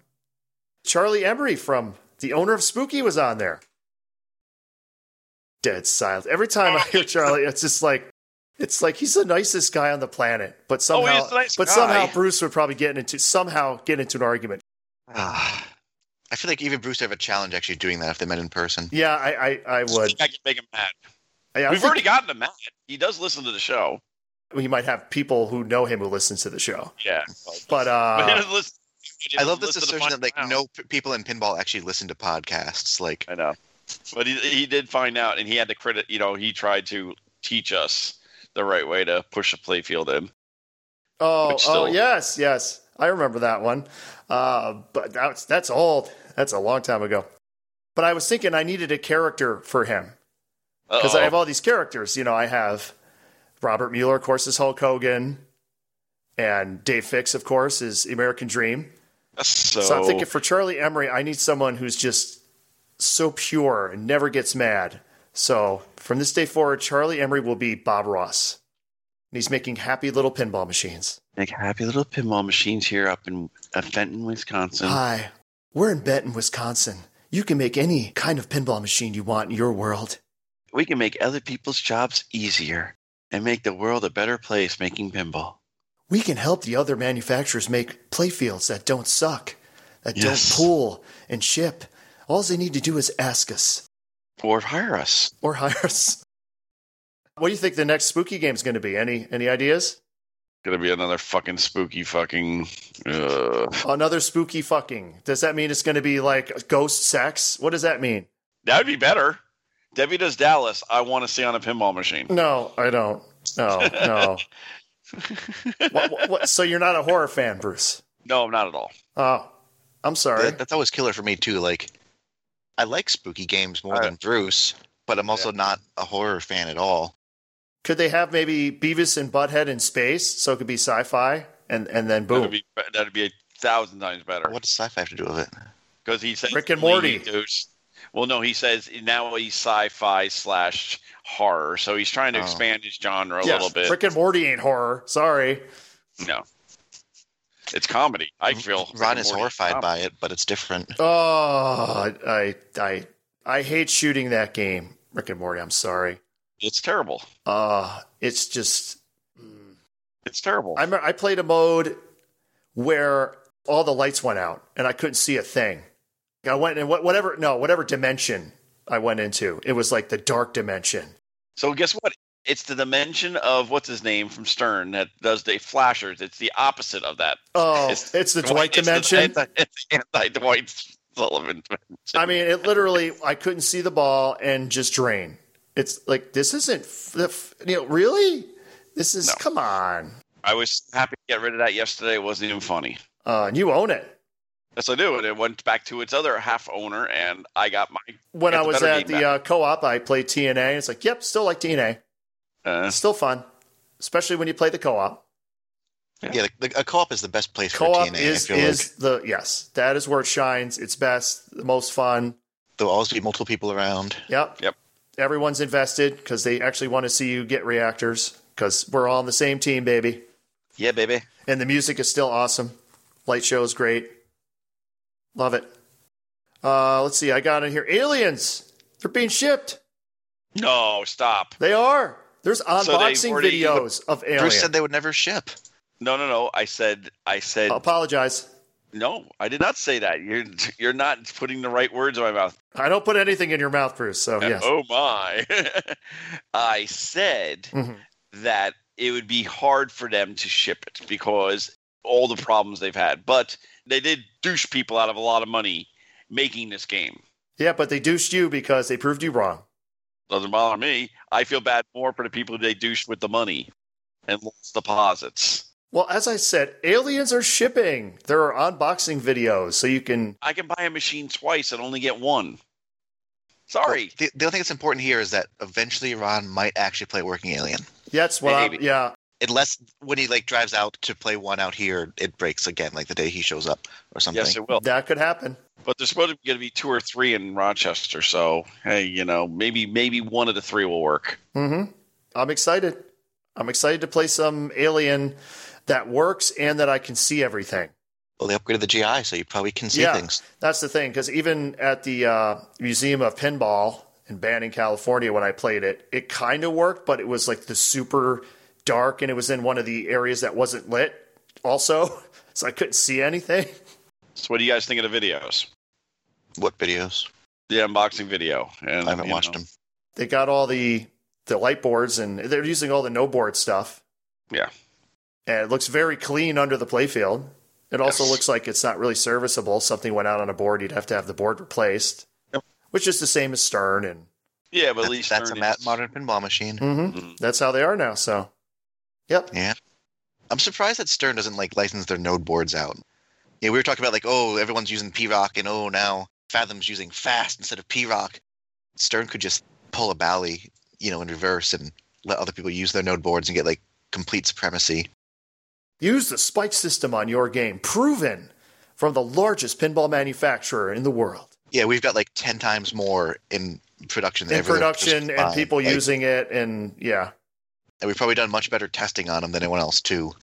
D: Charlie Emery from the owner of Spooky was on there. Dead silence. Every
E: Oh,
D: time I hear Charlie, it's just like it's like he's the nicest guy on the planet, but
E: Oh,
D: somehow
E: he's a nice
D: but
E: guy.
D: somehow Bruce would probably get into somehow get into an argument.
F: ah, I feel like even Bruce would have a challenge actually doing that if they met in person.
D: Yeah, I I, I would.
E: I can make him mad.
D: I, I
E: We've
D: think
E: already gotten him mad. He does listen to the show.
D: we might have people who know him who listen to the show.
E: Yeah.
D: But
E: but he
D: uh
E: doesn't listen. he
F: I
E: doesn't
F: love this
E: listen to
F: assertion
E: Final
F: that like
E: Round.
F: no p- people in pinball actually listen to podcasts. Like,
E: I know. But he, he did find out, and he had to credit, you know, he tried to teach us the right way to push a playfield in.
D: oh
E: which
D: oh
E: still-
D: yes, yes. I remember that one. Uh but that's that's old. That's a long time ago. But I was thinking I needed a character for him because I have all these characters. You know, I have Robert Mueller, of course, is Hulk Hogan, and Dave Fix, of course, is American Dream.
E: so,
D: So I'm thinking for Charlie Emery, I need someone who's just so pure and never gets mad. So from this day forward, Charlie Emery will be Bob Ross. And he's making happy little pinball machines.
E: Make happy little pinball machines here up in uh, Fenton, Wisconsin.
D: Hi, we're in Benton, Wisconsin. You can make any kind of pinball machine you want in your world.
E: we can make other people's jobs easier and make the world a better place making pinball.
D: We can help the other manufacturers make playfields that don't suck, that
E: Yes.
D: don't pull and ship. All they need to do is ask us
E: Or hire us.
D: or hire us. What do you think the next spooky game's going to be? Any any ideas?
E: Gonna be another fucking spooky fucking. Uh,
D: Another spooky fucking. Does that mean it's going to be like ghost sex? What does that mean?
E: that would be better. Debbie does Dallas. I want to see on a pinball machine.
D: No, I don't. No, no. what, what, what- so you're not a horror fan, Bruce?
E: No, I'm not at all.
D: Oh, I'm sorry.
F: That- that's always killer for me too. Like, I like spooky games more
E: Uh,
F: than Bruce, but I'm also not a horror fan at all.
D: Could they have maybe Beavis and Butthead in space so it could be sci-fi and and then
E: That'd
D: boom?
E: be that'd be a thousand times better.
F: What does sci-fi have to do with it?
E: Because he says
D: Rick and Morty.
E: League- Well, no, he says now he's sci-fi slash horror, so he's trying to
F: Oh.
E: expand his genre a
D: yeah,
E: little bit.
D: Rick and Morty ain't horror. Sorry.
E: no, it's comedy. I feel Rick
F: Ron
E: and
F: is
E: Morty
F: horrified
E: comedy.
F: by it, but it's different.
D: Oh, I I I hate shooting that game, Rick and Morty. I'm sorry.
E: It's terrible.
D: Uh it's just
E: It's terrible.
D: I remember I played a mode where all the lights went out and I couldn't see a thing. I went in what- whatever no whatever dimension I went into. It was like the dark dimension.
E: so guess what? It's the dimension of what's his name from Stern that does the flashers. It's the opposite of that.
D: Oh, it's,
E: It's-
D: the
E: Dwight-
D: Dwight
E: it's the-
D: dimension.
E: It's the, it's the anti-Dwight Sullivan. dimension.
D: I mean, it literally, I couldn't see the ball and just drain. It's like, this isn't, f- the f- you know, really? This is,
E: No.
D: come on.
E: I was happy to get rid of that yesterday. It wasn't even funny.
D: Uh, and you own it.
E: Yes, I do. And it went back to its other half owner, and I got my.
D: When
E: It's
D: I
E: a
D: was
E: better
D: at
E: game
D: the uh, co op, I played TNA. It's like, yep, still like TNA.
E: Uh,
D: It's still fun, especially when you play the co op.
E: Yeah.
F: Yeah, the, the, a co-op is the best place
D: Co
F: for
D: op
F: TNA.
D: is,
F: I feel
D: is the, yes, that is where it shines. It's best, the most fun.
F: like there'll always be multiple people around.
D: Yep.
E: Yep.
D: Everyone's invested because they actually want to see you get reactors because we're all on the same team, baby.
E: yeah, baby.
D: And the music is still awesome. Light show is great. Love it. Uh, let's see. I got in here. Aliens. They're being shipped.
E: No, stop.
D: They are. There's
E: they've
D: unboxing
E: already-
D: videos of aliens.
F: Bruce said they would never ship.
E: No, no, no. I said, I said,
D: Apologize.
E: no. I did not say that. You're, you're not putting the right words in my mouth.
D: I don't put anything in your mouth, Bruce. So yes.
E: Oh my! I said
D: Mhm.
E: that it would be hard for them to ship it because all the problems they've had. But they did douche people out of a lot of money making this game.
D: Yeah, but they douched you because they proved you wrong.
E: Doesn't bother me. I feel bad more for the people they douched with the money and lost deposits.
D: Well, as I said, aliens are shipping. There are unboxing videos, so you can.
E: I can buy a machine twice and only get one. Sorry.
F: The, the only thing that's important here is that eventually Ron might actually play Working Alien.
D: That's what. I'm,
E: Maybe.
D: yeah,
F: Unless when he like drives out to play one out here, it breaks again, like the day he shows up or something.
E: Yes, it will.
D: that could happen.
E: But there's supposed to be going to be two or three in Rochester. So hey, you know, maybe maybe one of the three will work.
D: hmm I'm excited. I'm excited to play some Alien that works and that I can see everything.
F: Well, they upgraded the GI, so you probably can see
D: Yeah.
F: things.
D: That's the thing, because even at the uh, Museum of Pinball in Banning, California, when I played it, it kind of worked, but it was like the super dark, and it was in one of the areas that wasn't lit, also, so I couldn't see anything.
E: So what do you guys think of the videos?
F: What videos?
E: The unboxing video. And
F: I haven't
E: you
F: watched
E: know,
F: them.
D: They got all the the light boards, and they're using all the no board stuff.
E: Yeah.
D: and it looks very clean under the playfield. It also
E: Yes.
D: looks like it's not really serviceable. Something went out on a board; you'd have to have the board replaced,
E: Yep.
D: which is the same as Stern, and
E: Yeah, but at
F: That-
E: least
F: that's a
E: Stern
F: ma-
E: is-
F: modern pinball machine.
D: Mhm.
E: Mhm.
D: that's how they are now. So, yep,
F: I'm surprised that Stern doesn't like license their node boards out. Yeah, we were talking about like, oh, everyone's using P Rock, and oh, now Fathom's using Fast instead of P Rock. Stern could just pull a bally, you know, in reverse and let other people use their node boards and get like complete supremacy.
D: use the spike system on your game, proven from the largest pinball manufacturer in the world.
F: Yeah, we've got like ten times more in production than
D: in
F: everyone else
D: production and
F: combined.
D: people
F: Like,
D: using it, and yeah,
F: And we've probably done much better testing on them than anyone else too.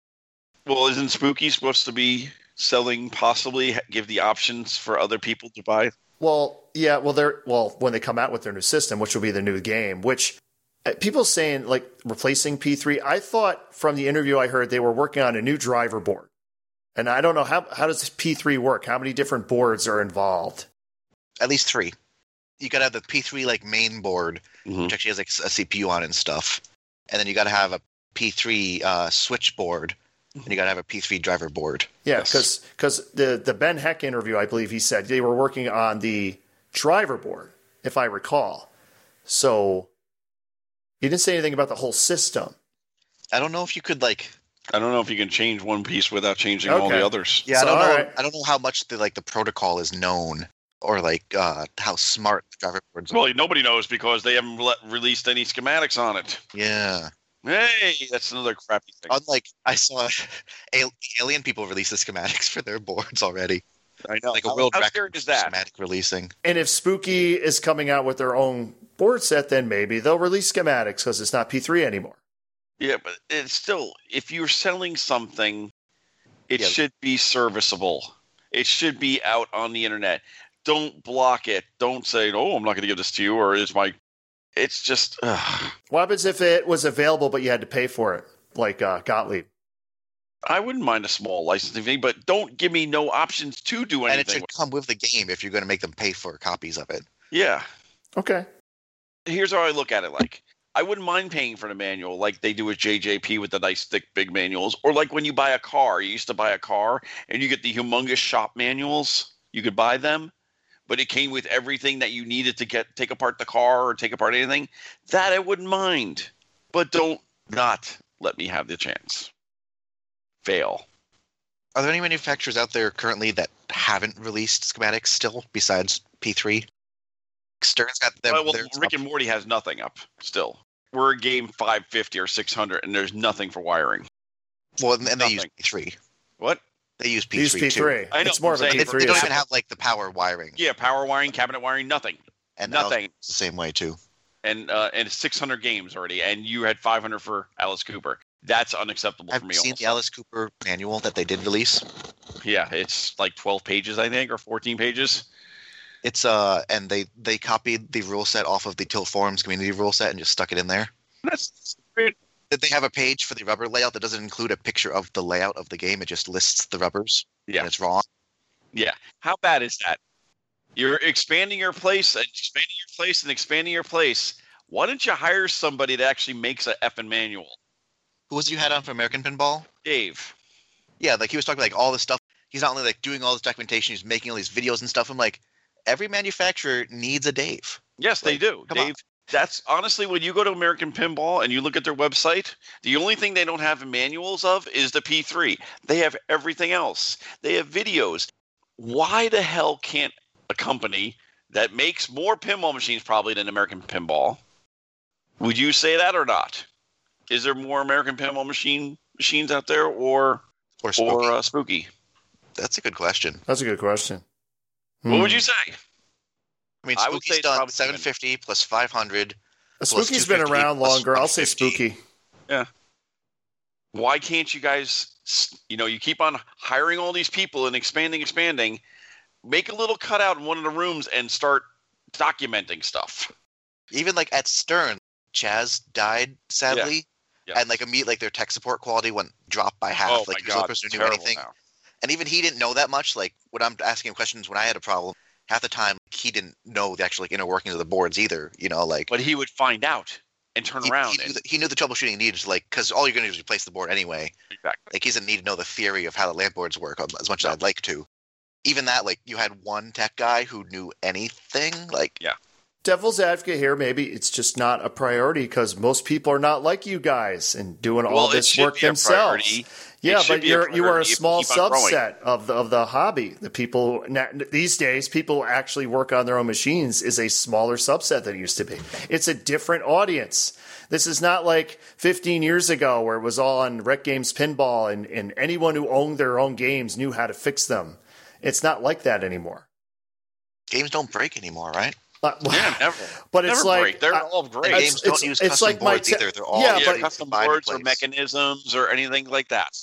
E: Well, isn't Spooky supposed to be selling? Possibly ha- give the options for other people to buy.
D: Well, yeah, well they're well when they come out with their new system, which will be the new game, which uh, people saying like replacing P3. I thought from the interview I heard they were working on a new driver board. And I don't know how how does P3 work? How many different boards are involved?
F: At least three. You got to have the P3 like main board,
E: Mhm.
F: which actually has like a CPU on it and stuff, and then you got to have a P3 uh, switch board, and you got to have a P3 driver board.
D: Yeah,
E: Yes.
D: because the the Ben Heck interview, I believe he said they were working on the driver board, if I recall. So he didn't say anything about the whole system.
F: I don't know if you could like.
E: I don't know if you can change one piece without changing all
D: Okay.
E: the others.
F: Yeah,
D: So,
F: I don't know.
D: alright.
F: I don't know how much the like the protocol is known, or like uh, how smart the driver boards are.
E: Well, nobody knows because they haven't let, released any schematics on it.
F: yeah.
E: Hey, that's another crappy thing.
F: Unlike I saw al- alien people release the schematics for their boards already,
E: I know.
F: like a
E: How-
F: world
E: how, scary
F: record
E: is
F: for
E: that?
F: schematic releasing.
D: And if Spooky is coming out with their own board set, then maybe they'll release schematics because it's not P3 anymore.
E: Yeah, but it's still if you're selling something, it
F: Yeah.
E: should be serviceable. It should be out on the internet. Don't block it. Don't say, "Oh, I'm not going to give this to you," or "It's my." It's just ugh.
D: What happens if it was available but you had to pay for it, like uh, Gottlieb?
E: I wouldn't mind a small licensing fee, but don't give me no options to do
F: And it
E: anything.
F: should come with the game if you're going to make them pay for copies of it.
E: yeah,
D: Okay.
E: here's how I look at it. Like, I wouldn't mind paying for the manual, like they do with JJP with the nice thick big manuals, or like when you buy a car. You used to buy a car and you get the humongous shop manuals. You could buy them, but it came with everything that you needed to get take apart the car or take apart anything. That I wouldn't mind, but don't not let me have the chance. Fail.
F: Are there any manufacturers out there currently that haven't released schematics still besides P3? Stern's got them.
E: well,
F: theirs
E: Rick
F: up.
E: and Morty has nothing up still. We're game 550 or 600, and there's nothing for wiring.
F: well, and, and they use
E: nothing.
F: P3.
E: What?
F: They use P3
D: Use
F: too.
D: P3.
E: I know,
D: it's more of a
E: I'm
F: They,
E: saying-
F: they
D: P3.
F: don't even have like the power wiring.
E: Yeah, power wiring, cabinet wiring, nothing.
F: and Alice
E: nothing.
F: is the same way too.
E: and uh, and it's 600 games already, and you had 500 for Alice Cooper. That's unacceptable
F: I've
E: for me.
F: seen the Alice Cooper manual that they did release.
E: almost. Yeah, it's like 12 pages, I think, or 14 pages.
F: It's uh, and they they copied the rule set off of the Tilt Forums community rule set and just stuck it in there.
E: That's
F: Did they have a page for the rubber layout that doesn't include a picture of the layout of the game? It just lists the rubbers.
E: Yeah.
F: and it's wrong.
E: how bad is that? You're expanding your place and expanding your place and expanding your place. Why don't you hire somebody that actually makes a effing manual,
F: Who was it you had on for American Pinball?
E: Dave?
F: Yeah, like he was talking about, like all this stuff. He's not only like doing all this documentation, he's making all these videos and stuff. I'm like, every manufacturer needs a Dave.
E: Yes, they
F: Like,
E: do.
F: come on.
E: Dave, that's honestly when you go to American Pinball and you look at their website, the only thing they don't have manuals of is the P3. They have everything else. They have videos. Why the hell can't a company that makes more pinball machines probably than American Pinball? Would you say that or not? Is there more American pinball machine machines out there or
F: Or, Spooky.
E: or uh, spooky?
F: that's a good question.
D: That's a good question.
E: What
D: Hmm.
E: would you say?
F: I mean,
E: I would say
F: Spooky's
E: it's
F: done
E: probably
F: 750 plus 500.
D: Hmm. Spooky's been
F: 250
D: around
F: plus
D: longer. I'll say
F: 150.
D: Spooky.
E: why can't you guys s- you know you keep on hiring all these people and expanding expanding make a little cutout in one of the rooms and start documenting stuff
F: Even like at Stern, Chaz died sadly.
E: Yeah.
F: And like immediately, like their tech support quality went dropped by half.
E: oh
F: like
E: my
F: there's no
E: god
F: person
E: it's
F: who knew
E: terrible
F: anything.
E: now.
F: and even he didn't know that much. Like when I'm asking him questions, when I had a problem, half the time he didn't know the actual like, inner workings of the boards either. You know, like
E: but he would find out and turn
F: he,
E: around
F: he
E: and
F: knew the, he knew the troubleshooting needed, like because all you're going to do is replace the board anyway.
E: exactly
F: Like he doesn't need to know the theory of how the lamp boards work um, as much as I'd like to. Even that, like you had one tech guy who knew anything. Like
E: Yeah.
D: Devil's advocate here, maybe it's just not a priority because most people are not like you guys and doing all
E: Well, it
D: this
E: should
D: work
E: be a
D: themselves.
E: priority.
D: Yeah,
E: It should
D: but
E: be a
D: you're you are a
E: priority if you
D: small
E: keep on growing.
D: subset of the of the hobby. The people na- these days, people who actually work on their own machines is a smaller subset than it used to be. It's a different audience. This is not like 15 years ago where it was all on Rec Games Pinball and, and anyone who owned their own games knew how to fix them. It's not like that anymore.
F: Games don't break anymore, right?
D: But,
E: Yeah, never.
D: but it's
E: never
D: like
E: break. They're
D: I-
E: all great.
D: It's-
F: Games don't
D: it's-
F: use
D: it's
F: custom
D: like my
F: boards
D: te-
F: either. They're all
D: yeah,
E: yeah,
D: but-
F: already
E: custom
F: defined in
E: boards or
F: place.
E: mechanisms or anything like that.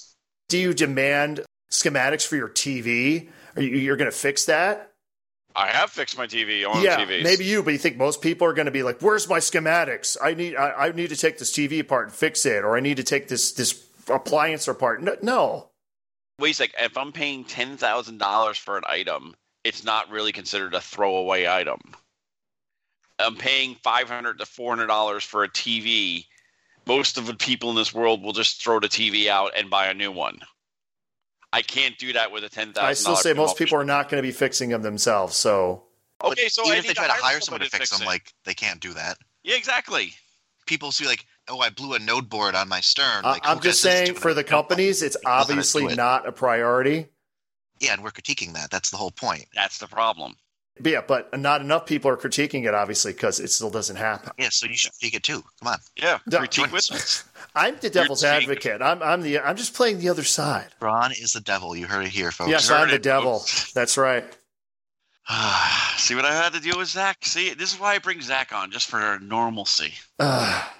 D: do you demand schematics for your TV? Are you, you're going to fix that?
E: I have fixed my TV on
D: yeah,
E: TVs.
D: maybe you, but you think most people are going to be like, "Where's my schematics? I need, I, I need to take this TV apart and fix it, or I need to take this this appliance apart." No, no.
E: Wait a sec. If I'm paying ten thousand dollars for an item, it's not really considered a throwaway item. I'm paying five hundred to four hundred dollars for a TV. Most of the people in this world will just throw the TV out and buy a new one. I can't do that with a ten thousand.
D: I still say most people are not going to be fixing them themselves. So
E: Okay, so
F: even
E: I
F: if they
E: need
F: try to hire someone to fix
E: fix
F: them,
E: it.
F: like they can't do that.
E: yeah, exactly.
F: People see like, oh, I blew a node board on my stern.
D: I-
F: Like,
D: I'm
F: who
D: just
F: does this
D: saying,
F: to
D: for
F: it?
D: the companies, it's
F: doesn't
D: obviously
F: do it.
D: not a priority.
F: yeah, and we're critiquing that. That's the whole point.
E: That's the problem.
D: But yeah, but not enough people are critiquing it, obvly, because it still doesn't happen.
F: Yeah, so you should critique it too. Come on,
E: Yeah,
D: No.
E: critique with us.
D: I'm the devil's
E: cheek.
D: advocate. I'm, I'm the, I'm just playing the other side.
F: Braun is the devil. You heard it here, folks.
D: Yes,
E: heard
D: I'm the
E: it,
D: devil. That's right.
E: See what I had to deal with Zach. See, this is why I bring Zach on just for normalcy.
D: Ah.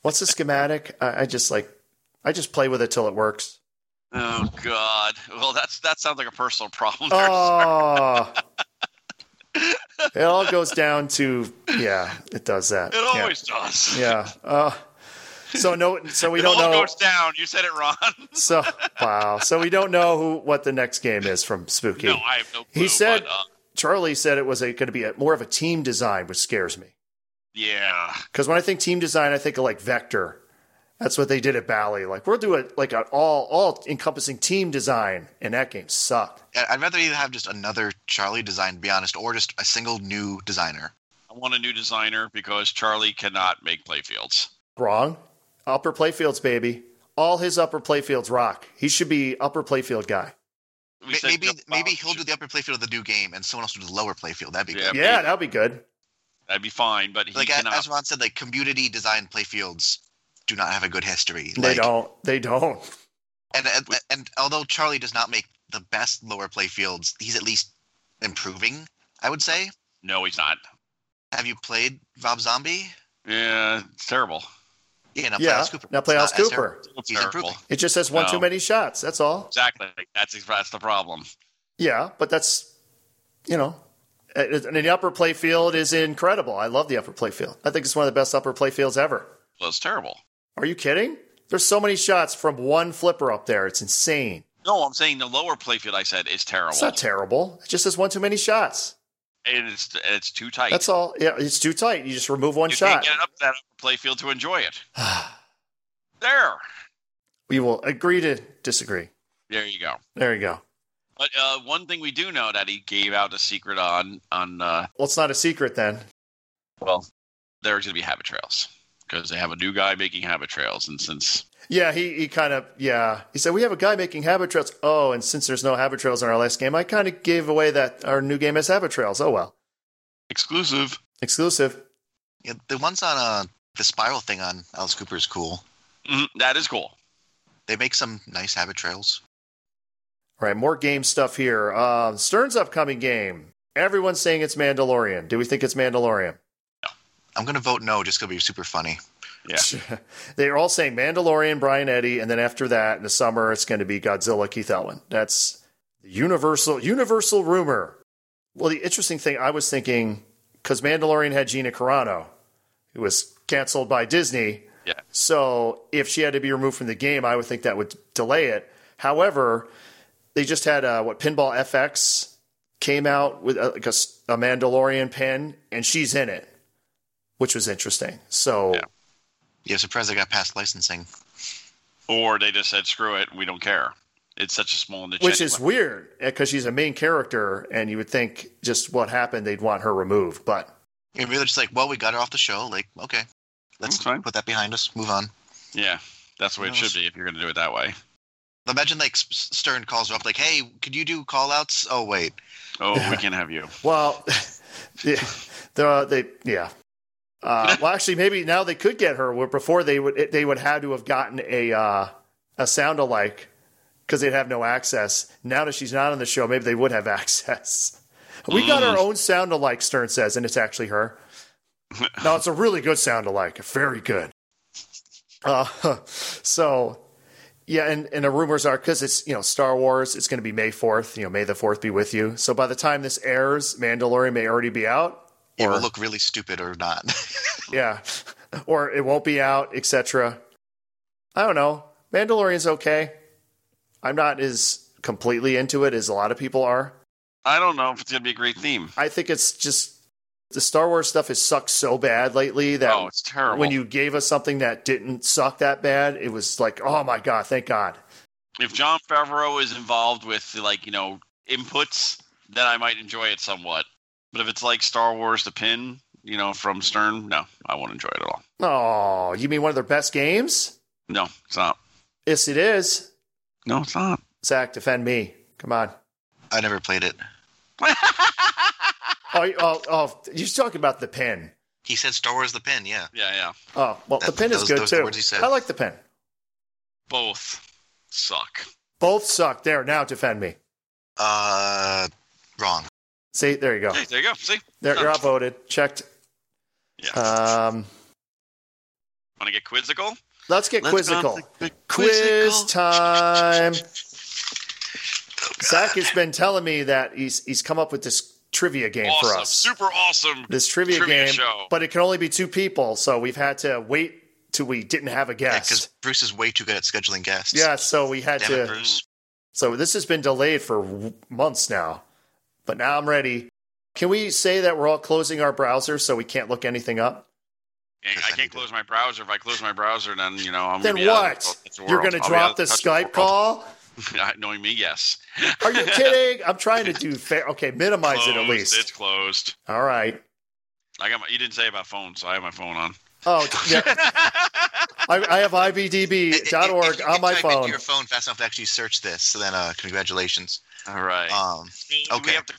D: What's the schematic? I, I just like, I just play with it till it works.
E: Oh God! Well, that's that sounds like a personal problem. there, sir.
D: Oh, it all goes down to yeah, it does that.
E: it
D: Yeah.
E: always does.
D: yeah. Uh, so no, so we
E: it
D: don't
E: all
D: know.
E: goes down. You said it, Ron.
D: So wow, so we don't know who what the next game is from Spooky.
E: No, I have no.
D: He
E: clue,
D: said-
E: but, uh,
D: Charlie said it was going to be a, more of a team design, which scares me
E: "Yeah,
D: because when I think team design, I think of like Vector. That's what they did at Bally. Like we'll do it like an all all encompassing team design, and that game sucked.
F: I- I'd rather you have just another Charlie design, to be honest, or just a single new designer.
E: I want a new designer because Charlie cannot make playfields."
D: Wrong. Upper playfields, baby. All his upper playfields rock. He should be upper playfield guy.
E: We
F: Ma-
E: said
F: Maybe
E: Bill
F: maybe
E: Bob
F: he'll do
E: should-
F: the upper playfield of the new game, and someone else will do the lower playfield. That'd be
E: Yeah.
F: good.
D: Yeah, that'd be good.
E: That'd be fine, but he
F: Like a-
E: cannot.
F: as Ron said, like community design playfields do not have a good history.
D: They
F: like,
D: don't. They don't.
F: And, and and although Charlie does not make the best lower playfields, he's at least improving. I would say.
E: no, he's not.
F: Have you played Rob Zombie?
E: Yeah, it's terrible.
F: Yeah, now
D: yeah.
F: Playhouse Cooper.
D: Now
F: It's not
D: Playhouse
F: as
D: Cooper.
E: It's
F: He's
E: terrible.
F: improving.
D: It just has one
E: No.
D: too many shots. That's all.
E: Exactly. That's that's the problem.
D: Yeah, but that's you know, and the upper play field is incredible. I love the upper play field. I think it's one of the best upper play fields ever.
E: Well, it's terrible.
D: Are you kidding? There's so many shots from one flipper up there. It's insane.
E: No, I'm saying the lower playfield. I said is terrible.
D: It's not terrible. It just has one too many shots.
E: and it's it's too tight.
D: That's all. Yeah, it's too tight. You just remove one
E: you uh,
D: shot.
E: can't get it up to that upper playfield to enjoy it. there,
D: We will agree to disagree.
E: there you go.
D: There you go.
E: But uh, one thing we do know that he gave out a secret on on uh,
D: Well, it's not a secret then.
E: well, there's going to be habit trails because they have a new guy making habit trails, and since
D: Yeah, he, he kind of yeah. He said we have a guy making habit trails. Oh, and since there's no habit trails in our last game, I kind of gave away that our new game has habit trails. Oh well,
E: exclusive,
D: exclusive.
F: Yeah, the ones on uh, the spiral thing on Alice Cooper is cool.
E: Mhm, that is cool.
F: They make some nice habit trails.
D: All right, more game stuff here. Uh, Stern's upcoming game. Everyone's saying it's Mandalorian. Do we think it's Mandalorian?
F: I'm gonna vote no, just gonna be super funny.
D: They're all saying Mandalorian, Brian Eddy, and then after that in the summer it's going to be Godzilla, Keith Elwin. That's the universal universal rumor. Well, the interesting thing I was thinking because Mandalorian had Gina Carano, who was canceled by Disney.
E: Yeah.
D: So if she had to be removed from the game, I would think that would delay it. However, they just had uh, what Pinball FX came out with a, like a s- a Mandalorian pin, and she's in it, which was interesting. So.
E: Yeah.
F: Yeah, surprised they got past licensing.
E: Or they just said screw it, we don't care. It's such a small niche,
D: which is
E: anyway.
D: weird because she's a main character and you would think just what happened they'd want her removed but
F: Yeah, maybe they're just like, well, we got her off the show. Like, okay, let's
E: That's fine.
F: put that behind us. Move on.
E: yeah, that's the way it should be if you're going to do it that way.
F: Imagine like S- Stern calls her up, like, hey, could you do call outs? Oh wait,
E: Oh, we can't have you.
D: well yeah, the, they yeah uh, well actually maybe now they could get her where before they would they would have to have gotten a uh, a sound alike because they'd have no access. Now that she's not on the show, maybe they would have access. We got our own sound alike, Stern says, and it's actually her. no, it's a really good sound alike. Very good. Uh, so, yeah, and, and the rumors are because it's, you know, Star Wars, it's going to be May 4th. You know, May the 4th be with you. So by the time this airs, Mandalorian may already be out.
F: It will look really stupid or not.
D: Yeah. Or it won't be out, etc. I don't know. Mandalorian's okay. I'm not as completely into it as a lot of people are.
E: I don't know if it's gonna be a great theme.
D: I think it's just the Star Wars stuff has sucked so bad lately that
E: oh, it's terrible.
D: when you gave us something that didn't suck that bad, it was like, oh my god, thank God.
E: if John Favreau is involved with like you know inputs, then I might enjoy it somewhat. But if it's like Star Wars: The Pin, you know, from Stern, no, I won't enjoy it at all.
D: Oh, you mean one of their best games?
E: No, it's not.
D: Yes, it is.
E: No, it's not.
D: Zach, defend me. Come on.
F: I never played it.
D: Oh, you- oh, oh you're talking about the pin.
F: He said Star Wars the pin, yeah.
E: Yeah, yeah.
D: Oh, well, the
F: That-
D: pin is
F: those-
D: good
F: those are the
D: too.
F: words he said.
D: I like the pin.
E: Both suck.
D: Both suck. There, now defend me.
F: Uh, wrong.
D: See, there you go.
E: Hey, there you go. See,
D: There, you're outvoted. Checked.
E: yeah.
D: Um,
E: Want to get quizzical?
D: let's get
E: Let's
D: quizzical.
E: not get
D: Quiz
E: quizzical.
D: time. Zach has been telling me that he's he's come up with this trivia game
E: Awesome,
D: for us.
E: super awesome.
D: this trivia,
E: trivia
D: game,
E: show.
D: but it can only be two people, so we've had to wait till we didn't have a
F: Because
D: guest.
F: Bruce is way too good at scheduling guests.
D: Yeah, so we had
F: Damn
D: to.
F: it, Bruce.
D: So this has been delayed for w- months now, but now I'm ready. Can we say that we're all closing our browsers so we can't look anything up?
E: I- I can't close my browser. If I close my browser, then you know I'm.
D: then
E: gonna be out of
D: what?
E: touch with the
D: You're
E: world.
D: going to
E: I'll be out
D: drop
E: of
D: the
E: touch with
D: Skype
E: world.
D: call?
E: Knowing me, yes.
D: Are you kidding? I'm trying to do fair. Okay, minimize it at
E: Closed. It's
D: least.
E: closed.
D: All right.
E: I got my. You didn't say about phone, so I have my phone on.
D: Oh, yeah. I, I have ibdb.org
F: If you
D: on
F: can
D: my
F: type into
D: phone.
F: your phone fast enough to actually search this, so then uh, congratulations.
E: All right.
F: Um,
E: Do we
F: okay.
E: have to-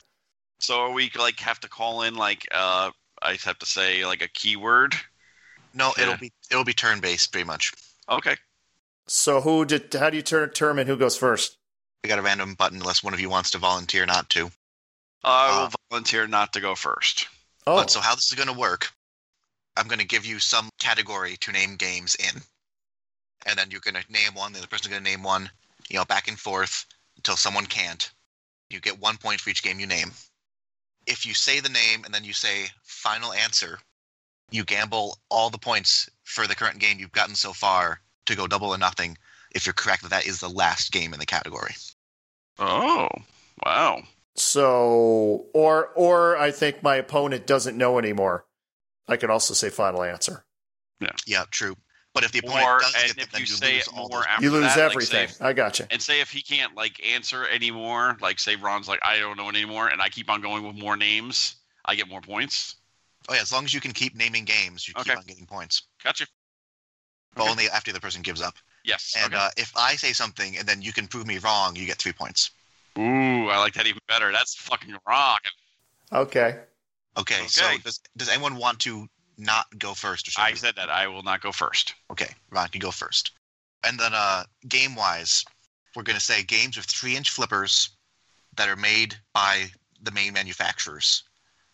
E: so are we like have to call in like uh I have to say like a keyword?
F: no,
E: Yeah.
F: it'll be it'll be turn based pretty much.
E: Okay.
D: So who did, how do you ter- determine who goes first?
F: We got a random button unless one of you wants to volunteer not to.
E: I
F: Uh.
E: will volunteer not to go first.
D: Oh,
F: But so how this is going to work? I'm going to give you some category to name games in, and then you're going to name one. The other person's going to name one. You know, back and forth until someone can't. You get one point for each game you name. If you say the name and then you say final answer, you gamble all the points for the current game you've gotten so far to go double or nothing. If you're correct that that is the last game in the category.
E: Oh. Wow.
D: so, or, or I think my opponent doesn't know anymore. I could also say final answer.
F: Yeah, true. But if the opponent
E: Or
F: does
E: and
F: get
E: if
F: them,
E: you
F: then you
E: say
F: lose
E: it
F: all
E: more
F: those
E: after
D: You lose
E: that, like,
D: everything.
E: say if-
D: I got you.
E: and say if he can't like answer anymore, like say Ron's like I don't know anymore, and I keep on going with more names, I get more points.
F: Oh yeah, as long as you can keep naming games, you
E: Okay.
F: keep on getting points.
E: Gotcha.
F: But
E: Okay.
F: only after the person gives up.
E: Yes.
F: And
E: okay.
F: uh, if I say something and then you can prove me wrong, you get three points.
E: Ooh, I like that even better. That's fucking rock.
D: Okay.
F: Okay. So
E: Okay.
F: does does anyone want to not go first? Or should
E: I
F: we-
E: said that I will not go first.
F: Okay, Ron, you go first. And then uh, game wise, we're gonna say games with three inch flippers that are made by the main manufacturers.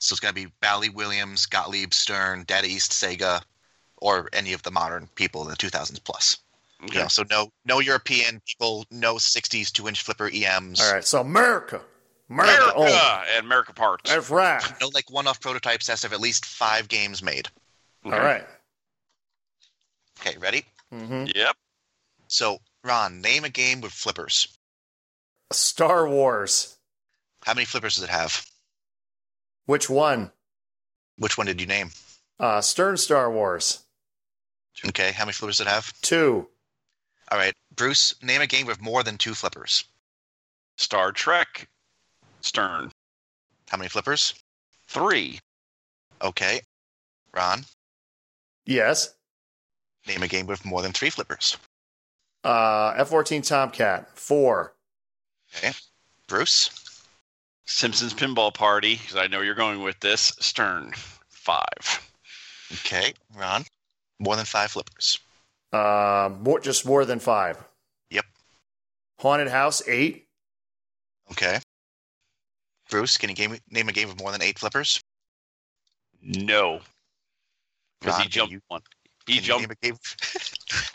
F: So it's gonna be Bally Williams, Gottlieb, Stern, Data East, Sega, or any of the modern people in the two thousands plus.
E: Okay.
F: You know, so no no European people, no 60s two inch flipper E EMs.
D: All right. So America. America.
E: America
D: Oh,
E: and America parts.
D: that's right.
F: No like one off prototypes that have at least five games made.
E: Okay.
D: All right.
F: Okay, ready?
D: Mm-hmm.
E: Yep.
F: So, Ron, name a game with flippers.
D: Star Wars.
F: How many flippers does it have?
D: Which one?
F: Which one did you name?
D: Uh, Stern Star Wars.
F: Okay, how many flippers does it have?
D: Two.
F: All right, Bruce, name a game with more than two flippers.
E: Star Trek, Stern,
F: How many flippers?
E: three.
F: Okay. Ron,
D: Yes.
F: name a game with more than three flippers.
D: Uh, F 14 Tomcat. Four.
F: Bruce,
E: Simpsons Pinball Party, because I know you're going with this. Stern, five.
F: okay. Ron, more than five flippers.
D: Uh, more, just more than five.
F: Yep.
D: Haunted House 8.
F: Okay. Bruce, can you game, name a game of more than eight flippers?
E: No, because
F: Ron,
E: he
F: can
E: jumped
F: you-
E: one. He
F: can you
E: jumped.
F: name a game-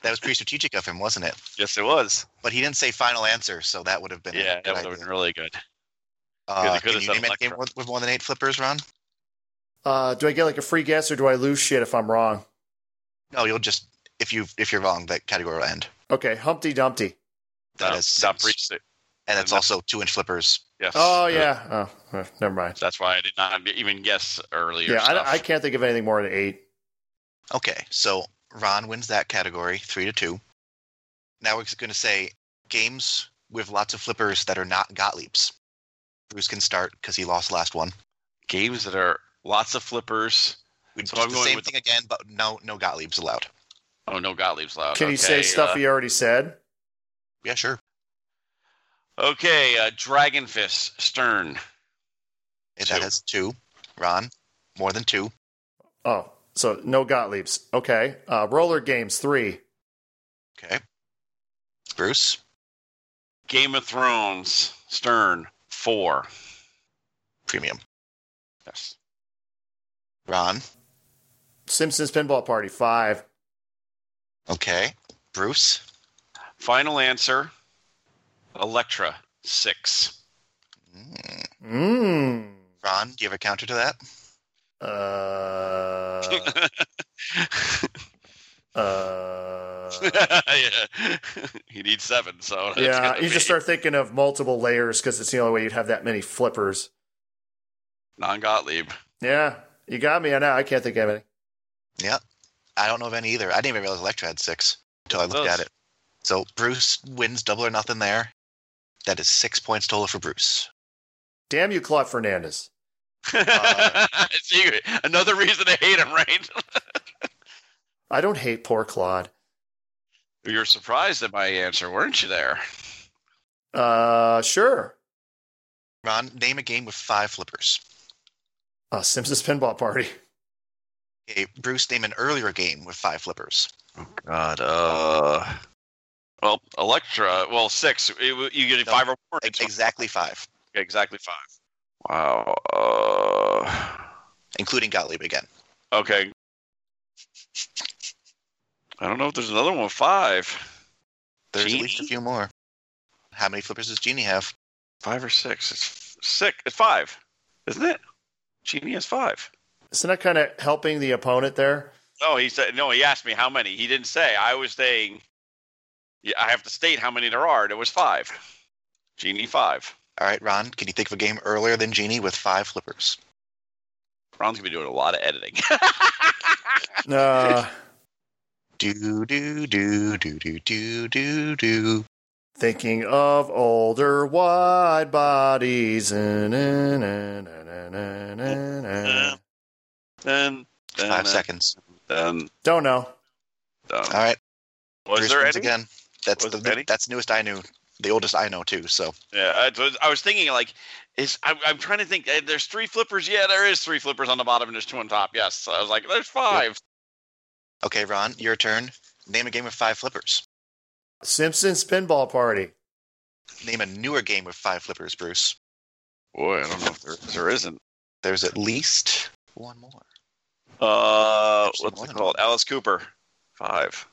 F: that was pretty strategic of him, wasn't it?
E: Yes, it was.
F: But he didn't say final answer, so that would have been. a
E: Yeah,
F: good
E: that would have
F: idea.
E: been really good.
F: Uh,
E: they could
F: can
E: have
F: you
E: said
F: name a game
E: Electra.
F: with, with more than eight flippers, Ron?
D: Uh, do I get like a free guess or do I lose shit if I'm wrong?
F: No, you'll just if you if you're wrong, that category will end.
D: Okay, Humpty Dumpty.
F: That
E: No,
F: is
E: not
F: six.
E: breach. six.
F: and it's also two inch flippers.
E: Yes.
D: Oh, yeah. Oh, uh, never mind.
E: That's why I did not even guess earlier.
D: Yeah,
E: stuff.
D: I, I can't think of anything more than eight.
F: Okay, so Ron wins that category three to two. Now we're going to say games with lots of flippers that are not Gottlieb's. Bruce can start because he lost the last one.
E: games that are lots of flippers.
F: We
E: So
F: do
E: I'm
F: the
E: going
F: same
E: with the-
F: thing again, but no no Gottlieb's allowed.
E: Oh no, Gottlieb's loud.
D: Can
E: okay,
D: you say stuff
E: uh,
D: he already said?
F: Yeah, sure.
E: okay, uh, Dragon Fist Stern.
F: It
E: Two.
F: has two. Ron, more than two.
D: Oh, so no Gottliebs. Okay. Uh, roller Games 3.
F: Okay. Bruce,
E: Game of Thrones Stern four.
F: premium.
E: Yes.
F: Ron,
D: Simpsons Pinball Party 5.
F: okay. Bruce,
E: Final answer. Electra six.
F: Mm.
D: Mmm.
F: Ron, do you have a counter to that?
D: Uh, uh,
E: yeah. he needs seven. So that's
D: yeah,
E: gonna
D: you just
E: be
D: start thinking of multiple layers because it's the only way you'd have that many flippers.
E: non-Gottlieb.
D: Yeah, you got me. I know. I can't think of any.
F: I don't know of any either. I didn't even realize Electra had six until I looked
E: Those.
F: at it. So Bruce wins double or nothing there. That is six points total for Bruce.
D: Damn you, Claude Fernandez.
F: Uh,
E: See, another reason to hate him, right?
D: I don't hate poor Claude.
E: you were surprised at my answer, weren't you? There.
D: Uh, sure.
F: Ron, name a game with five flippers.
D: Uh, Simpsons Pinball Party.
F: Okay, Bruce, name an earlier game with five flippers.
E: God, uh. Well, Electra, well, six. It w- you get
F: No,
E: five or more.
F: E-
E: It's
F: Exactly five,
E: exactly five. Wow. Uh,
F: including Gottlieb again.
E: okay. I don't know if there's another one with five.
F: There's at least a
E: Genie?
F: few more. How many flippers does Genie have?
E: Five or six. It's six. It's five, isn't it? Genie has five.
D: Isn't that kind of helping the opponent there?
E: No, he said no. He asked me how many. He didn't say. I was saying. Yeah, I have to state how many there are. There was five. Genie five.
F: All right, Ron, can you think of a game earlier than Genie with five flippers?
E: Ron's gonna be doing a lot of editing.
D: Uh,
F: Do, do, do, do, do, do, do, do.
D: thinking of older wide bodies. Uh, na, na, na, na, na, na, na.
E: Dun, dun,
F: Five
E: dun,
F: seconds.
E: dun,
D: Don't know.
E: dun.
F: All right.
E: Was
F: Bruce
E: there
F: wins
E: any?
F: again? That's
E: Was
F: the
E: there any?
F: that's newest I knew, the oldest I know too. So
E: Yeah, I was, I was thinking like, is I'm, I'm trying to think. eh, There's three flippers. Yeah, there is three flippers on the bottom and there's two on top. Yes, So I was like, there's five.
F: okay, Ron, your turn. Name a game with five flippers.
D: Simpsons Pinball Party.
F: Name a newer game with five flippers, Bruce.
E: Boy, I don't know if there is or isn't.
F: There's at least one more.
E: Uh,
F: Actually,
E: what's
F: more
E: it
F: than
E: called? Alice Cooper. Five.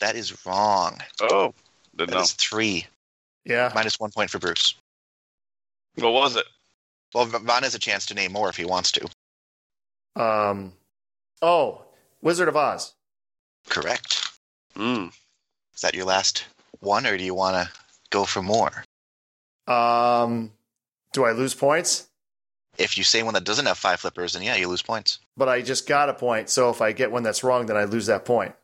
F: That is wrong.
E: Oh,
F: That
E: didn't
F: is
E: know.
F: three.
D: Yeah.
F: Minus one point for Bruce.
E: What was it?
F: Well, R- Ron has a chance to name more if he wants to.
D: Um, oh, Wizard of Oz.
F: Correct.
E: Mm.
F: Is that your last one, or do you want to go for more?
D: Um, do I lose points?
F: If you say one that doesn't have five flippers, then yeah, you lose points.
D: But I just got a point. So if I get one that's wrong, then I lose that point.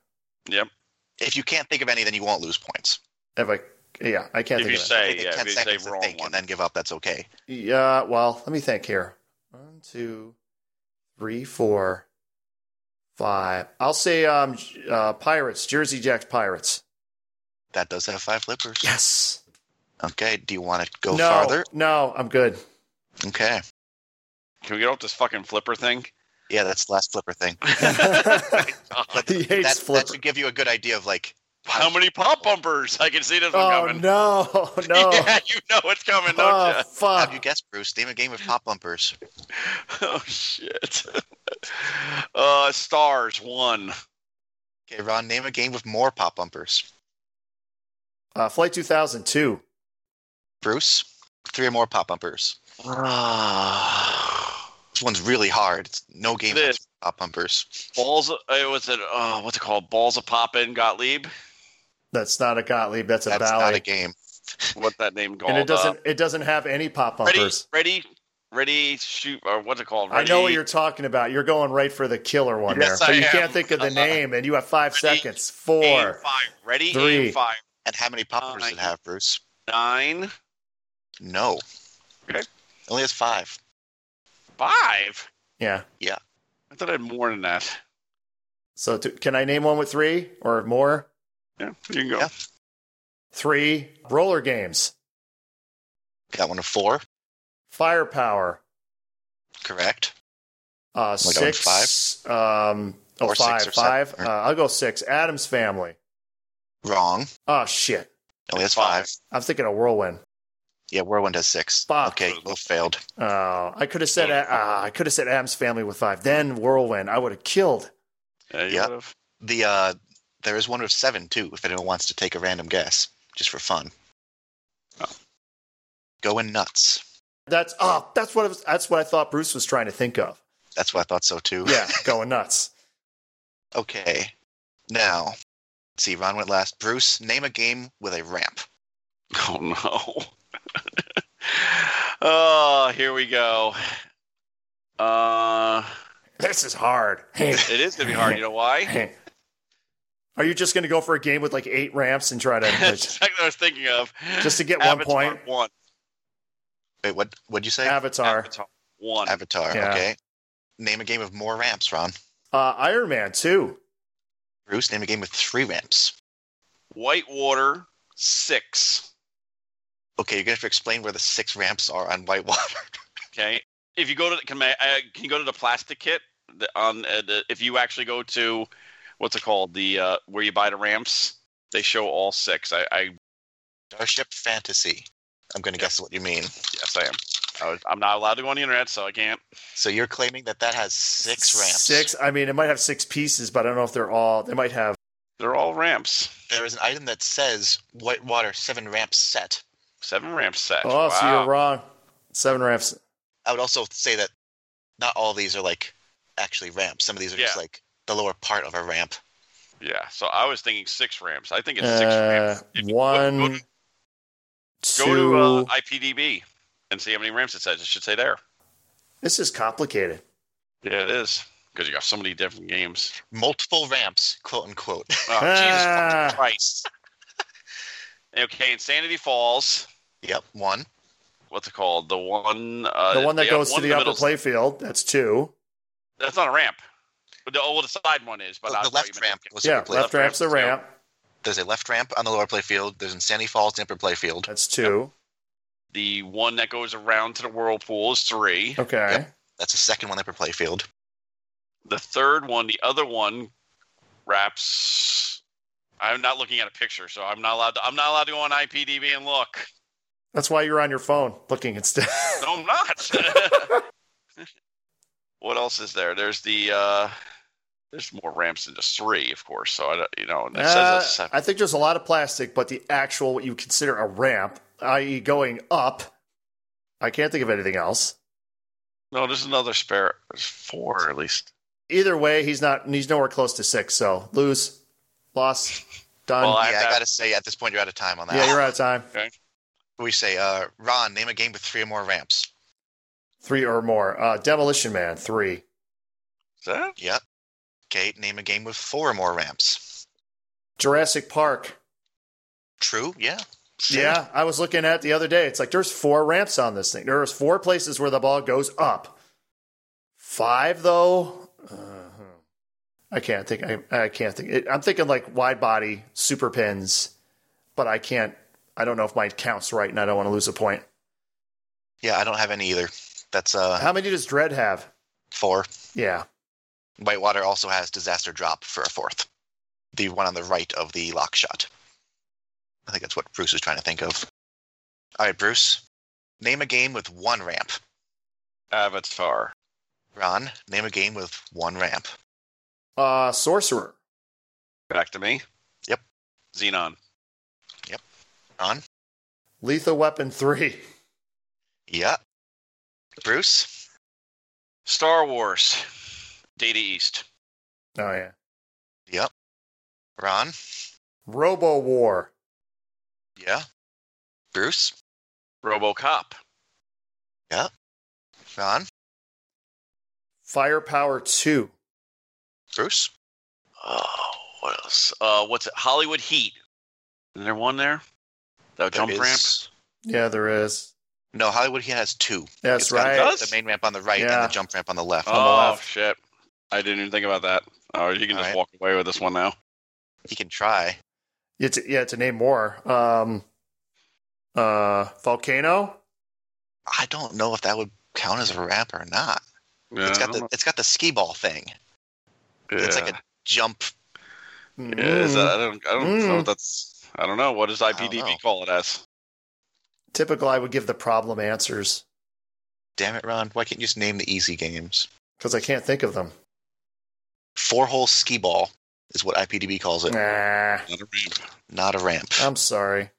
F: If you can't think of any, then you won't lose points.
D: If I, yeah, I can't
E: If
D: think
E: you
D: of
E: say
F: Take
E: yeah,
F: ten
E: if you say
F: seconds to
E: wrong
F: think
E: one.
F: and then give up. That's okay.
D: it. Yeah. Well, let me think here. One, two, three, four, five. I'll say um, uh, Pirates, Jersey Jacks Pirates.
F: That does have five flippers.
D: Yes.
F: Okay. Do you want to go
D: no,
F: farther?
D: No, I'm good.
F: Okay.
E: Can we get off this fucking flipper thing?
F: Yeah, that's the last flipper thing.
D: he hates
F: That, that
D: flipper.
F: should give you a good idea of like
E: How many pop bumpers? I can see this one
D: Oh
E: coming.
D: no, no.
E: Yeah, you know it's coming, don't
D: Oh
F: How'd you
D: fuck.
F: guess, Bruce? Name a game of pop bumpers.
E: you? Oh shit. uh, stars one.
F: Okay, Ron, name a game with more pop bumpers.
D: Uh, Flight 2002.
F: Bruce, three or more pop bumpers. This one's really hard. It's no game
E: It
F: that's
E: is.
F: pop bumpers.
E: Balls. It was it. Oh, what's it called? Balls of Poppin' Gottlieb.
D: That's not a Gottlieb. That's a
F: That's
D: Valley.
F: not a game.
E: What's that name called?
D: and it
E: Uh,
D: doesn't. It doesn't have any pop
E: ready,
D: bumpers.
E: ready, ready, shoot, or what's it called?
D: I
E: Ready,
D: know what you're talking about. You're going right for the killer one there,
E: Yes,
D: but
E: I
D: you
E: am.
D: can't think of the name, and you have five
E: Ready,
D: seconds.
E: aim
D: Four.
E: five. Ready,
D: three.
E: aim five.
F: And how many pop bumpers does it
E: Nine.
F: have, Bruce?
E: Nine,
F: No.
E: Okay.
F: It only has five.
E: five.
D: Yeah.
E: I thought I had more than that.
D: So t- can I name one with three or more?
E: Yeah, you can go.
F: Yeah.
D: Three roller games.
F: Got one of four,
D: Firepower.
F: correct?
D: Uh,
F: Like on
D: six. Um, oh,
F: Or
D: five.
F: six or
D: five.
F: seven.
D: Uh, I'll go six. Adam's Family.
F: Wrong. It
D: Oh shit!
F: only has
E: Five.
F: five.
D: I'm thinking a whirlwind.
F: Yeah, Whirlwind has six.
D: Fuck.
F: Okay, both failed.
D: Oh, I could have said uh, I could have said Adam's Family with five. Then whirlwind. I would have killed.
E: Yeah, you
F: Yeah.
E: would've.
F: The uh, there is one with seven too. If anyone wants to take a random guess, just for fun.
D: Oh.
F: Going nuts.
D: That's oh, that's what it was, that's what I thought Bruce was trying to think of.
F: That's what I thought so too.
D: Yeah, going nuts.
F: Okay. Now, let's see. Ron went last. Bruce, name a game with a ramp.
E: Oh no. oh, here we go. Uh,
D: This is hard.
E: it is gonna be hard. You know why?
D: Are you just going to go for a game with like eight ramps and try to
E: That's exactly what I was thinking of.
D: just to get one
E: Avatar
D: point?
E: One.
F: Wait, what? What'd you say?
D: Avatar,
E: Avatar One.
F: Avatar.
D: Yeah.
F: Okay. Name a game with more ramps, Ron.
D: uh, Iron Man two.
F: Bruce, name a game with three ramps.
E: Whitewater six.
F: Okay, you're gonna have to explain where the six ramps are on Whitewater.
E: Okay. If you go to can I, uh, can you go to the plastic kit the, on uh, the, if you actually go to what's it called the uh, where you buy the ramps they show all six. I, I
F: Starship Fantasy. I'm gonna guess what you mean.
E: yes I am. I was, I'm not allowed to go on the internet, so I can't.
F: So you're claiming that that has six ramps.
D: Six. I mean, it might have six pieces, but I don't know if they're all. They might have.
E: They're all ramps.
F: There is an item that says Whitewater seven ramp set.
E: Seven ramp set.
D: Oh, so
E: Wow.
D: you're wrong. Seven ramps.
F: I would also say that not all these are like actually ramps. Some of these are just
E: Yeah.
F: like the lower part of a ramp.
E: Yeah. So I was thinking six ramps. I think it's six
D: Uh,
E: ramps. If you
D: one,
E: Go, go to, uh,
D: two.
E: go to uh, IPDB and see how many ramps it says. It should say there.
D: this is complicated.
E: Yeah, it is because you got so many different games.
F: Multiple ramps, quote unquote.
E: Oh, Jesus
D: Ah.
E: Christ. okay, Insanity Falls.
F: yep, one.
E: What's it called? The one. Uh,
D: the one that
E: yeah,
D: goes to
E: in
D: the upper
E: middle's-
D: playfield. That's two.
E: That's not a ramp. But the, oh, well, the side one is. But
F: The,
E: I thought
F: the
E: you
F: left
E: meant-
F: ramp was
D: yeah,
F: upper
D: left,
F: play.
E: left
D: ramp's the
E: ramp's
D: ramp.
E: two.
F: There's a left ramp on the lower play field. There's Insanity Falls in the upper play field.
D: That's two.
E: The one that goes around to the whirlpool is three.
D: Okay.
F: Yep. That's the second one in the upper play field.
E: The third one, the other one, wraps. I'm not looking at a picture, so I'm not allowed. To, I'm not allowed to go on IPDB and look.
D: That's why you're on your phone looking instead.
E: No, I'm not. what else is there? There's the uh, there's more ramps than just three, of course. So I don't, you know, and it
D: Uh,
E: says it's-
D: I think there's a lot of plastic, but the actual what you consider a ramp, i.e., going up. I can't think of anything else.
E: no. There's another spare. There's four at least.
D: Either way, he's not. He's nowhere close to six. So lose, loss, done.
E: Well, I have
F: yeah,
E: that-
F: I gotta say, at this point, you're out of time on that.
D: yeah, you're out of time.
F: We say, uh, Ron, name a game with three or more ramps.
D: Three or more. Uh, Demolition Man. Three.
E: Is that?
F: Yep. Okay, name a game with four or more ramps.
D: Jurassic Park.
F: True. Yeah. Sure.
D: Yeah, I was looking at it the other day. It's like there's four ramps on this thing. There's four places where the ball goes up. Five though, uh, I can't think. I, I can't think. It, I'm thinking like wide body super pins, but I can't. I don't know if mine counts right, and I don't want to lose a point.
F: Yeah, I don't have any either. That's uh
D: How many does Dread have?
F: four.
D: Yeah,
F: Whitewater also has disaster drop for a fourth. the one on the right of the lock shot. I think that's what Bruce was trying to think of. All right, Bruce, name a game with one ramp.
E: Avatar.
F: Ron, name a game with one ramp.
D: Uh, sorcerer.
E: Back to me.
F: Yep.
E: Xenon.
F: Ron?
D: Lethal Weapon 3.
F: Yeah. Bruce?
E: Star Wars. Data East.
D: Oh, yeah.
F: Yep. Ron?
D: Robo War.
F: Yeah. Bruce?
E: RoboCop.
F: Ron?
D: Firepower 2.
F: Bruce?
E: Oh, what else? Uh, what's it? Hollywood Heat. Is there one there? The jump
F: There
E: ramp.
F: is-
D: Yeah, there is.
F: No, Hollywood he has two.
D: That's
F: It's got
D: right.
E: got-
F: The main ramp on the right
D: Yeah.
F: and the jump ramp on the left.
D: the
E: Oh
D: left.
E: shit! I didn't even think about that. Oh, you can
F: All
E: just
F: right.
E: walk away with this one now.
F: He can try.
D: It's, yeah, to name more. Um, uh, Volcano.
F: I don't know if that would count as a ramp or not.
E: Yeah,
F: it's
E: I don't
F: got the
E: know.
F: it's got the skee ball thing. It's like
E: Yeah.
F: a jump.
E: Yeah, is
D: Mm.
F: uh,
E: that, I don't. I don't know.
D: Mm.
E: if That's. I don't know. What does
F: don't know.
E: IPDB call it as?
D: Typical, I would give the problem answers
F: Damn it, Ron! Why can't you just name the easy games?
D: because I can't think of them.
F: Four hole skee ball is what IPDB calls it.
D: Nah,
E: Not a ramp.
F: Not a ramp.
D: I'm sorry.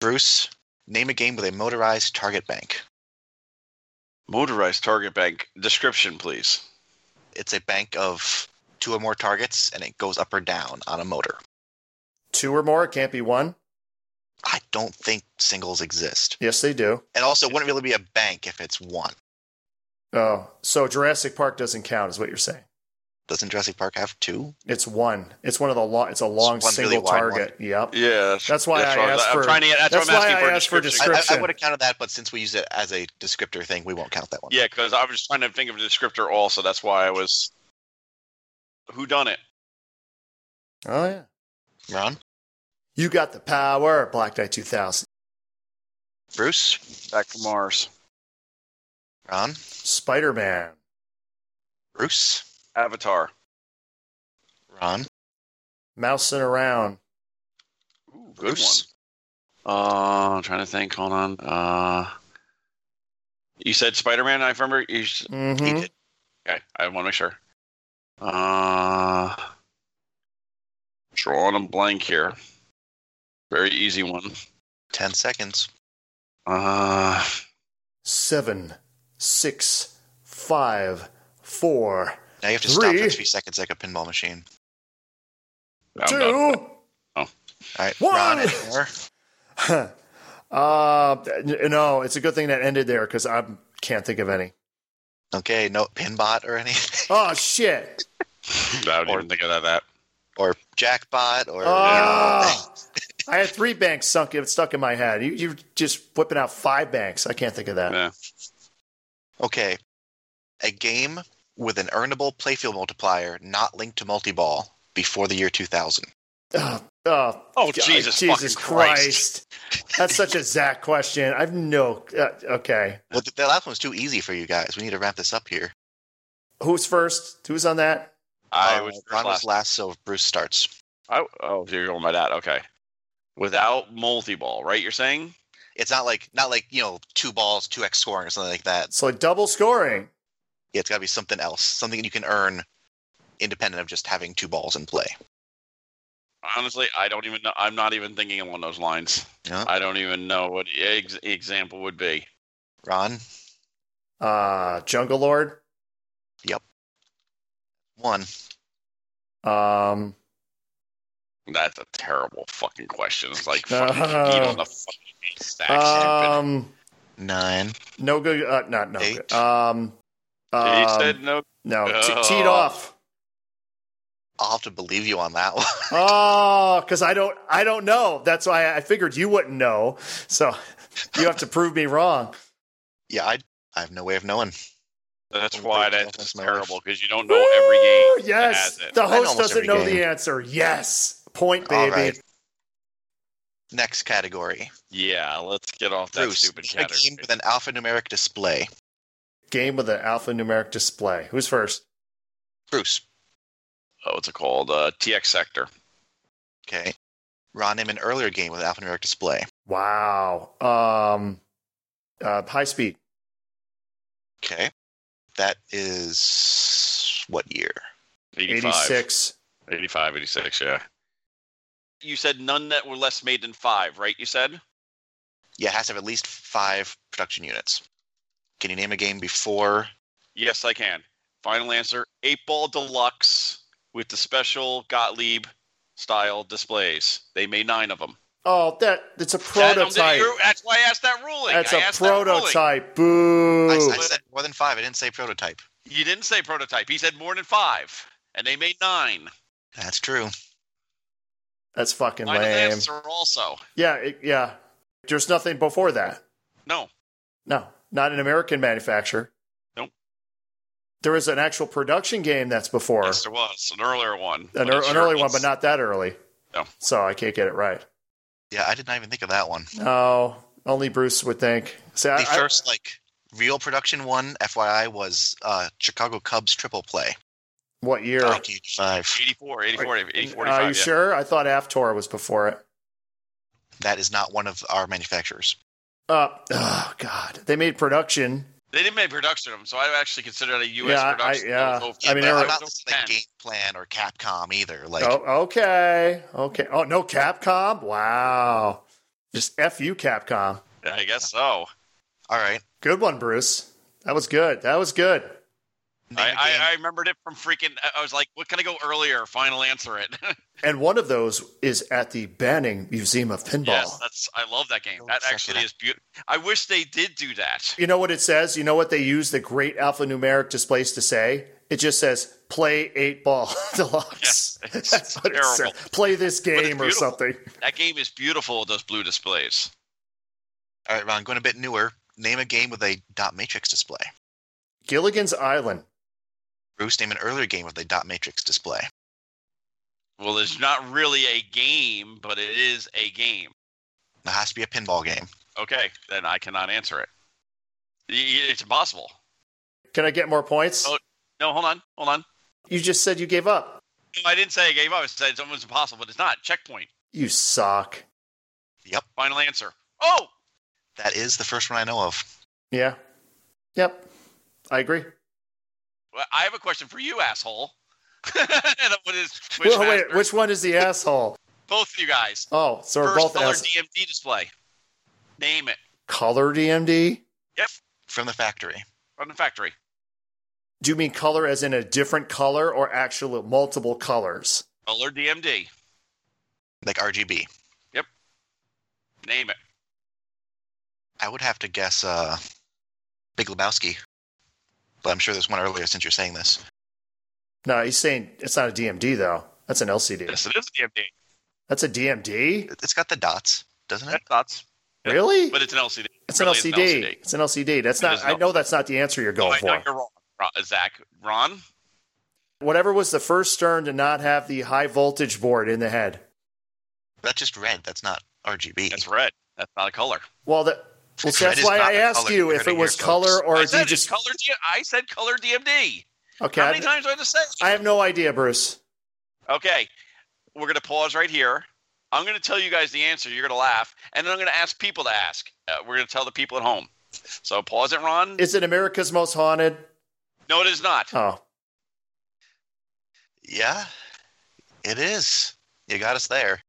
F: Bruce, name a game with a motorized target bank.
E: Motorized target bank. Description, please.
F: It's a bank of two or more targets, and it goes up or down on a motor.
D: Two or more, it can't be one.
F: I don't think singles exist.
D: Yes, they do.
F: And also, it wouldn't really be a bank if it's one.
D: Oh, so Jurassic Park doesn't count, is what you're saying?
F: Doesn't Jurassic Park have two?
D: It's one. It's one of the long. It's a long
F: one really
D: single
F: wide
D: target. Yep.
E: Yeah.
D: That's why I
E: what was-
D: asked
E: I'm
D: for-
E: trying to get- that's,
D: that's
E: what I'm
D: why
E: asking
D: I
E: for, a
D: asked for
E: description.
F: I, I,
D: Description.
F: would have counted that, but since we use it as a descriptor thing, we won't count that one.
E: Yeah, because I was just trying to think of a descriptor. Also, that's why I was. Who done it?
D: Oh yeah.
F: Ron,
D: You got the power, Black Knight 2000.
F: Bruce,
E: Back to Mars.
F: Ron,
D: Spider Man.
F: Bruce,
E: Avatar.
F: Ron,
D: Mousing around.
E: Ooh, good
F: Bruce.
E: one. Uh, I'm trying to think. Hold on. Uh, you said Spider-Man. I remember. You s-
F: He
D: Mm-hmm.
F: did.
E: Okay, I want to make sure. Uh, drawing a blank here. Very easy one.
F: Ten seconds.
E: Uh,
D: Seven, six, five, four,
F: Now you have to stop
D: Three.
F: for three seconds like a pinball machine.
E: I'm done.
D: two.
F: All right,
D: One.
F: Ron and more.
D: uh, n- no, it's a good thing that ended there because I can't think of any.
F: Okay, no pinbot or anything,
D: Oh shit!
E: I don't even think of that.
F: or jackbot or.
D: Ah. I had three banks sunk stuck in my head. You, you're just whipping out five banks. I can't think of that.
E: Yeah.
F: Okay, a game with an earnable playfield multiplier not linked to multi-ball before the year 2000.
D: Oh, oh,
E: Oh,
D: God,
E: Jesus
D: Jesus
E: fucking Christ.
D: Christ. That's such a Zach question. I've no. Uh, okay,
F: Well, th- that last one's too easy for you guys. We need to wrap this up here.
D: who's first? Who's on that?
E: I
F: Uh,
E: was
F: Ron
E: last.
F: was last, so Bruce starts.
E: I, oh, you're going by that. Okay. Without multi-ball, right? You're saying?
F: It's not like not like you know two balls, two X scoring or something like that.
D: It's like double scoring.
F: Yeah, it's got to be something else, something you can earn independent of just having two balls in play.
E: Honestly, I don't even know. I'm not even thinking along those lines.
F: Yeah.
E: I don't even know what ex- example would be.
F: Ron,
D: Uh, Jungle Lord.
F: one.
D: Um,
E: That's a terrible fucking question. It's like
D: No.
E: fucking feet on the fucking stack.
D: um,
F: Nine.
D: no good. Uh, not no
F: Eight.
D: good. Um,
E: he
D: um,
E: said no.
D: no.
E: Oh.
D: Te- teed off.
F: I'll have to believe you on that one.
D: Oh, because I don't. I don't know. That's why I figured you wouldn't know. So you have to prove me wrong.
F: yeah, I I have no way of knowing.
E: That's
F: I'm
E: why
F: breaking
E: that's
F: off my
E: terrible
F: life.
E: because you don't know every game.
D: Woo!
E: that
D: Yes,
E: has it.
D: the
F: I know
D: host
F: almost
D: doesn't
F: every
D: know
F: game.
D: the answer. Yes, point,
F: All
D: baby.
F: right. Next category.
E: Yeah, let's get off that
F: Bruce,
E: stupid
F: name a
E: category.
F: game with an alphanumeric display.
D: Game with an alphanumeric display. Who's first?
F: Bruce,
E: uh, what's it called? Uh, TX Sector.
F: Okay. Ron in an earlier game with alphanumeric display.
D: Wow. Um, uh, high speed.
F: Okay. That is what year?
E: 85.
D: 86.
E: 85, 86, yeah. You said none that were less made than five, right? You said?
F: Yeah, it has to have at least five production units. Can you name a game before?
E: Yes, I can. Final answer Eight Ball Deluxe with the special Gottlieb style displays. They made nine of them.
D: Oh, that it's a
E: That- I'm-
D: prototype.
E: that's why I asked that ruling.
D: That's
E: I
D: a
E: asked that ruling.
D: prototype.
F: I,
D: Boo.
F: I said more than five. I didn't say prototype.
E: You didn't say prototype. He said more than five, and they made nine.
F: That's true.
D: That's fucking
E: Final
D: lame.
E: answer also.
D: Yeah, it, yeah. There's nothing before that.
E: No.
D: No, not an American manufacturer.
E: Nope.
D: There is an actual production game that's before
E: Yes, there was an earlier one.
D: an,
E: but
D: ear-
E: it
D: an
E: sure
D: early one,
E: was-
D: but not that early.
E: No.
D: So I can't get it right.
F: Yeah, I did not even think of that one.
D: No, only Bruce would think. See, I,
F: the
D: I-
F: first like real production one, FYI, was uh, Chicago Cubs triple play.
D: what year?
F: 1985.
E: 84, 84, 84,
D: Are uh, you
E: 85, yeah.
D: sure? I thought Aftor was before it.
F: That is not one of our manufacturers.
D: Uh, oh God, they made production.
E: They didn't make production of them, so I actually consider it a U.S.
D: Yeah, I-
E: production.
D: yeah.
E: It was over-
D: I mean,
F: but
D: there
F: I'm
D: were-
F: not listening to
E: Ten.
F: Game Plan or Capcom either. Like,
D: oh, okay, okay. Oh no, Capcom. Wow, just f you, Capcom.
E: I guess so.
F: all right,
D: Good one, Bruce. That was good. That was good.
F: name
E: I,
F: a game.
E: I, I remembered it from freaking. I- I was like, "What can I go earlier?" Final answer it.
D: And one of those is at the Banning Museum of Pinball.
E: yes, that's. I love that game.
F: Go
E: That
F: check
E: actually
F: it out.
E: is beautiful. I wish they did do that.
D: you know what it says? You know what they use the great alphanumeric displays to say? It just says play eight ball deluxe.
E: Yeah, it's
D: That's what it
E: terrible.
D: says. Play this
E: it's
D: game or
E: beautiful.
D: something.
E: That game is beautiful. with Those blue displays.
F: all right, Ron, going a bit newer. Name a game with a dot matrix display.
D: Gilligan's Island.
F: Bruce, name an earlier game with a dot matrix display.
E: Well, it's not really a game, but it is a game.
F: It has to be a pinball game.
E: Okay, then I cannot answer it. Y- y- It's impossible.
D: Can I get more points?
E: Oh. No, hold on, hold on.
D: You just said you gave up.
E: No, I didn't say I gave up. I said it's almost impossible, but it's not. Checkpoint.
D: You suck.
F: Yep,
E: Final answer. Oh,
F: that is the first one I know of.
D: Yeah. Yep. I agree.
E: Well, I have a question for you, asshole. And what is
D: Wait,
E: Twitch
D: wait,
E: Master?
D: which one is the asshole?
E: Both of you guys.
D: Oh, so we're
E: First
D: both
E: color
D: ass-
E: DMD display. Name it
D: color DMD.
F: From the factory.
E: from the factory.
D: Do you mean color as in a different color or actual multiple colors?
E: Color DMD.
F: Like RGB.
E: Name it.
F: I would have to guess uh, Big Lebowski. But I'm sure there's one earlier since you're saying this.
D: No, he's saying it's not a DMD though. That's an LCD.
E: Yes, it is a DMD.
D: That's a DMD.
F: It's got the dots, doesn't it?
E: That's thoughts. Yeah.
D: Really?
E: But it's an LCD.
D: it's an
E: really is
D: LCD.
E: an LCD.
D: It's an LCD. That's
E: It
D: not.
E: is an
D: I know that's not the answer you're
E: Oh,
D: going
E: I know
D: for.
E: you're wrong. Ron- Zach, Ron,
D: Whatever was the first Stern to not have the high voltage board in the head.
F: That's just red. That's not RGB.
E: that's red. That's not a color.
D: Well, that. Well, see,
F: Red
D: that's
F: is
D: why
F: not
D: I
F: the
D: asked
F: color
D: you
F: you're
D: if it
F: hearing
D: was
F: here,
D: color
F: folks.
D: or
E: I
D: did you
E: said it's
D: just
E: color. D- I said color DMD.
D: okay?
E: How
D: I,
E: many times do I have to say? it?
D: I have no idea, Bruce.
E: Okay, we're gonna pause right here. I'm gonna tell you guys the answer. You're gonna laugh, and then I'm gonna ask people to ask. Uh, we're gonna tell the people at home. So pause it, Ron.
D: Is it America's Most Haunted?
E: no, it is not.
D: Oh,
F: Yeah, it is. You got us there.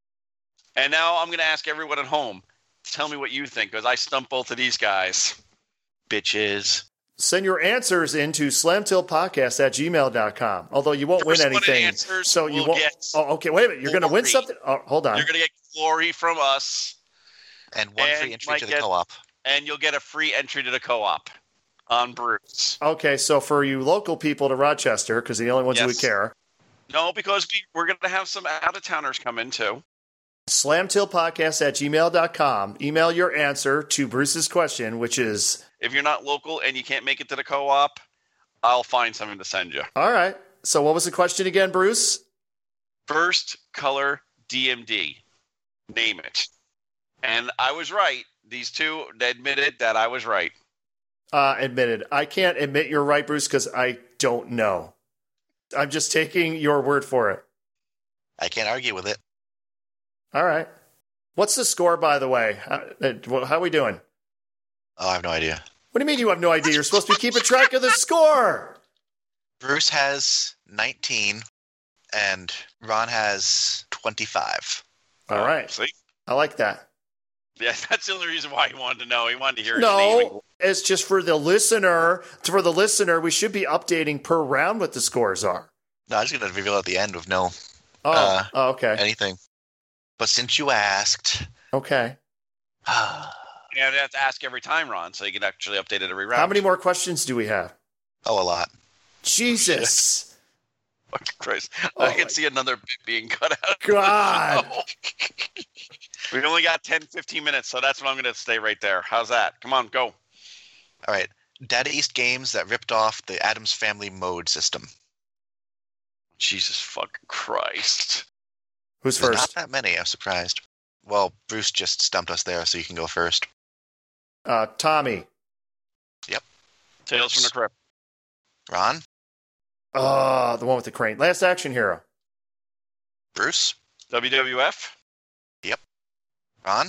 E: And now I'm gonna ask everyone at home. Tell me what you think, because I stumped both of these guys. Bitches.
D: send your answers into slamtillpodcast at gmail.com. Although you won't win
E: First one that
D: anything,
E: answers
D: so you
E: will
D: won't.
E: get
D: oh, okay. Wait a minute. You're going to win
E: glory.
D: something. Oh, hold on.
E: You're gonna get glory from us,
F: And one
E: And
F: free entry to
E: Mike
F: the
E: has-
F: co-op.
E: and you'll get a free entry to the co-op on Bruce.
D: Okay, so for you local people to Rochester, because the only ones who would
E: Yes.
D: care,
E: No, because we, we're gonna have some out of towners come in too.
D: slamtillpodcast at gmail.com. Email your answer to Bruce's question, which is
E: If you're not local and you can't make it to the co-op, I'll find something to send you.
D: all right. So, what was the question again, Bruce?
E: First color DMD. Name it. And I was right. These two admitted that I was right.
D: Uh, admitted. I can't admit you're right, Bruce, because I don't know. I'm just taking your word for it.
F: I can't argue with it.
D: All right. What's the score, by the way? How, uh, well, how are we doing?
F: Oh, I have no idea.
D: What do you mean you have no idea? You're supposed to be keeping track of the score.
F: Bruce has 19 and Ron has 25.
D: All right.
E: Uh, See?
D: I like that.
E: Yeah, that's the only reason why he wanted to know. He wanted to hear. his name.
D: No, it's just for the listener. For the listener, we should be updating per round what the scores are.
F: No, I was going to reveal at the end with no
D: Oh,
F: Uh,
D: oh, okay.
F: anything. But since you asked,
D: Okay.
F: oh,
E: You know, they have to ask every time, Ron, so you can actually update it every round.
D: How many more questions do we have?
F: a lot.
D: Jesus.
E: Fucking Christ.
D: Oh
E: I
D: my-
E: can see another bit being cut out.
D: God.
E: we only got 10, 15 minutes, so that's what I'm going to stay right there. How's that? Come on, go.
F: All right. Data East games that ripped off the Adams Family mode system.
E: Jesus fucking Christ.
D: Who's
F: There's
D: first?
F: Not that many. I'm surprised. Well, Bruce just stumped us there, so you can go first.
D: Uh, Tommy.
E: Tales from the Crypt.
F: Ron,
D: Oh, the one with the crane. Last action hero.
F: Bruce,
E: WWF?
F: Ron.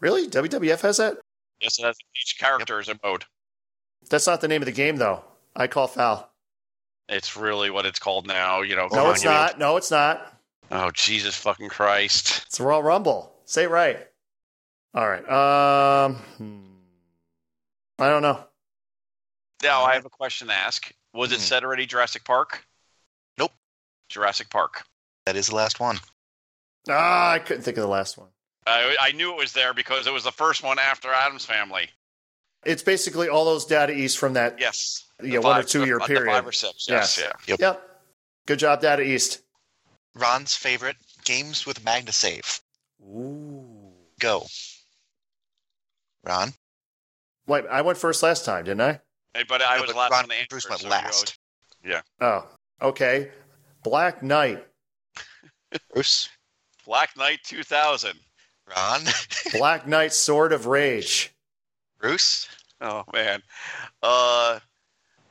D: Really? WWF has that?
E: Yes, it has each character is a mode.
D: That's not the name of the game, though. I call foul.
E: It's really what it's called now, you
D: No,
E: know. come
D: it's
E: on, you-
D: not. No, it's not.
E: Oh, Jesus fucking Christ.
D: It's the Royal Rumble. Say it right. All right. Um, hmm. I don't know.
E: Now, I have a question to ask. Was it
F: Hmm.
E: said already Jurassic Park?
F: Nope.
E: Jurassic Park.
F: That is the last one.
D: Ah, I couldn't think of the last one.
E: I, I knew it was there because it was the first one after Adam's Family.
D: It's basically all those data east from that.
E: Yes.
D: Yeah,
E: The
D: one or
E: five-
D: two
E: the-
D: year
E: the
D: period.
E: Five or six. Yes.
D: Yes.
E: Yeah.
D: Yep. Good job, data east.
F: Ron's favorite games with MagnaSafe.
D: Ooh.
F: Go. Ron.
D: Wait, I went first last time, didn't I?
E: Hey, But I
F: No,
E: was
F: but
E: last
F: Ron-
E: on the answer.
F: Bruce went
E: so you
F: last.
E: always-
D: Oh, okay. Black Knight.
F: Bruce.
E: Black Knight 2000.
F: Ron.
D: Black Knight Sword of Rage.
F: Bruce.
E: Oh man. Uh,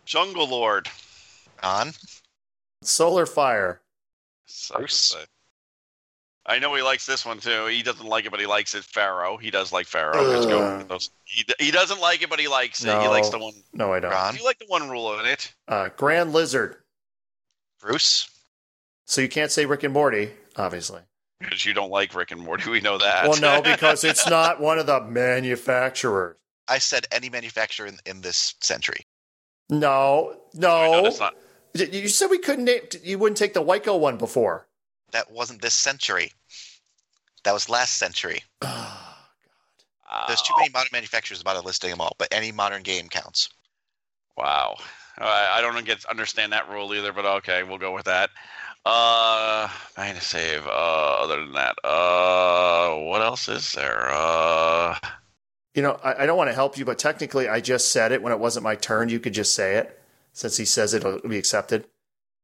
E: Jungle Lord.
F: Ron.
D: Solar Fire.
E: So-
F: Bruce.
E: I know he likes this one too. He doesn't like it, but he likes it. Pharaoh. He does like Pharaoh. Let's go
D: Ugh.
E: with those. He, d- he doesn't like it, but he likes it. He
D: No.
E: likes the one.
D: No, I don't.
F: Ron.
E: You like the one rule in it.
D: Uh, Grand Lizard.
F: Bruce.
D: So you can't say Rick and Morty, obviously.
E: Because you don't like Rick and Morty. We know that.
D: Well, no, because it's not one of the manufacturers.
F: I said any manufacturer in, in this century.
D: No,
E: no,
D: no.
E: that's not.
D: Y- You said we couldn't. name- You wouldn't take the Wyco one before.
F: That wasn't this century. That was last century. Oh. There's too
E: Wow.
F: many modern manufacturers about it listing them all, but any modern game counts.
E: Wow. I, I don't get understand that rule either, but okay, we'll go with that. Uh, minus save. Uh, other than that, uh, what else is there? Uh,
D: You know, I, I don't want to help you, but technically, I just said it when it wasn't my turn. You could just say it, since he says it'll be accepted.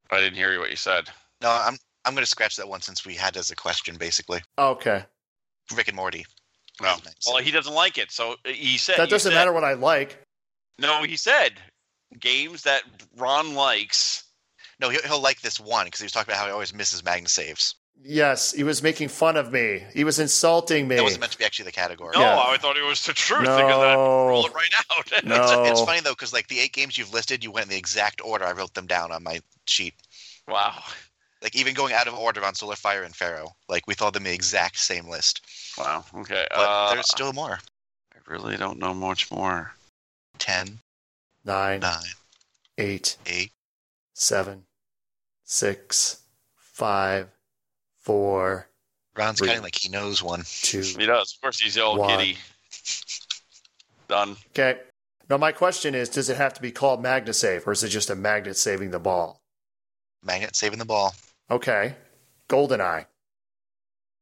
E: I didn't hear you what you said.
F: No, I'm I'm going to scratch that one since we had it as a question basically.
D: Okay,
F: Rick and Morty.
E: No.
F: Nice.
E: Well, he doesn't like it, so uh, he said
D: that
E: you
D: doesn't
E: said-
D: matter what I like.
E: No, he said games that Ron likes.
F: No, he'll, he'll like this one because he was talking about how he always misses Magna saves.
D: Yes, he was making fun of me. He was insulting me.
F: That wasn't meant to be actually the category.
E: No,
D: Yeah.
E: I thought it was the truth because I
D: no,
E: roll it right out.
D: no.
F: It's, it's funny though because like the eight games you've listed, you went in the exact order I wrote them down on my sheet.
E: wow.
F: Like even going out of order on Solar Fire and Pharaoh, like we thought them the exact same list.
E: Wow. Okay.
F: But
E: uh,
F: there's still more.
E: I really don't know much more.
F: Ten,
D: Nine,
F: nine,
D: eight,
F: eight.
D: seven, six, five, four,
F: Ron's
D: Three.
F: counting like he knows one.
D: two.
E: He does. Of course, he's the old
D: Why?
E: giddy. Done.
D: Okay. Now my question is, does it have to be called magnet save, or is it just a magnet saving the ball?
F: Magnet saving the ball.
D: Okay. Goldeneye.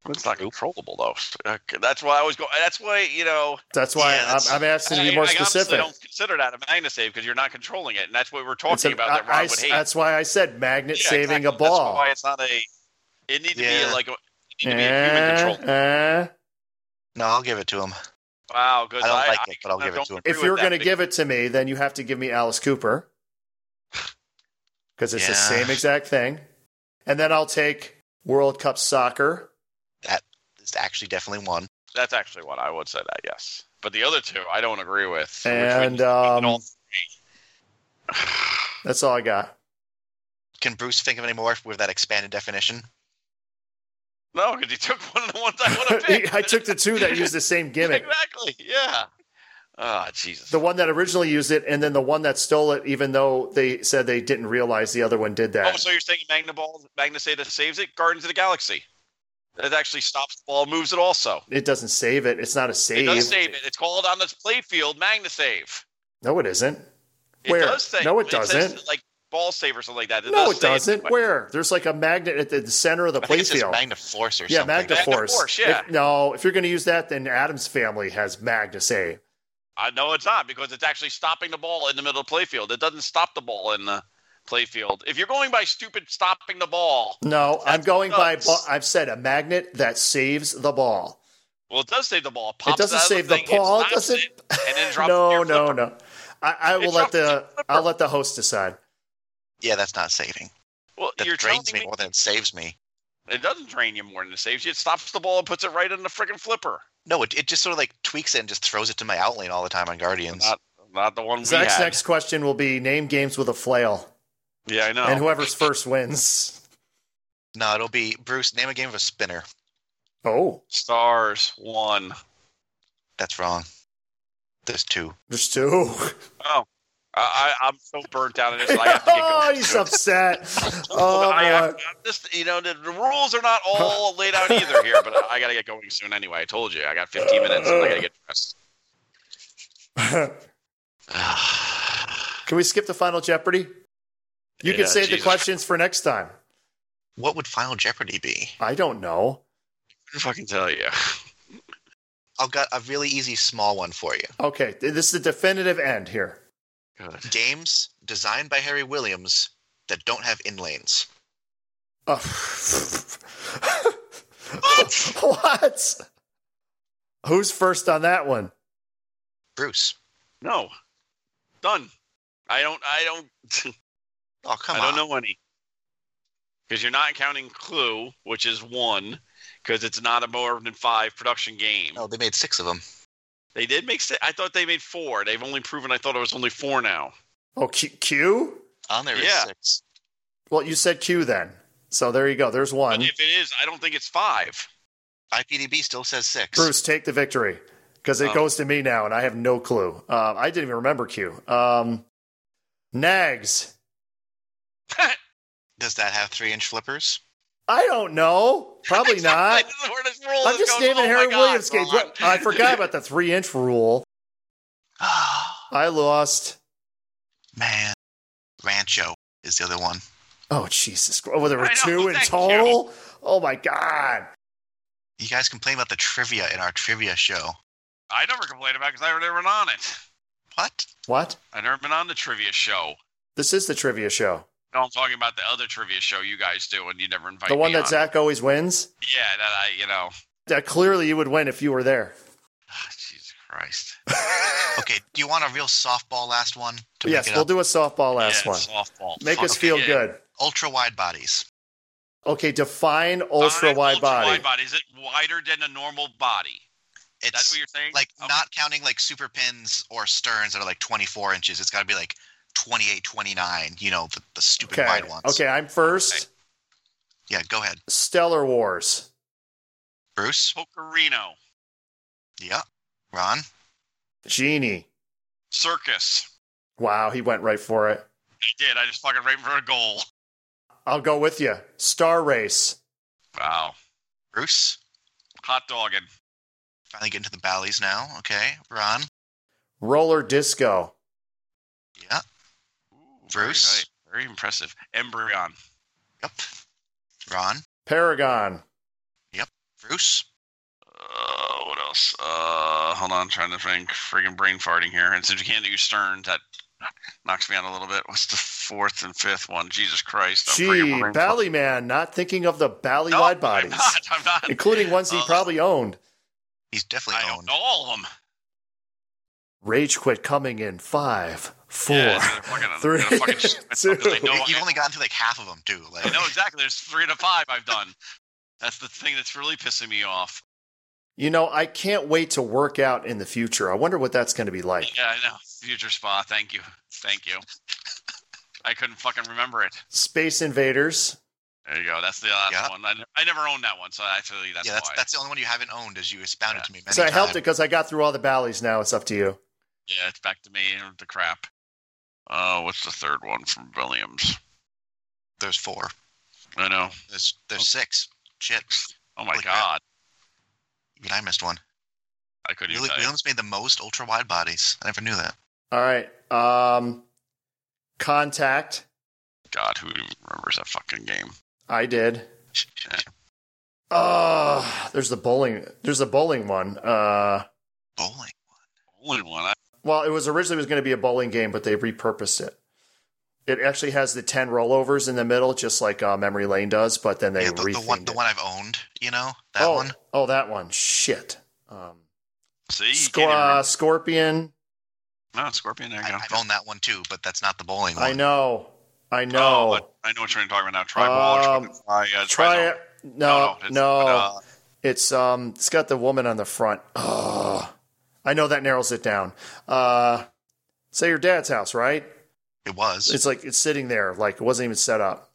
E: It's not controllable though. Okay, That's why I was going. That's why you know.
D: That's why
F: Yeah, that's-
D: I'm, I'm asking to
E: I,
D: be more
E: I honestly
D: specific.
E: don't consider that a magna save because you're not controlling it, and that's what we're
D: It's
E: talking
D: a-
E: about.
D: I-
E: that Ron
D: I-
E: would hate.
D: that's why I said magnet
E: Yeah,
D: saving
E: exactly.
D: a ball.
E: That's why it's not a. It needs to
F: Yeah.
E: be like a, it need to be a human
D: Eh,
E: control.
D: eh.
F: No, I'll give it to him.
E: Wow, good.
F: I don't like it, but I'll give it to him.
D: If you're going to give it to me, then you have to give me Alice Cooper. because it's the
F: Yeah.
D: same exact thing. And then I'll take World Cup soccer.
F: That is actually definitely one.
E: That's actually what I would say that, yes. But the other two, I don't agree with. which we
D: And
E: just-
D: um,
E: all-
D: that's all I got.
F: Can Bruce think of any more with that expanded definition?
E: no, because you took one of the ones I want to pick.
D: I took the two that used the same gimmick.
E: Exactly, yeah. Ah, Jesus.
D: The one that originally used it, and then the one that stole it, even though they said they didn't realize the other one did
E: oh,
D: that.
E: so you're saying Magna Ball, Magna Seda saves it? Guardians of the Galaxy. It actually stops the ball, moves it also.
D: It doesn't save it. It's not a
E: It
D: save.
E: does save it. It's called on this play field Magna Save.
D: No, it isn't.
E: It
D: Where?
E: does say,
D: No, it
E: says,
D: doesn't.
E: like ball save or something like that. It
D: no,
E: does
D: it
E: say
D: doesn't.
E: but-
D: Where? There's like a magnet at the center of the
F: I think
D: play
F: it's just
D: field.
F: Magnaforce or
D: yeah,
F: something.
D: Magna Force.
E: Magnaforce, yeah.
D: If- no, if you're going to use that, then Adam's family has Magna Save.
E: I know uh, it's not because it's actually stopping the ball in the middle of the play field. It doesn't stop the ball in the play field. If you're going by stupid stopping the ball,
D: No, I'm
E: That's
D: going by.
E: nuts.
D: ba- I've said a magnet that saves the ball.
E: well, it does save the ball. Pops
D: it doesn't
E: out of
D: save the
E: the, thing, it
D: ball. It
E: stops
D: doesn't.
E: it, and then drops it in
D: no,
E: your
D: no,
E: flipper.
D: no. I, I will
E: It
D: let
E: drops in your
D: the.
E: flipper.
D: I'll let the host decide.
F: Yeah, that's not saving.
E: Well,
F: That
E: you're telling
F: drains me
E: me
F: more than it saves me.
E: it doesn't drain you more than it saves you. It stops the ball and puts it right in the freaking flipper.
F: No, it, it just sort of like tweaks it and just throws it to my outlane all the time on Guardians.
E: Not, not the one
D: Zach's
E: we had.
D: next question will be name games with a flail,
E: Yeah, I know.
D: and whoever's first wins.
F: no, it'll be Bruce. Name a game of a spinner.
D: Oh,
E: Stars one.
F: That's wrong. There's two.
D: there's two.
E: Oh, I, I, I'm so burnt down in this. I have to get
D: oh,
E: going.
D: he's upset. Oh,
E: I,
D: my.
E: am just you know the, the rules are not all laid out either here, but I, I gotta get going soon anyway. I told you I got 15 minutes and I gotta get dressed.
D: Uh, Can we skip the final Jeopardy? You
E: Yeah,
D: can save the
E: Jesus.
D: questions for next time.
F: What would Final Jeopardy be?
D: I don't know.
E: I fucking tell you.
F: I've got a really easy small one for you.
D: Okay, th- this is the definitive end here.
F: Games designed by Harry Williams that don't have inlanes.
D: Uh, what? Who's first on that one?
F: Bruce.
E: No, done. I don't. I don't.
F: Oh come
E: I
F: on.
E: don't know any. Because you're not counting Clue, which is one, because it's not a more than five production game.
D: Oh.
F: No, Oh, they made six of them.
E: They did make. si- I thought they made four. They've only proven. I thought it was only four now.
D: Oh, Q. Q?
F: On there is
E: Yeah.
F: six.
D: Well, you said Q then. So there you go. There's one.
E: But if it is, I don't think it's five.
F: IPDB still says six.
D: Bruce, take the victory because it
E: Oh.
D: goes to me now, and I have no clue. Uh, I didn't even remember Q. Um, nags.
F: Does that have three inch flippers?
D: I don't know. Probably not.
E: This is where this rule
D: I'm
E: is
D: just
E: going.
D: naming
E: Oh my
D: Harry
E: God,
D: Williams games.
E: Ron.
D: What- I forgot about the three inch rule. I lost.
F: Man. Rancho is the other one.
D: Oh Jesus! Christ. Well, there were
E: I know,
D: two in
E: thank
D: total. Oh my God!
F: You guys complain about the trivia in our trivia show.
E: I never complained about because I've never been on it.
F: What?
D: What?
E: I've never been on the trivia show.
D: This is the trivia show.
E: No, I'm talking about the other trivia show you guys do, and you never invite
D: the one
E: me
D: that
E: on.
D: Zach always wins.
E: Yeah, that I, you know,
D: That clearly you would win if you were there.
E: Ah, Jesus Christ.
F: Okay, do you want a real softball last one? To make
D: yes,
F: it
D: we'll
F: up?
D: do a softball last
E: yeah,
D: one.
E: Softball.
D: Make
E: Fuck,
D: us feel
E: yeah.
D: good.
F: Ultra wide bodies.
D: Okay, define ultra
E: Fine,
D: wide
E: ultra
D: body.
E: Wide body. Is it wider than a normal body?
F: It's
E: That's what you're saying?
F: like
E: Okay.
F: not counting like super pins or sterns that are like 24 inches. It's got to be like 28, 29, you know, the, the stupid
D: Okay.
F: wide ones.
D: Okay, I'm first.
E: Okay.
F: Yeah, go ahead.
D: Stellar Wars.
F: Bruce?
E: Pokerino.
F: Yeah. Ron?
D: Genie.
E: Circus.
D: Wow, he went right for it.
E: I did. I just fucking right for a goal.
D: I'll go with you. Star Race.
E: Wow.
F: Bruce?
E: Hot dogging.
F: Finally getting to the Bally's now. Okay. Ron?
D: Roller Disco.
F: Yeah.
E: Ooh,
F: Bruce?
E: Very, nice. very impressive. Embryon.
F: Yep. Ron?
D: Paragon.
F: Bruce?
E: Uh, what else? Uh, hold on, trying to think. Friggin' brain farting here. And since you can't do Stern, that knocks me out a little bit. What's the fourth and fifth one? Jesus Christ! I'm friggin'
D: Gee,
E: brain
D: Bally Man. Not thinking of the Bally
E: No,
D: wide bodies,
E: I'm not. I'm not.
D: including ones he
E: Uh,
D: probably owned.
F: He's definitely
E: I don't
F: owned.
E: know all of them.
D: Rage Quit coming in five, four,
E: Yeah, they're fucking- they're
D: three,
E: gonna fucking shit
D: two.
E: myself 'cause I know,
F: You've
E: I,
F: only gotten through like half of them too. Like,
E: I know exactly. There's three to five I've done. That's the thing that's really pissing me off.
D: You know, I can't wait to work out in the future. I wonder what that's going to be like.
E: Yeah, I know. Future Spa. Thank you. Thank you. I couldn't fucking remember it.
D: Space Invaders.
E: There you go. That's the last
F: Yeah.
E: one. I, ne- I never owned that one, so actually that's
F: yeah, that's
E: why.
F: that's the only one you haven't owned, as you expounded
E: Yeah.
F: to me. Many
D: so I helped it
F: times.
D: because I got through all the valleys. Now it's up to you.
E: Yeah, it's back to me and the crap. Oh, what's the third one from Williams?
F: There's four.
E: I know.
F: There's there's six. Shit,
E: Oh my
F: Holy crap.
E: god,
F: even I missed one.
E: I couldn't even
F: Really,
E: tell you.
F: Williams made the most ultra wide bodies. I never knew that.
D: All right. Um, Contact.
E: God, who even remembers that fucking game?
D: I did.
E: Yeah.
D: Oh, there's the bowling. There's the bowling one. Uh,
F: Bowling.
E: Only one. I,
D: well, it was originally was going to be a bowling game, but they repurposed it. It actually has the ten rollovers in the middle, just like uh, Memory Lane does. But then they
F: yeah, the, the
D: rethemed
F: one the
D: it.
F: one I've owned. You know that
D: oh,
F: one.
D: oh, that one. Shit. Um,
E: see, you
D: Squ-
E: can't even
D: uh,
E: remember.
D: Scorpion.
E: no, Scorpion. There you
F: I,
E: go.
F: I've owned that one too, but that's not the bowling one.
D: I know. I
E: Oh,
D: know.
E: but I know what you're talking about now. Tribal. or
D: Um,
E: try, uh,
D: Try
E: Trizone.
D: it. No, no.
E: it's- but, uh,
D: It's um, it's got the woman on the front. Oh, I know that narrows it down. Uh, say your dad's house, right?
F: It was
D: It's like it's sitting there, like it wasn't even set up.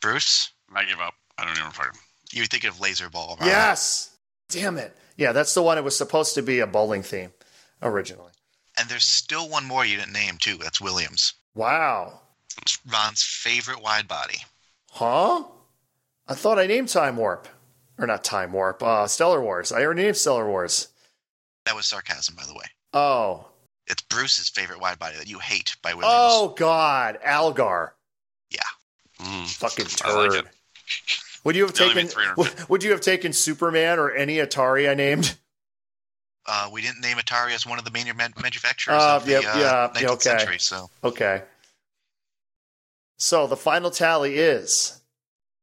F: Bruce.
E: I give up. I don't even fucking.
F: You think of laser ball? right?
D: Yes, damn it. Yeah, that's the one. It was supposed to be a bowling theme originally.
F: And there's still one more you didn't name too. That's Williams.
D: Wow,
F: It's Ron's favorite wide body.
D: huh? I thought I named Time Warp, or not Time Warp. Uh, Stellar Wars. I already named Stellar Wars.
F: That was sarcasm, by the way.
D: Oh,
F: It's Bruce's favorite wide body that you hate by Williams.
D: oh God, Algar.
E: Mm.
D: fucking
E: I like
D: turd.
E: it.
D: would you have
E: They only made
D: taken
E: 350.
D: would, would you have taken Superman or any Atari I named?
F: Uh, we didn't name Atari as one of the main man- manufacturers
D: Uh,
F: of the
D: yep,
F: uh,
D: yeah,
F: 19th
D: yeah, okay.
F: century. So
D: Okay. So the final tally is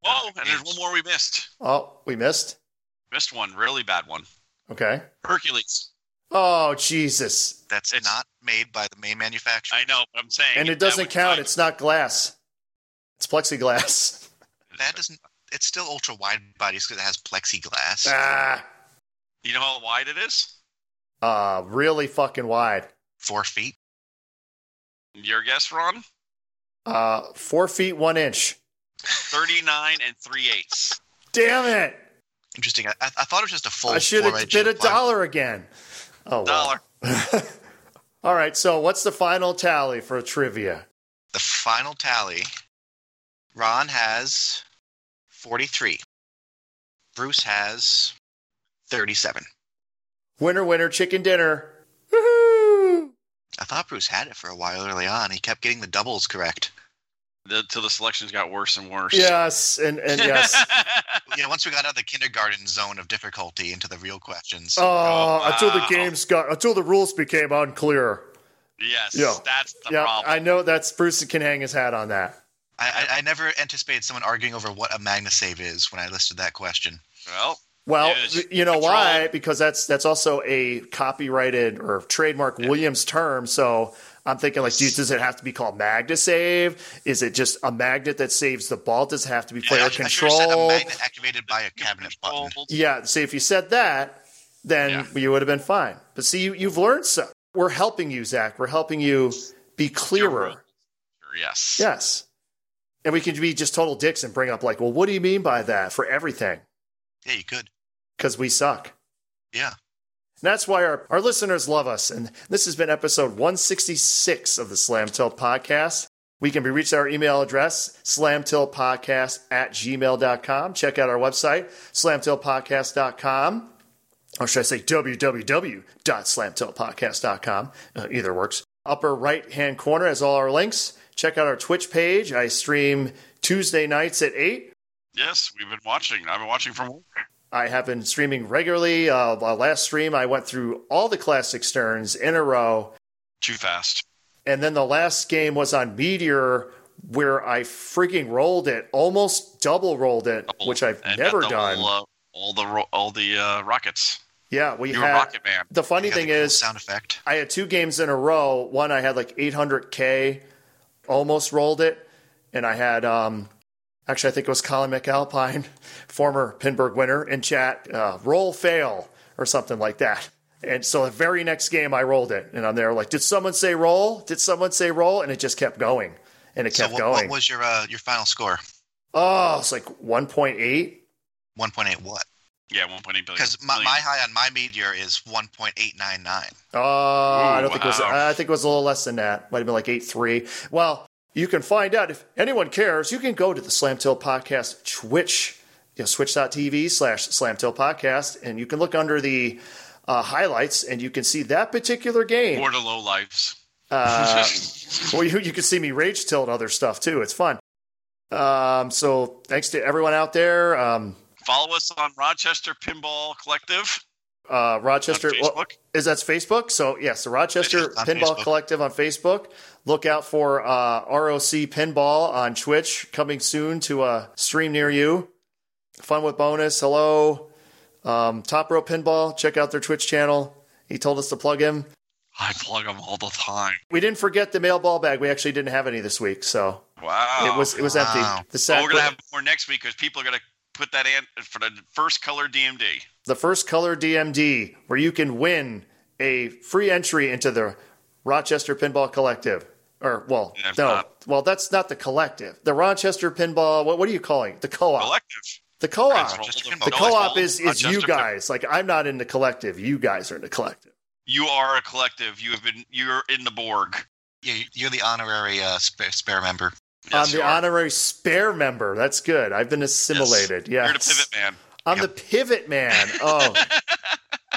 E: Whoa, and there's one more we missed.
D: oh we missed.
E: Missed one, really bad one.
D: Okay.
E: Hercules.
D: Oh Jesus!
F: that's
E: It's-
F: not made by the main manufacturer.
E: I know, but I'm saying.
D: And it
E: that
D: doesn't
E: was
D: count.
E: like-
D: It's not glass. It's plexiglass.
F: that doesn't. It's still ultra wide bodies because it has plexiglass.
D: ah,
E: You know how wide it is?
D: uh, really fucking wide.
F: Four feet.
E: Your guess, Ron?
D: Uh, four feet one inch.
E: 39 and 3 eighths.
D: Damn it!
F: Interesting. I, I I thought it was just a full.
D: I should have
F: four-inch
D: bid a
F: wide-
D: dollar again. Oh, well.
E: Dollar.
D: All right, so what's the final tally for trivia?
F: The final tally. Ron has forty-three. Bruce has thirty-seven.
D: Winner, winner, chicken dinner. Woohoo!
F: I thought Bruce had it for a while early on. He kept getting the doubles correct.
E: The, till the selections got worse and worse.
D: Yes, and, and yes.
E: Oh,
F: yeah, once we got out of the kindergarten zone of difficulty into the real questions.
D: Oh,
E: wow.
D: until the games got, until the rules became unclear.
E: yes.
D: Yeah.
E: That's the
D: yeah,
E: problem.
D: I know that's Bruce can hang his hat on that.
F: I, I, I never anticipated someone arguing over what a magna save is when I listed that question.
E: well,
D: Well,
E: Yeah, it's
D: you know
E: control.
D: why? Because that's that's also a copyrighted or trademark Williams term. So I'm thinking like, dude, does it have to be called magna save? Is it just a magnet that saves the ball? Does it have to be player
F: I, I should have said a
D: control?
F: magna activated by a cabinet button.
D: Yeah. See, if you said that, then
E: Yeah.
D: you would have been fine. But see, you, you've learned so. We're helping you, Zach. We're helping you be
E: right.
D: clearer.
E: Yes.
D: Yes. And we can be just total dicks and bring up like, well, what do you mean by that for everything?
F: Yeah, you could.
D: Because we suck.
F: Yeah.
D: And that's why our, our listeners love us. And this has been episode 166 of the Slam Tilt Podcast. We can be reached at our email address, slamtiltpodcast at gmail.com. Check out our website, slamtiltpodcast.com. Or should I say www.slamtiltpodcast.com? Uh, either works. Upper right hand corner has all our links. Check out our Twitch page. I stream Tuesday nights at 8.
E: Yes, we've been watching. I've been watching from work.
D: I have been streaming regularly. Uh, my last stream, I went through all the classic Sterns in a row.
E: Too fast.
D: And then the last game was on Meteor, where I freaking rolled it, almost double rolled it, which I've
E: Oh, And got
D: never
E: the
D: done.
E: whole, uh, all the ro- all the uh, rockets.
D: Yeah, we
E: You're a
D: had.
E: rocket man.
D: The funny
F: You got
D: thing
F: the cool
D: is,
F: sound effect.
D: I had two games in a row. One I had like 800k, almost rolled it, and I had um, actually I think it was Colin McAlpine, former Pinburg winner, in chat uh, roll fail or something like that. And so the very next game I rolled it, and I'm there like, did someone say roll? Did someone say roll? And it just kept going, and it
F: So
D: kept
F: what,
D: going.
F: what was your uh, your final score?
D: oh, it's like 1.8.
F: 1.8 what?
E: Yeah, 1.8 billion.
F: Because my, my high on my meteor is 1.899.
D: Oh, I
E: Ooh,
D: don't think it was.
E: wow.
D: I think it was a little less than that. Might have been like eight three. Well, you can find out if anyone cares. You can go to the Slamtail Podcast Twitch, you know, switch.tv slash Slamtail Podcast, and you can look under the uh, highlights, and you can see that particular game.
E: Or the low lives.
D: Uh, well, you, you can see me rage tilt other stuff too. It's fun. Um, so thanks to everyone out there. Um,
E: Follow us on Rochester Pinball Collective
D: uh,
E: on
D: Rochester. well,
E: Facebook.
D: is that's Facebook. So yes, the Rochester
F: It's on
D: Pinball
F: Facebook.
D: Collective on Facebook. Look out for uh, ROC Pinball on Twitch coming soon to a stream near you. Fun with bonus. Hello, um, Top Row Pinball. Check out their Twitch channel. He told us to plug him.
E: I plug them all the time.
D: We didn't forget the mail ball bag. We actually didn't have any this week, so
E: Oh, Wow.
D: it was it was
F: wow.
D: empty. The
E: Well,
D: sack
E: we're gonna have more next week because people are gonna put that in for the first color DMD.
D: the first color DMD where you can win a free entry into the Rochester Pinball Collective. Or well,
E: Yeah,
D: no,
E: not-
D: well that's not the collective. The Rochester Pinball. What, what are you calling it? the co-op?
E: Collective.
D: the co-op.
E: Rochester
F: The
E: Pinball
D: The
F: It's
D: co-op
E: Collective.
D: is is you
E: Rochester
D: guys. Like I'm not in the collective. You guys are in the collective.
E: Pin- You are a collective. You have been. You're in the Borg.
F: You, you're the honorary uh, spare, spare member.
E: Yes,
D: I'm
E: you
D: the
E: are.
D: honorary spare member. That's good. I've been assimilated.
E: You're the
D: Yes.
E: pivot man.
D: I'm
F: Yep.
D: the pivot man. Oh.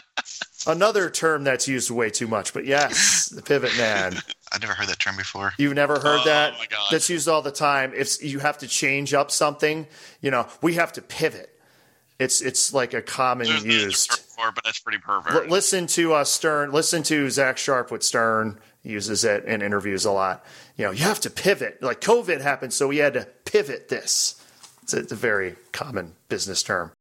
D: Another term that's used way too much, but yes, the pivot man.
F: I've never heard that term before.
D: You've never heard
E: Oh,
D: that?
E: my God.
D: That's used all the time. If you have to change up something, you know, we have to pivot. It's it's like a common
E: There's another term
D: used.
E: for it, but that's pretty
D: L-
E: pervert.
D: listen to uh, Stern. Listen to Zach Sharp with Stern. He uses it in interviews a lot. You know, you have to pivot. Like COVID happened, so we had to pivot this. It's a, it's a very common business term.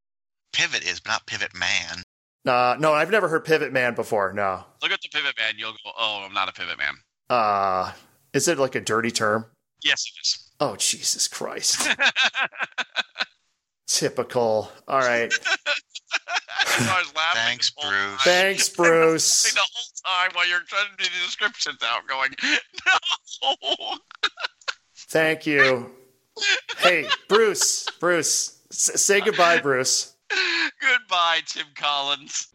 F: Pivot is, but not pivot man.
D: Uh, no, I've never heard pivot man before. No.
E: Look at the pivot man. You'll go. Oh, I'm not a pivot man.
D: Uh, is it like a dirty term?
E: Yes, it is.
D: Oh, Jesus Christ. Typical. All right.
E: That's why I was laughing.
F: Thanks,
E: this whole
F: Bruce.
E: time.
D: Thanks,
E: Like,
D: Bruce.
E: The whole time while you're trying to do the descriptions out, going no.
D: Thank you. Hey, Bruce, Bruce, s- say goodbye, Bruce.
E: Goodbye, Tim Collins.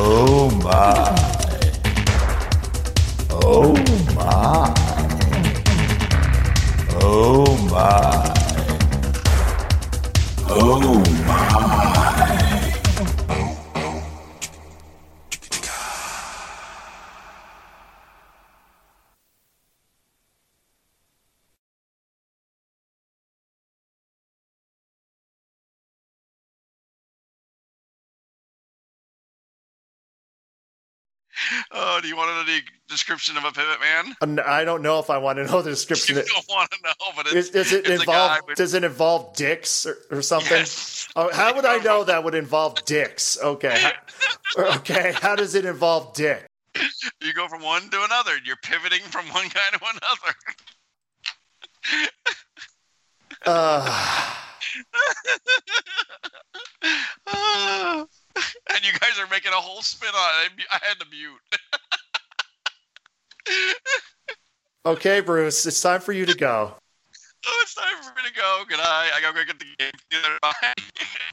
G: Oh my. Oh my. Oh my. Oh my.
E: Oh, do you want to know the description of a pivot man?
D: And I don't know if I want to know the
E: You
D: description.
E: don't want to know, but it's,
D: Is, does it
E: it's a guy
D: involve?
E: with-
D: Does it involve dicks or, or something?
E: Yes.
D: Oh, how would I know that would involve dicks? Okay, okay. How does it involve dick?
E: you go from one to another. You're pivoting from one guy to another.
D: Uh,
E: Ah. and you guys are making a whole spin on it. I- I had to mute.
D: okay, Bruce, it's time for you to go.
E: Oh, it's time for me to go. Good night. I gotta go get the game. Bye.